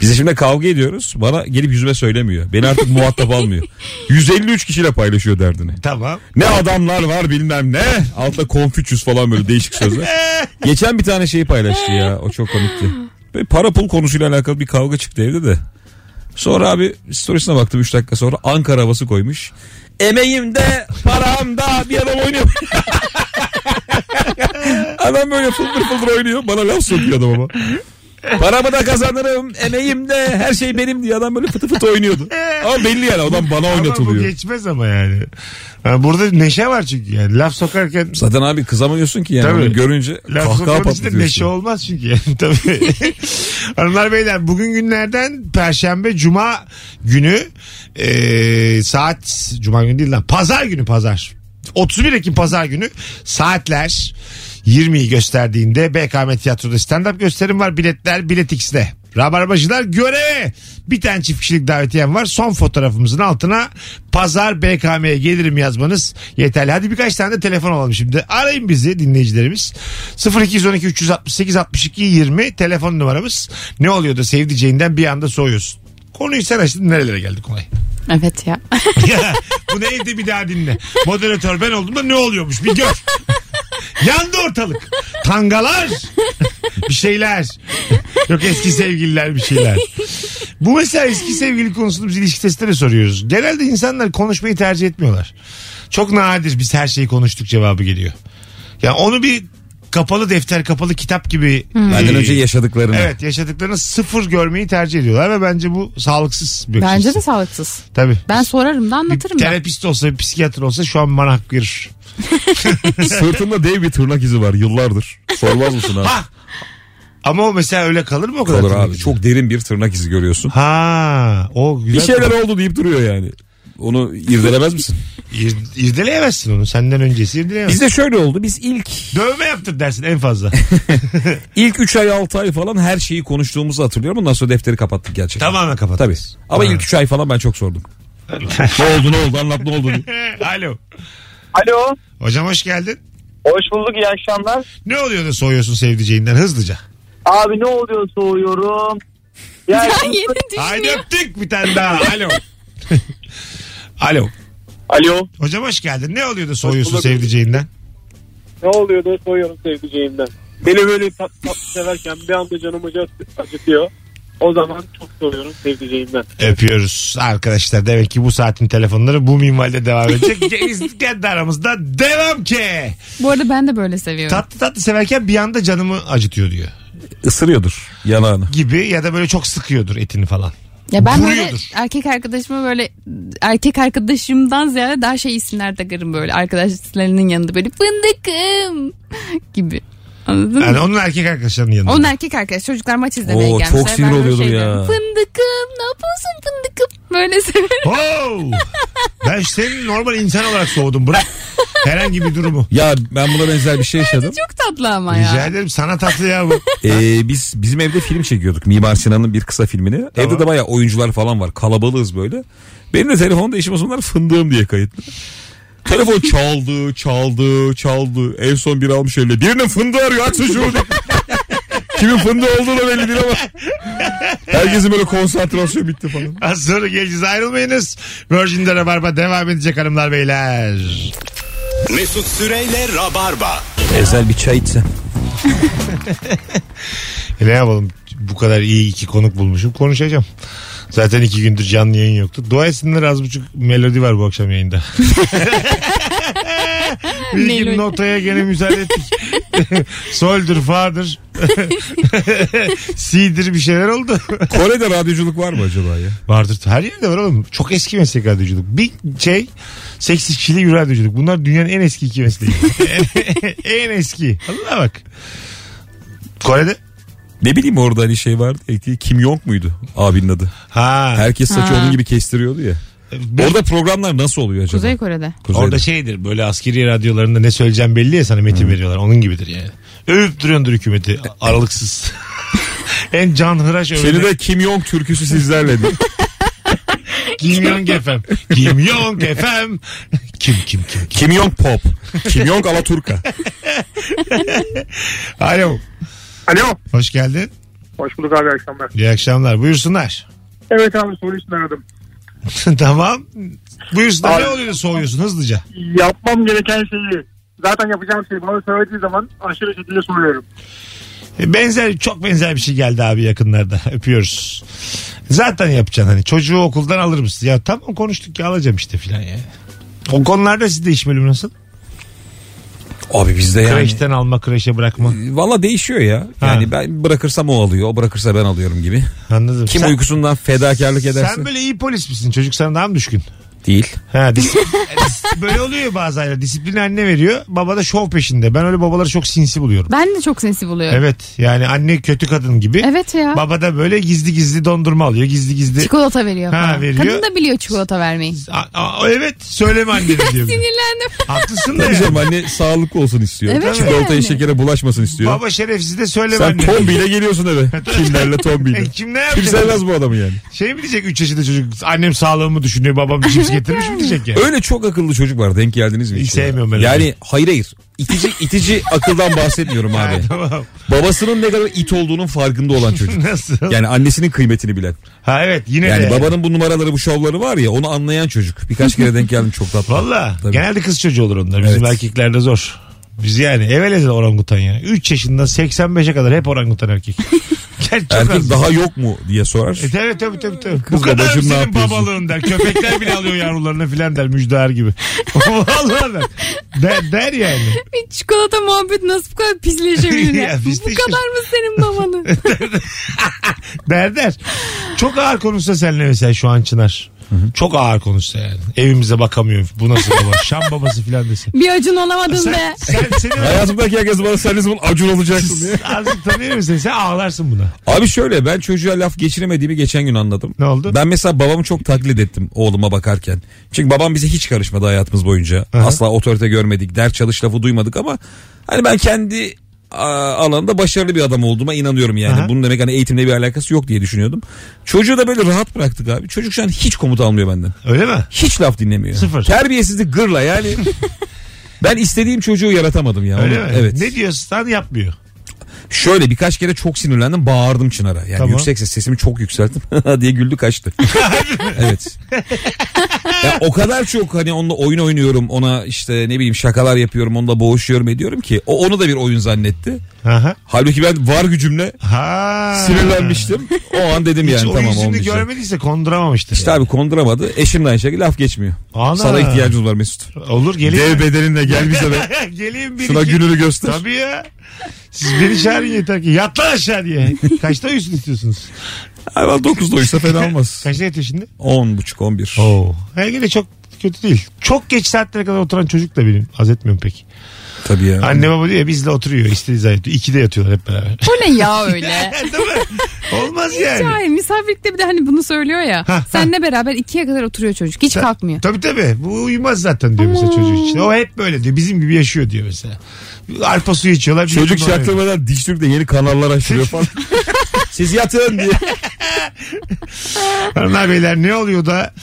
Speaker 2: Bize şimdi kavga ediyoruz. Bana gelip yüzüme söylemiyor. Beni artık
Speaker 1: *laughs*
Speaker 2: muhatap almıyor. 153 kişiyle paylaşıyor derdini.
Speaker 1: tamam.
Speaker 2: Ne adamlar var bilmem ne. Altta konfüçyüs falan böyle
Speaker 1: *laughs*
Speaker 2: değişik sözler. Geçen bir tane şeyi paylaştı ya. O çok komikti. Böyle para pul konusuyla alakalı bir kavga çıktı evde de. Sonra abi storiesine baktım 3 dakika sonra Ankara havası koymuş. Emeğimde paramda bir adam oynuyor. *laughs* adam böyle fıldır fıldır oynuyor. Bana laf sokuyor adam ama. Paramı da kazanırım, emeğim de her şey benim diye adam böyle fıtı fıtı oynuyordu. Ama belli yani adam bana
Speaker 1: Ama bu
Speaker 2: oynatılıyor.
Speaker 1: geçmez ama yani. Ha, burada neşe var çünkü yani. Laf sokarken
Speaker 2: Zaten abi kızamıyorsun ki yani
Speaker 1: Tabii.
Speaker 2: onu görünce
Speaker 1: Laf
Speaker 2: kahkaha
Speaker 1: sokanın içinde neşe
Speaker 2: patlatıyorsun.
Speaker 1: olmaz çünkü *laughs* yani tabii. Hanımlar beyler bugün günlerden Perşembe Cuma günü e, saat Cuma günü değil lan Pazar günü Pazar. 31 Ekim Pazar günü saatler 20'yi gösterdiğinde BKM Tiyatro'da stand-up gösterim var. Biletler Bilet X'de. Rabarbacılar göreve. Bir tane çift kişilik davetiyem var. Son fotoğrafımızın altına pazar BKM'ye gelirim yazmanız yeterli. Hadi birkaç tane de telefon alalım şimdi. Arayın bizi dinleyicilerimiz. 0212 368 62 20 telefon numaramız. Ne oluyor da sevdiceğinden bir anda soğuyorsun. Konuyu sen açtın nerelere geldik kolay.
Speaker 3: Evet ya.
Speaker 1: *laughs* Bunu evde bir daha dinle. Moderatör ben oldum da ne oluyormuş bir gör. Yandı ortalık. Tangalar. bir şeyler. Yok eski sevgililer bir şeyler. Bu mesela eski sevgili konusunu biz ilişki testine de soruyoruz. Genelde insanlar konuşmayı tercih etmiyorlar. Çok nadir biz her şeyi konuştuk cevabı geliyor. Yani onu bir kapalı defter kapalı kitap gibi
Speaker 2: Hmm. Benden
Speaker 1: e,
Speaker 2: önce yaşadıklarını. *laughs*
Speaker 1: Evet yaşadıklarını sıfır görmeyi tercih ediyorlar ve bence bu sağlıksız bir bakış
Speaker 3: *laughs* Bence de
Speaker 1: açısı.
Speaker 3: sağlıksız.
Speaker 1: Tabii.
Speaker 3: Ben sorarım
Speaker 1: Bir
Speaker 3: da anlatırım ben.
Speaker 1: terapist olsa bir psikiyatr olsa şu an bana hak verir.
Speaker 2: Sırtında dev bir tırnak izi var yıllardır. Sormaz mısın abi?
Speaker 1: Ha! Ama o mesela öyle kalır mı o kadar?
Speaker 2: Kalır
Speaker 1: tırnak
Speaker 2: abi.
Speaker 1: izi?
Speaker 2: Çok derin bir tırnak izi görüyorsun.
Speaker 1: Ha, o güzel.
Speaker 2: Bir şeyler oldu deyip duruyor yani. Onu irdelemez *laughs* misin?
Speaker 1: İr- irdeleyemezsin onu. Senden öncesi irdeleyemezsin.
Speaker 2: Bizde şöyle oldu. Biz ilk
Speaker 1: Dövme yaptır dersin en
Speaker 2: *laughs*
Speaker 1: fazla.
Speaker 2: ilk 3 ay 6 ay falan her şeyi konuştuğumuzu hatırlıyorum. Ondan sonra defteri kapattık gerçekten.
Speaker 1: Tamamen kapat.
Speaker 2: Tabii. Ama
Speaker 1: Ha.
Speaker 2: ilk 3 ay falan ben çok *laughs* sordum. ne oldu ne oldu anlat ne oldu diye.
Speaker 1: Alo.
Speaker 4: Alo.
Speaker 1: Hocam hoş geldin.
Speaker 4: Hoş bulduk iyi akşamlar.
Speaker 1: Ne oluyor da soğuyorsun sevdiceğinden hızlıca?
Speaker 4: Abi ne oluyor soğuyorum.
Speaker 6: *laughs*
Speaker 3: *laughs*
Speaker 4: Ya
Speaker 3: Yeni
Speaker 1: Haydi
Speaker 3: düşünüyorum.
Speaker 1: öptük bir tane daha. Alo. Alo.
Speaker 4: Alo.
Speaker 1: Hocam hoş geldin. Ne oluyor da soğuyorsun sevdiceğinden?
Speaker 4: Ne oluyor da soğuyorum sevdiceğimden. Beni böyle tatlı tatlı severken bir anda canım acı- acıtıyor. O zaman çok soğuyorum sevdiceğimden.
Speaker 1: Öpüyoruz arkadaşlar. Demek ki bu saatin telefonları bu minvalde devam
Speaker 2: *laughs*
Speaker 1: edecek. Genizlik kendi aramızda devam ki.
Speaker 3: Bu arada ben de böyle seviyorum.
Speaker 1: Tatlı tatlı severken bir anda canımı acıtıyor diyor.
Speaker 2: Isırıyordur yanağını.
Speaker 1: Gibi ya da böyle çok sıkıyordur etini falan.
Speaker 3: ya ben böyle
Speaker 1: vuruyordur.
Speaker 3: erkek arkadaşıma böyle erkek arkadaşımdan ziyade daha şey isimler takarım böyle arkadaşlarının yanında böyle fındıkım gibi. Anladın mı?
Speaker 1: Yani onun erkek arkadaşlarının yanında. *laughs*
Speaker 3: Onun erkek arkadaş çocuklar maç izlemeye
Speaker 2: Oo,
Speaker 3: gelmişler.
Speaker 2: çok sinir
Speaker 3: Ben böyle
Speaker 2: oluyordum ya.
Speaker 3: diyorum, Fındıkım ne yapıyorsun fındıkım? Böyle *laughs* severim.
Speaker 1: Oo! Ben senin normal insan olarak soğudum. Bırak herhangi bir durumu.
Speaker 2: Ya ben buna benzer bir şey yaşadım.
Speaker 3: Çok tatlı ama ya.
Speaker 1: Rica ederim sana tatlı ya bu.
Speaker 2: Ee, biz bizim evde film çekiyorduk. Mimar Sinan'ın bir kısa filmini. Evde de bayağı oyuncular falan var. Kalabalığız böyle. Benim de telefonda işim o zamanlar fındığım diye kayıtlı. Telefon çaldı, çaldı, çaldı. En son biri almış öyle. Birinin fındığı arıyor. Aksın şunu. diye. Kimin fındığı olduğu da belli değil ama. Herkesin böyle konsantrasyon bitti falan.
Speaker 1: Az sonra geleceğiz ayrılmayınız. Virgin'de Rabarba devam edecek hanımlar beyler.
Speaker 8: Mesut Süreyle Rabarba.
Speaker 2: Ezel bir çay içsem.
Speaker 1: E ne yapalım bu kadar iyi iki konuk bulmuşum konuşacağım. Zaten iki gündür canlı yayın yoktu. Dua etsinler az buçuk melodi var bu akşam yayında. Bir iki
Speaker 3: Melodi.
Speaker 1: notaya gene müsaade ettik. Soldur, fa'dır. C'dir bir şeyler oldu.
Speaker 2: Kore'de radyoculuk var mı acaba ya?
Speaker 1: Vardır. Her yerde var oğlum. Çok eski meslek radyoculuk. Bir şey 8 kişilik bir radyoculuk. Bunlar dünyanın en eski iki mesleği. en eski. Allah bak. Kore'de?
Speaker 2: Ne bileyim orada hani şey vardı. ya, Kim Yong muydu abinin adı?
Speaker 1: Ha.
Speaker 2: Herkes saçı
Speaker 3: Ha.
Speaker 2: onun gibi kestiriyordu ya.
Speaker 1: Böyle-
Speaker 2: Orada programlar nasıl oluyor acaba?
Speaker 3: Kuzey Kore'de.
Speaker 2: Kuzey'de.
Speaker 1: Orada şeydir böyle askeri radyolarında ne söyleyeceğim belli ya sana metin veriyorlar. Onun gibidir yani. Övüp duruyordur hükümeti
Speaker 2: *laughs*
Speaker 1: aralıksız. en can hıraş
Speaker 2: Seni
Speaker 1: övülen
Speaker 2: de Kim Jong türküsü sizlerle diye.
Speaker 1: Kim Yong FM. Kim Yong FM. Kim kim kim. kim.
Speaker 2: Kim Jong Pop. Kim Jong Alaturka.
Speaker 1: *laughs* Alo.
Speaker 6: Alo.
Speaker 1: Hoş geldin.
Speaker 6: Hoş bulduk abi akşamlar.
Speaker 1: İyi akşamlar. Buyursunlar. *laughs*
Speaker 6: Evet abi soru için aradım.
Speaker 1: tamam. Buyursunlar. Ne
Speaker 6: Abi-
Speaker 1: oluyor da soğuyorsun hızlıca.
Speaker 6: Yapmam gereken şeyi zaten yapacağım şeyi bana söylediği zaman aşırı şekilde soruyorum.
Speaker 1: E, Benzer çok benzer bir şey geldi abi yakınlarda. *laughs* Öpüyoruz. Zaten yapacaksın hani çocuğu okuldan alır mısın? Ya tamam konuştuk ya alacağım işte filan ya. O konularda siz değiş bölümü nasıl?
Speaker 2: *laughs* Abi bizde yani.
Speaker 1: Kreşten alma, kreşe bırakma.
Speaker 2: Valla değişiyor ya. Yani
Speaker 1: Ha.
Speaker 2: ben bırakırsam o alıyor. O bırakırsa ben alıyorum gibi.
Speaker 1: Anladım.
Speaker 2: Kim
Speaker 1: sen,
Speaker 2: uykusundan fedakarlık ederse.
Speaker 1: sen böyle iyi polis misin? Çocuk sana daha mı düşkün?
Speaker 2: Değil.
Speaker 1: Ha,
Speaker 2: *laughs*
Speaker 1: disiplin, böyle oluyor bazı aileler. Disiplini anne veriyor. Baba da şov peşinde. Ben öyle babaları çok sinsi buluyorum.
Speaker 3: Ben de çok sensi buluyorum. Evet,
Speaker 1: Evet yani anne kötü kadın gibi.
Speaker 3: ya.
Speaker 1: Baba da böyle gizli gizli dondurma alıyor. Gizli gizli.
Speaker 3: Çikolata veriyor
Speaker 1: Ha,
Speaker 3: falan.
Speaker 1: veriyor.
Speaker 3: Kadın da biliyor çikolata vermeyi.
Speaker 1: A- a- evet söyleme annene
Speaker 3: *laughs*
Speaker 1: diyor. bir de.
Speaker 3: Sinirlendim.
Speaker 1: Haklısın da
Speaker 2: Tabii
Speaker 1: yani.
Speaker 2: canım anne sağlıklı olsun istiyor.
Speaker 3: Evet
Speaker 2: Çikolataya
Speaker 3: yani.
Speaker 2: şekere bulaşmasın istiyor.
Speaker 1: Baba şerefsiz de söyleme
Speaker 2: Sen
Speaker 1: annene.
Speaker 2: tombiyle geliyorsun eve. Kimlerle
Speaker 1: *laughs*
Speaker 2: tombiyle.
Speaker 1: E, kim ne
Speaker 2: Kim
Speaker 1: yapacak?
Speaker 2: sevmez bu adamı yani.
Speaker 1: Şey mi diyecek 3 yaşında çocuk annem sağlığımı düşünüyor babam cips getirmiş mi diyecek ya?
Speaker 2: Öyle çok akıllı çocuk var. Denk geldiniz mi?
Speaker 1: Hiç
Speaker 2: hiç ya?
Speaker 1: sevmiyorum ben
Speaker 2: Yani hayır hayır. İtici, itici
Speaker 1: *laughs*
Speaker 2: akıldan bahsetmiyorum
Speaker 1: Ha,
Speaker 2: abi.
Speaker 1: tamam.
Speaker 2: Babasının ne kadar it olduğunun farkında
Speaker 1: *laughs*
Speaker 2: olan çocuk.
Speaker 1: Nasıl?
Speaker 2: Yani annesinin kıymetini bilen.
Speaker 1: ha evet yine
Speaker 2: Yani
Speaker 1: *laughs* de.
Speaker 2: babanın bu numaraları bu şovları var ya onu anlayan çocuk. Birkaç kere denk geldim çok tatlı.
Speaker 1: Valla
Speaker 2: Tabii.
Speaker 1: genelde kız çocuğu olur onlar. Bizim
Speaker 2: Evet.
Speaker 1: erkeklerde zor. Biz yani evvel de orangutan ya. 3 yaşından 85'e kadar hep orangutan
Speaker 2: *laughs*
Speaker 1: erkek. Gerçekten
Speaker 2: Erkek daha yok mu diye sorar.
Speaker 1: E tabii tabii tabii. tabii. Bu
Speaker 2: Kız
Speaker 1: kadar
Speaker 2: babacığım ne
Speaker 1: senin
Speaker 2: yapıyorsun?
Speaker 1: babalığın der. Köpekler bile alıyor yavrularını filan der müjdeer gibi. *laughs* Vallahi der. der. der yani.
Speaker 3: Bir çikolata muhabbeti nasıl bu kadar pisleşebilir?
Speaker 1: Ya
Speaker 3: ya? bu
Speaker 1: pisleşir.
Speaker 3: kadar mı senin babanın?
Speaker 1: Der der. Çok ağır konuşsa seninle mesela şu an Çınar. Çok ağır konuşsa yani. Evimize bakamıyor. Bu nasıl baba? Şam babası filan dese.
Speaker 3: bir acın olamadın
Speaker 1: Sen,
Speaker 3: be.
Speaker 1: sen
Speaker 2: *laughs*
Speaker 1: seni
Speaker 2: Hayatımdaki herkes bana sen ne zaman acun olacaksın diye.
Speaker 1: *laughs* Azıcık tanıyor musun? Sen ağlarsın buna.
Speaker 2: Abi şöyle ben çocuğa laf geçiremediğimi geçen gün anladım.
Speaker 1: Ne oldu?
Speaker 2: Ben mesela babamı çok taklit ettim oğluma bakarken. Çünkü babam bize hiç karışmadı hayatımız boyunca.
Speaker 1: Aha.
Speaker 2: Asla otorite görmedik, ders çalış lafı duymadık ama hani ben kendi a, alanında başarılı bir adam olduğuma inanıyorum yani.
Speaker 1: Aha.
Speaker 2: Bunun demek hani eğitimle bir alakası yok diye düşünüyordum. Çocuğu da böyle rahat bıraktık abi. Çocuk şu an hiç komut almıyor benden.
Speaker 1: Öyle mi?
Speaker 2: Hiç laf dinlemiyor.
Speaker 1: Sıfır.
Speaker 2: Terbiyesizlik gırla
Speaker 1: *laughs*
Speaker 2: yani. ben istediğim çocuğu yaratamadım ya.
Speaker 1: Öyle
Speaker 2: Onu-
Speaker 1: mi?
Speaker 2: Evet.
Speaker 1: Ne diyorsan yapmıyor.
Speaker 2: Şöyle birkaç kere çok sinirlendim bağırdım Çınar'a. Yani
Speaker 1: Tamam.
Speaker 2: yüksek ses sesimi çok yükselttim *laughs* diye
Speaker 1: *laughs*
Speaker 2: güldü kaçtı. evet. ya o kadar çok hani onunla oyun oynuyorum ona işte ne bileyim şakalar yapıyorum onunla boğuşuyorum ediyorum ki o onu da bir oyun zannetti.
Speaker 1: Aha.
Speaker 2: Halbuki ben var gücümle
Speaker 1: Ha.
Speaker 2: sinirlenmiştim. O an dedim
Speaker 1: Hiç
Speaker 2: yani
Speaker 1: o
Speaker 2: tamam
Speaker 1: yüzünü
Speaker 2: olmayacak.
Speaker 1: görmediyse konduramamıştır.
Speaker 2: İşte abi konduramadı. Eşim de aynı şekilde laf geçmiyor.
Speaker 1: Ana.
Speaker 2: Sana ihtiyacımız var Mesut.
Speaker 1: Olur geleyim.
Speaker 2: Dev bedeninle gel bize be.
Speaker 1: *laughs* Geleyim bir
Speaker 2: Şuna
Speaker 1: iki-
Speaker 2: gününü göster.
Speaker 1: Tabii ya. Siz beni çağırın yeter ki. Yat lan aşağı
Speaker 2: *laughs*
Speaker 1: diye. Kaçta uyusun istiyorsunuz?
Speaker 2: Ay ben 9'da uyusa *laughs* fena olmaz.
Speaker 1: Kaçta yatıyor şimdi?
Speaker 2: 10 buçuk 11.
Speaker 1: Oo. Her gün de çok kötü değil. Çok geç saatlere kadar oturan çocuk da benim. Az etmiyorum pek.
Speaker 2: Tabii ya.
Speaker 1: Anne baba diyor ya, bizle oturuyor. İstediği zaman yatıyor. İkide yatıyorlar hep beraber.
Speaker 3: Bu ne ya *laughs* öyle?
Speaker 1: *laughs* Değil mi? Olmaz
Speaker 3: Hiç
Speaker 1: yani.
Speaker 3: hayır misafirlikte bir de hani bunu söylüyor ya. Seninle beraber ikiye kadar oturuyor çocuk. Hiç kalkmıyor.
Speaker 1: Tabii tabii. Bu uyumaz zaten diyor mesela çocuk için. O hep böyle diyor. Bizim gibi yaşıyor diyor mesela. Arpa suyu içiyorlar. bir
Speaker 2: Çocuk
Speaker 1: yudum alıyor.
Speaker 2: çaktırmadan diş de yeni kanallar açılıyor
Speaker 1: *laughs*
Speaker 2: falan. Siz yatın diye.
Speaker 1: Hanımlar beyler ne oluyor da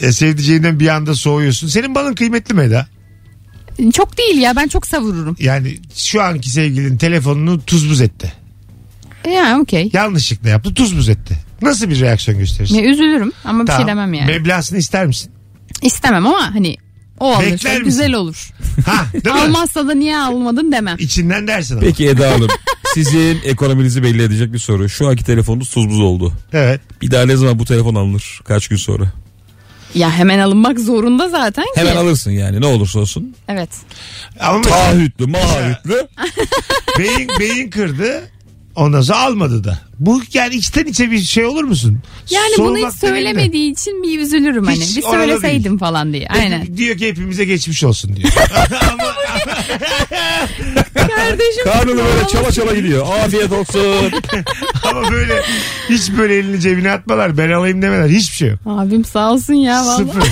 Speaker 1: e, sevdiceğinden bir anda soğuyorsun. Senin balın kıymetli mi Eda?
Speaker 3: Çok değil ya ben çok savururum.
Speaker 1: Yani şu anki sevgilin telefonunu tuz buz etti.
Speaker 3: E, Ya okey.
Speaker 1: Yanlışlıkla yaptı tuz buz etti. Nasıl bir reaksiyon gösterirsin?
Speaker 3: Ya üzülürüm ama bir
Speaker 1: Tamam.
Speaker 3: şey demem yani.
Speaker 1: Meblasını ister misin?
Speaker 3: İstemem ama hani o alır.
Speaker 1: Bekler misin?
Speaker 3: Güzel olur.
Speaker 1: Ha değil mi?
Speaker 3: Almazsa da niye almadın demem.
Speaker 1: İçinden dersin ama.
Speaker 2: Peki Eda Hanım sizin ekonominizi belli edecek bir soru. Şu anki telefonunuz tuz buz oldu.
Speaker 1: Evet.
Speaker 2: Bir daha ne zaman bu telefon alınır? Kaç gün sonra?
Speaker 3: Ya hemen alınmak zorunda zaten ki.
Speaker 2: Hemen alırsın yani ne olursa olsun.
Speaker 3: Evet.
Speaker 1: Ama
Speaker 2: Taahhütlü maahhütlü.
Speaker 1: beyin, beyin kırdı. Ondan sonra almadı da. Bu yani içten içe bir şey olur musun?
Speaker 3: Yani bunu
Speaker 1: Soğumak
Speaker 3: hiç
Speaker 1: demeyeyim de.
Speaker 3: söylemediği için bir üzülürüm hani.
Speaker 1: Hiç
Speaker 3: Bir
Speaker 1: oralı değil.
Speaker 3: söyleseydim falan diye. Aynen.
Speaker 1: Diyor ki hepimize geçmiş olsun diyor. Ama
Speaker 3: *laughs* kardeşim.
Speaker 10: Karnını böyle çala çala gidiyor. Afiyet olsun.
Speaker 1: *laughs* Ama böyle hiç böyle elini cebine atmalar. Ben alayım demeler. Hiçbir şey yok.
Speaker 3: Abim sağ olsun ya vallahi.
Speaker 1: Sıfır.
Speaker 3: *laughs*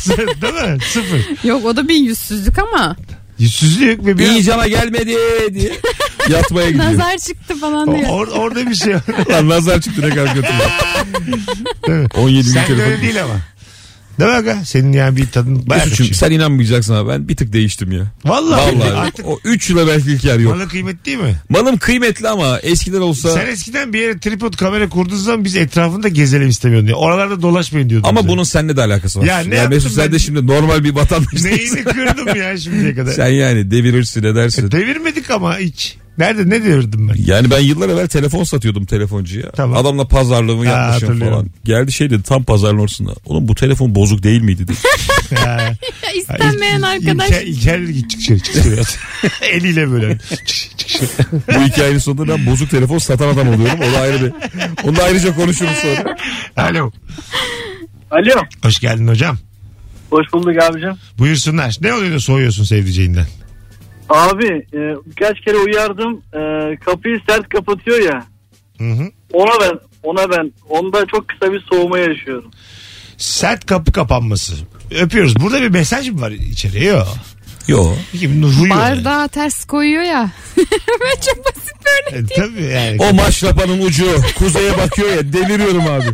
Speaker 1: Sıfır. Değil mi? Sıfır.
Speaker 3: Yok o da bir yüzsüzlük ama
Speaker 1: Yüzsüzlük ve bir
Speaker 2: İyi cana gelmedi
Speaker 1: *laughs*
Speaker 2: diye.
Speaker 10: Yatmaya gidiyor.
Speaker 3: nazar çıktı falan diye.
Speaker 1: Or- orada bir
Speaker 2: *laughs*
Speaker 1: şey var.
Speaker 2: Lan nazar çıktı ne kadar kötü.
Speaker 1: *laughs* Değil mi?
Speaker 10: 17 bin
Speaker 1: Sen de
Speaker 10: telefon.
Speaker 1: öyle değil ama. Değil mi aga? Senin yani bir tadın bayağı
Speaker 2: Mesut'cum
Speaker 1: kaçıyor.
Speaker 2: sen inanmayacaksın ama ben bir tık değiştim ya.
Speaker 1: Vallahi,
Speaker 2: Vallahi
Speaker 1: artık
Speaker 2: o 3 yıla belki İlker yok.
Speaker 1: bana kıymet değil mi?
Speaker 2: Malım kıymetli ama eskiden olsa
Speaker 1: Sen eskiden bir yere tripod kamera kurduğun zaman biz etrafında gezelim istemiyordun. diye. Oralarda dolaşmayın diyordun.
Speaker 2: ama
Speaker 1: bize.
Speaker 2: bunun seninle de alakası var.
Speaker 1: Ya
Speaker 2: Ya,
Speaker 1: ne yaptım
Speaker 2: Mesut
Speaker 1: ben?
Speaker 2: sen de şimdi normal bir vatandaş değilsin.
Speaker 1: *laughs* Neyini kırdım ya şimdiye kadar.
Speaker 2: Sen yani devirirsin edersin.
Speaker 1: Devirmedik ama hiç. Nerede ne devirdim ben?
Speaker 2: Yani ben yıllar evvel telefon satıyordum telefoncuya.
Speaker 1: Tamam.
Speaker 2: Adamla pazarlığımı
Speaker 1: Ha,
Speaker 2: yapmışım
Speaker 1: hatırlıyorum.
Speaker 2: falan. Geldi şey dedi tam pazarlığın ortasında. Oğlum bu telefon bozuk değil
Speaker 1: *laughs*
Speaker 2: miydi? dedi.
Speaker 1: Ya.
Speaker 3: Ya istenmeyen arkadaş.
Speaker 1: İlker,
Speaker 2: şey
Speaker 1: İlker dedi ki çık dışarı çık dışarı. *laughs* Eliyle böyle. Çık, çık dışarı.
Speaker 2: bu hikayenin sonunda ben bozuk telefon satan adam oluyorum. O da ayrı bir... Onu da ayrıca konuşuruz sonra.
Speaker 1: Alo.
Speaker 4: Alo.
Speaker 1: Hoş geldin hocam.
Speaker 4: Hoş bulduk abicim.
Speaker 1: Buyursunlar. Ne oluyor da soğuyorsun sevdiceğinden?
Speaker 4: Abi e, birkaç kere uyardım. E, kapıyı sert kapatıyor ya.
Speaker 1: Hı hı.
Speaker 4: Ona ben ona ben onda çok kısa bir soğuma yaşıyorum.
Speaker 1: Sert kapı kapanması. Öpüyoruz. Burada bir mesaj mı var içeriye? Yok.
Speaker 2: Yo.
Speaker 1: Kim huyu?
Speaker 3: Bardağı ters koyuyor ya. *laughs* Böyle çok basit böyle.
Speaker 1: E, tabii yani.
Speaker 2: O maşrapanın ucu kuzeye bakıyor ya deliriyorum abi.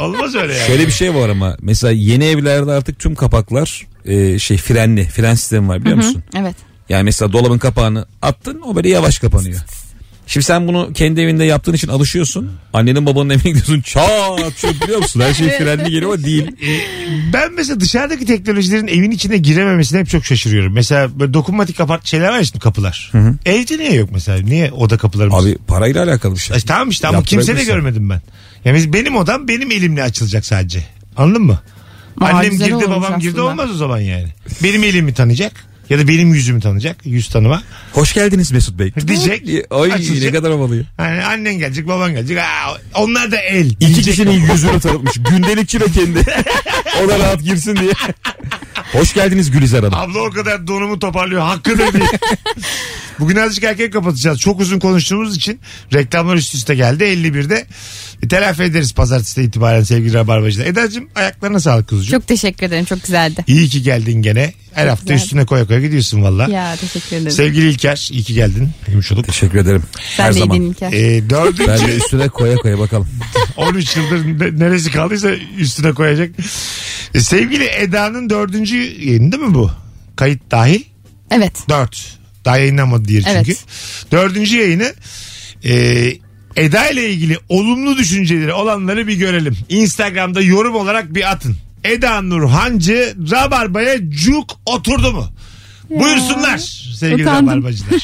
Speaker 1: Olmaz öyle yani.
Speaker 2: Şöyle bir şey var ama mesela yeni evlerde artık tüm kapaklar e, şey frenli fren sistemi var biliyor musun?
Speaker 3: Evet.
Speaker 2: Yani mesela dolabın kapağını attın o böyle yavaş kapanıyor. Şimdi sen bunu kendi evinde yaptığın için alışıyorsun. Annenin babanın evine gidiyorsun çat çut biliyor musun? Her şey frenli geliyor ama değil.
Speaker 1: Ben mesela dışarıdaki teknolojilerin evin içine girememesine hep çok şaşırıyorum. Mesela böyle dokunmatik kapart şeyler var ya şimdi kapılar. Evde niye yok mesela? Niye oda kapılarımız?
Speaker 2: Abi parayla alakalı bir şey.
Speaker 1: E, tamam işte ama kimse de
Speaker 2: Yaptırabilirsin.
Speaker 1: görmedim ben. Yani biz- benim odam benim elimle açılacak sadece. Anladın mı?
Speaker 3: Aa,
Speaker 1: Annem
Speaker 3: güzel
Speaker 1: girdi
Speaker 3: olmuş
Speaker 1: babam girdi
Speaker 3: aslında.
Speaker 1: olmaz o zaman yani. Benim elimi tanıyacak ya da benim yüzümü tanıyacak. Yüz tanıma.
Speaker 2: Hoş geldiniz Mesut Bey.
Speaker 1: Diyecek.
Speaker 2: Ay
Speaker 1: açılacak.
Speaker 2: ne kadar havalı ya.
Speaker 1: Yani annen gelecek baban gelecek. Aa, onlar da el.
Speaker 2: İki
Speaker 1: diyecek.
Speaker 2: kişinin yüzünü tanıtmış. Gündelikçi ve kendi. o da rahat girsin diye. Hoş geldiniz Gülizar Hanım.
Speaker 1: Abla o kadar donumu toparlıyor. Hakkıdır
Speaker 3: *laughs*
Speaker 1: diye. Bugün azıcık erken kapatacağız. Çok uzun konuştuğumuz için reklamlar üst üste geldi. 51'de E, telafi ederiz pazartesi itibaren sevgili Rabarbacılar. Eda'cığım ayaklarına sağlık kuzucuğum.
Speaker 3: Çok teşekkür ederim. Çok güzeldi.
Speaker 1: İyi ki geldin gene. Her hafta
Speaker 3: güzel.
Speaker 1: üstüne koya koya gidiyorsun valla.
Speaker 3: Ya teşekkür ederim.
Speaker 1: Sevgili İlker iyi ki geldin. Yumuşuluk.
Speaker 2: Teşekkür ederim.
Speaker 3: Sen
Speaker 2: Her
Speaker 3: de
Speaker 2: zaman.
Speaker 3: iyiydin İlker.
Speaker 1: E,
Speaker 2: Ben
Speaker 1: *laughs*
Speaker 2: de
Speaker 1: dördüncü
Speaker 2: üstüne koya koya bakalım.
Speaker 1: 13 yıldır ne- neresi kaldıysa üstüne koyacak. E, sevgili Eda'nın dördüncü yayını değil mi bu? Kayıt dahil.
Speaker 3: Evet.
Speaker 1: Dört. Daha yayınlanmadı diğeri çünkü.
Speaker 3: Evet.
Speaker 1: Dördüncü yayını e, Eda ile ilgili olumlu düşünceleri olanları bir görelim. Instagram'da yorum olarak bir atın. Eda Nur Hancı Rabarba'ya cuk oturdu mu? Buyursunlar sevgili
Speaker 3: Utandım. *laughs*
Speaker 1: Rabarbacılar.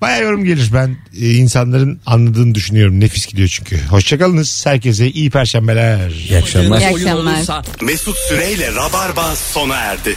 Speaker 1: Baya yorum gelir ben e, insanların anladığını düşünüyorum. Nefis gidiyor çünkü. Hoşçakalınız. Herkese iyi perşembeler.
Speaker 2: İyi akşamlar.
Speaker 3: İyi akşamlar.
Speaker 8: Mesut Süreyle Rabarba sona erdi.